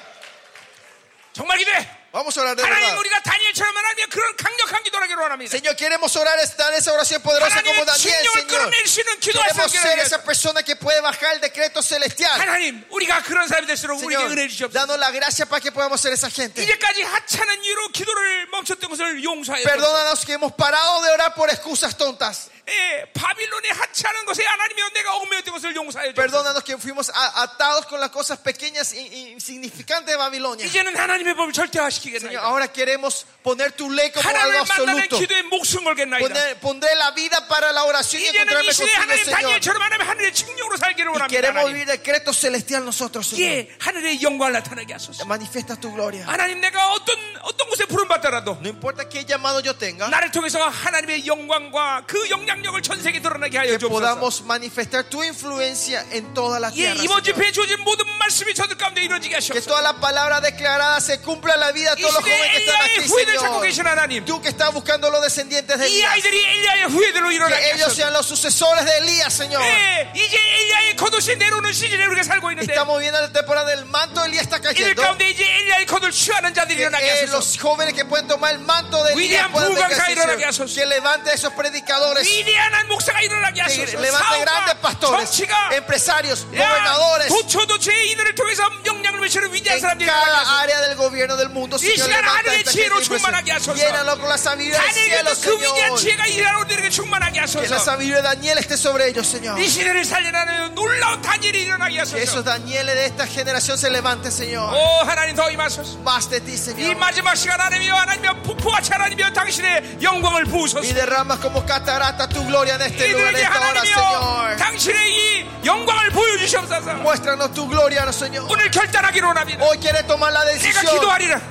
B: 정말 기도해.
A: Vamos a orar de verdad.
B: 하나님 우리가 다니엘처럼 하나님의 그런 강력한 기도를 기로 원합니다.
A: Señor, queremos orar, dar esa oración poderosa como
B: 하나님의
A: Daniel,
B: 진영을
A: Señor.
B: 끌어낼 수 있는 기도와
A: Queremos ser
B: 성결을
A: esa persona que puede bajar el decreto celestial.
B: 하나님 우리가 그런 사람이 될수록 우리에게
A: Señor,
B: 은혜 주시옵소서.
A: danos la gracia para que podamos ser esa gente.
B: 이제까지 하찮은 이유로 기도를 멈췄던 것을 용서하여 주옵소서.
A: Perdónanos que hemos parado de orar por excusas tontas.
B: 예, 바빌론의 하찮은 것에 하나님이여 내가 얽매였던 것을 용서하여 주옵소서.
A: Perdónanos que fuimos a- atados con las cosas pequeñas e insignificantes de Babilonia.
B: 이제는 하나님의 법을
A: Señor,
B: 절대화시키겠나이다.
A: ahora queremos poner tu ley como algo
B: 하나님을 만나는
A: absoluto.
B: 기도에 목숨 걸겠나이다.
A: Poner- pondré la vida para la oración y
B: 이제는
A: encontrarme
B: 이 시대에
A: contigo,
B: 하나님
A: Señor.
B: 다니엘처럼 하나님의 하늘의 칭령으로 살기를
A: Y
B: 원합니다.
A: queremos
B: 하나님.
A: vivir decreto celestial nosotros, Señor.
B: 예, 하늘의 영광을 나타나게 하소서.
A: Manifiesta tu gloria.
B: 하나님 내가 어떤 어떤 곳에 부름 받더라도
A: No importa qué llamado yo tenga,
B: 나를 통해서 하나님의 영광과 그 영향력을 전 세계에 드러나게
A: que
B: 하여 주옵소서.
A: podamos manifestar tu influencia en toda la
B: 예,
A: tierra.
B: 이번
A: Señor.
B: 집회에 주어진 모든 말씀이 저들 가운데 이루어지게
A: Que
B: 하시옵소서.
A: toda la palabra declarada se cumpla en la vida de
B: 이
A: todos los jóvenes
B: 시대에
A: que están
B: 엘리야의 후예들 찾고
A: aquí,
B: 계신
A: Señor.
B: 하나님,
A: Tú que estás buscando los descendientes de
B: 이
A: Elías,
B: 아이들이 엘리야의 후예들로
A: que
B: 일어나게
A: ellos
B: 하소서.
A: sean los sucesores de Elías, Señor.
B: 예, 이제 엘리야의 겉옷이 내려오는 시즌에 우리가 살고 있는데
A: Estamos viendo la temporada del manto de Elías está
B: 이들
A: cayendo.
B: 가운데 이제 엘리야의 겉을 취하는 자들이
A: Que,
B: 일어나게
A: eh,
B: 하소서
A: los jóvenes que pueden tomar el manto de Elías
B: William
A: puedan
B: Bulgar
A: vengarse,
B: Cairo,
A: Señor.
B: que asos-
A: que levante a esos predicadores
B: 위대한 목사가 일어나게
A: que
B: 하소서
A: levante grandes
B: 사업가,
A: pastores
B: 정치가
A: empresarios
B: 야,
A: gobernadores
B: 도초도체의 이들을 통해서 영향을 미치는 위대한
A: en
B: 사람들이 일어나게
A: cada
B: 하소서
A: área del gobierno del mundo Señor
B: 시간
A: levanta
B: 하늘의
A: esta
B: 지혜로
A: gente,
B: 충만하게 하소서.
A: llénalo con la sabiduría del cielo
B: 다니엘도 그 위대한
A: Señor
B: 지혜가 일하는 우리들에게 충만하게
A: que la
B: 하소서
A: sabiduría de Daniel esté sobre ellos Señor
B: 이 시대를 살려나는 놀라운 다니엘이 일어나게
A: que esos
B: 하소서
A: Danieles de esta generación se levanten
B: 오
A: Señor
B: 하나님 더 임하소서
A: más de ti
B: 이
A: Señor
B: 이
A: Señor.
B: 마지막 시간 하나님이여 하나님이여 폭포같이 하나님이여 당신의 영광을
A: Y
B: 부으소서
A: derramas como catarata tu gloria en este lugar, en
B: 이들에게
A: esta hora,
B: 하나님이여
A: Señor.
B: 당신의 이 영광을 보여주시옵소서
A: Muéstranos tu gloria, Señor.
B: 오늘 결단하기로 합니다
A: Hoy quiere tomar la decisión.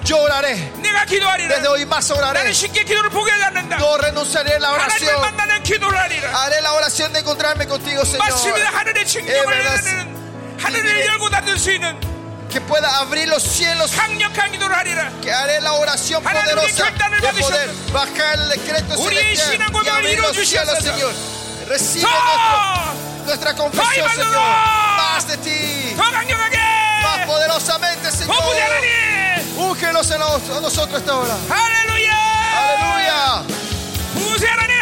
A: Yo oraré.
B: 내가
A: Desde
B: 기도하리라
A: hoy más oraré.
B: 나는 쉽게 기도를 포기하지 않는다
A: No renunciaré a la
B: 하나님을
A: oración.
B: 만나는 기도를 하리라
A: Haré la oración de encontrarme contigo,
B: 맞습니다
A: Señor.
B: 하늘의 칭령을
A: verdad.
B: 내리는 하늘을 열고 닫을 수 있는
A: Que pueda abrir los cielos.
B: 강력한 기도를 하리라
A: Que haré la oración poderosa. De poder bajar el decreto celestial y abrir los cielos, Señor. Recibe nuestro-
B: 더
A: nuestra confesión, Señor. Más de ti.
B: 강력하게
A: Más poderosamente,
B: 더
A: Señor.
B: 부자라니
A: Úngelos en los- a nosotros esta hora.
B: 할렐루야
A: Aleluya.
B: 부자라니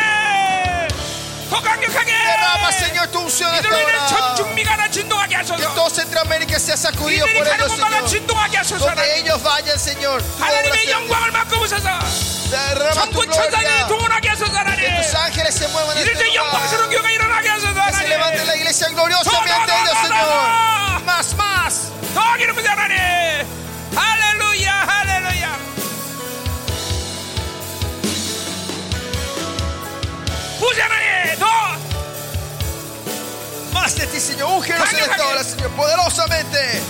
B: 더 강력하게
A: Derrama, Señor, tu unción esta
B: 이들로 인해 전
A: hora.
B: 중미가 나 진동하게
A: Que
B: 하소서
A: todo Centroamérica sea sacudido
B: 이들이
A: por
B: 가는
A: ellos,
B: 곳마다
A: Señor.
B: 진동하게 하소서
A: Donde ellos vayan, Señor. tu obra
B: 하나님의
A: sea
B: 영광을 바꿔보소서
A: hecha. Derrama tu
B: 전부 천사들이
A: gloria.
B: 동원하게 하소서
A: Que
B: 하나님
A: tus ángeles se muevan en
B: 이들
A: este
B: 때 영광스러운
A: lugar.
B: 교회가 일어나게 하소서
A: Que se levante
B: 하나님
A: la iglesia gloriosamente de ellos, Señor. Más, más.
B: 더 기름 부자 하나님 할렐루야 할렐루야 부자 하나님 더
A: Más de ti, Señor. Úngenos en esta hora, Señor. Poderosamente.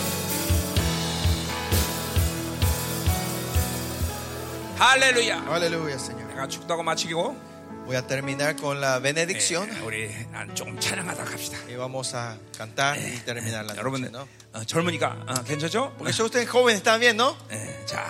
B: 할렐루야
A: Aleluya, Señor.
B: 내가 축도하고 마치고
A: Voy a terminar con la
B: 네,
A: benedicción.
B: 우리 난 조금 찬양하다 갑시다
A: Y vamos a cantar y terminar la noche,
B: 여러분
A: ¿no?
B: 어, 젊으니까 어, 괜찮죠?
A: Porque yo, ustedes jóvenes están bien, ¿no?
B: 네, 자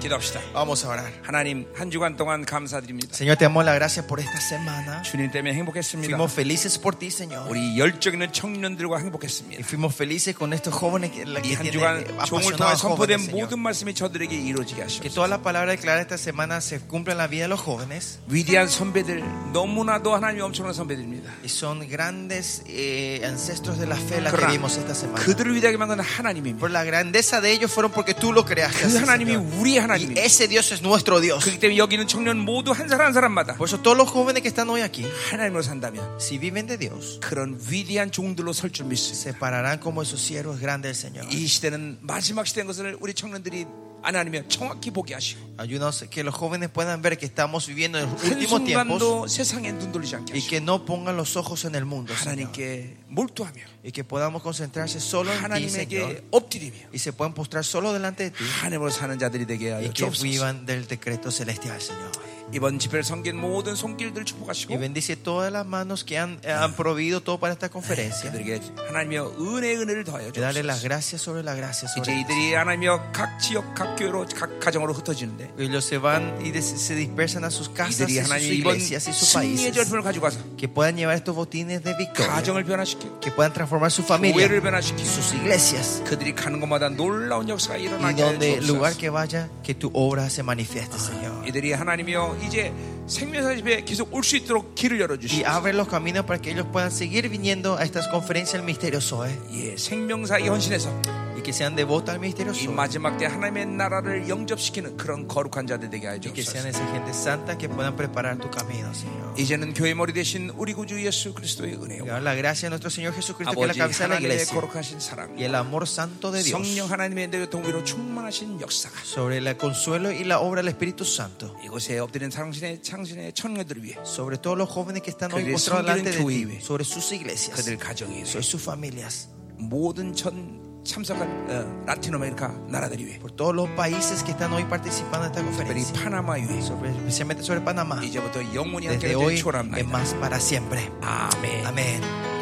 B: 기도합시다
A: Vamos a orar.
B: 하나님 한 주간 동안 감사드립니다
A: Señor, te damos las gracias por esta semana.
B: 주님 뭐- 때문에 행복했습니다
A: Fuimos felices por ti, Señor.
B: 우리 열정 있는 청년들과
A: Y
B: 행복했습니다
A: fuimos felices con estos jóvenes que, la-
B: 이
A: que
B: 한
A: tienen
B: 주간
A: eh,
B: 종을 통해
A: apasionados jóvenes,
B: 선포된
A: Señor.
B: 모든 말씀이 저들에게 이루어지게
A: Que
B: 하시옵소서
A: toda la palabra declarada esta semana se cumpla en la vida de los jóvenes.
B: 위대한 선배들 너무나도 하나님의 엄청난 선배들입니다
A: Y son grandes eh, ancestros de la fe la que
B: 그러나
A: vimos esta semana.
B: 그들을 위대하게 만든 하나님입니다
A: Por la grandeza de ellos fueron porque tú lo creaste.
B: 그
A: así,
B: 하나님이
A: Señor.
B: 우리
A: Y
B: 하나님입니다
A: ese Dios es nuestro Dios.
B: 그렇기 때문에 여기 있는 청년 모두 한 사람 한 사람마다
A: Por eso todos los jóvenes que están hoy aquí,
B: 하나님으로 산다면
A: si viven de Dios,
B: 그런 위대한 종들로 설 줄 믿습니다
A: se pararán como esos siervos grandes del Señor.
B: 이 시대는 마지막 시대인 것을 우리 청년들이 하나님이 정확히 보게 하시고
A: Ayúdanos que los jóvenes puedan ver que estamos viviendo en los últimos tiempos
B: 한순간도 세상에 눈 돌리지 않게
A: y
B: 하시고
A: que no pongan los ojos en el mundo, Señor.
B: 하나님께 몰두하며
A: y que podamos concentrarse solo en ti, Señor,
B: 하나님에게 엎드리며
A: y se puedan postrar solo delante de ti,
B: 하나님으로 사는 자들이
A: y
B: 되게 하여
A: que
B: 주옵소서
A: vivan del decreto celestial, Señor.
B: 이번 집회를 섬긴 모든 손길들
A: Y
B: 축복하시고
A: bendice todas las manos que han, eh, han proveído todo para esta conferencia.
B: 그들에게 하나님의 은혜의 은혜를 더하여
A: Y dale las
B: 주옵소서
A: gracias sobre las gracias. Sobre
B: 이제
A: ellos.
B: 이들이 하나님이여 각 지역 각 교회로 각 가정으로 흩어지는데
A: ellos se van y des- se dispersan a sus casas, y
B: 이들이
A: sus
B: 하나님 이번
A: iglesias y sus
B: 승리의
A: países.
B: 절편을 가지고 가서
A: Que puedan llevar estos botines de victoria,
B: 가정을 변화시키고
A: que puedan transformar su
B: 교회를
A: familia,
B: 변화시키고
A: sus iglesias.
B: 그들이 가는 곳마다 놀라운 역사가
A: Y
B: 일어나게 하여
A: donde lugar
B: 주옵소서
A: que vaya, que tu obra se manifieste, Señor.
B: 이들이 하나님이여 이제 생명사 집에 계속 올 수 있도록 길을
A: y
B: 열어주시고
A: abre los caminos para que ellos puedan seguir viniendo a estas conferencias del misterio Zoe
B: 예, 생명사의 헌신에서
A: y que sean devotos al misterio
B: 이
A: Zoe
B: 마지막 때 하나님의 나라를 영접시키는 그런 거룩한 자들 되게 하여
A: y que sean
B: 주옵소서.
A: esa gente santa que puedan preparar tu camino, Señor.
B: 이제는 교회 머리 대신 우리 구주 예수 그리스도의
A: Y
B: 은혜와
A: dar la gracia a nuestro Señor Jesucristo, que es la
B: 아버지
A: cabeza de la
B: 하나님의 예,
A: iglesia,
B: 거룩하신 사랑,
A: y el amor santo de Dios
B: 성령 하나님의 내 동의로 충만하신 역사가
A: sobre el consuelo y la obra del Espíritu Santo,
B: 이곳에 엎드린 당신의 창신의 청년들을 위해
A: sobre todos los jóvenes que están hoy
B: 그들의
A: postrados delante de
B: 성기는
A: ti,
B: 교회
A: sobre sus iglesias,
B: 그들 가정에 위해
A: sobre sus familias,
B: 모든 전 참석한 어, 라틴 아메리카 나라들 위해
A: por todos los países que están hoy participando en esta
B: 특별히
A: conferencia,
B: 파나마 위해
A: sobre- especialmente sobre Panamá,
B: 네, 이제부터 영원히 함께
A: desde
B: 되길
A: hoy es
B: 초랍니다.
A: más para siempre.
B: 아멘.
A: Amén.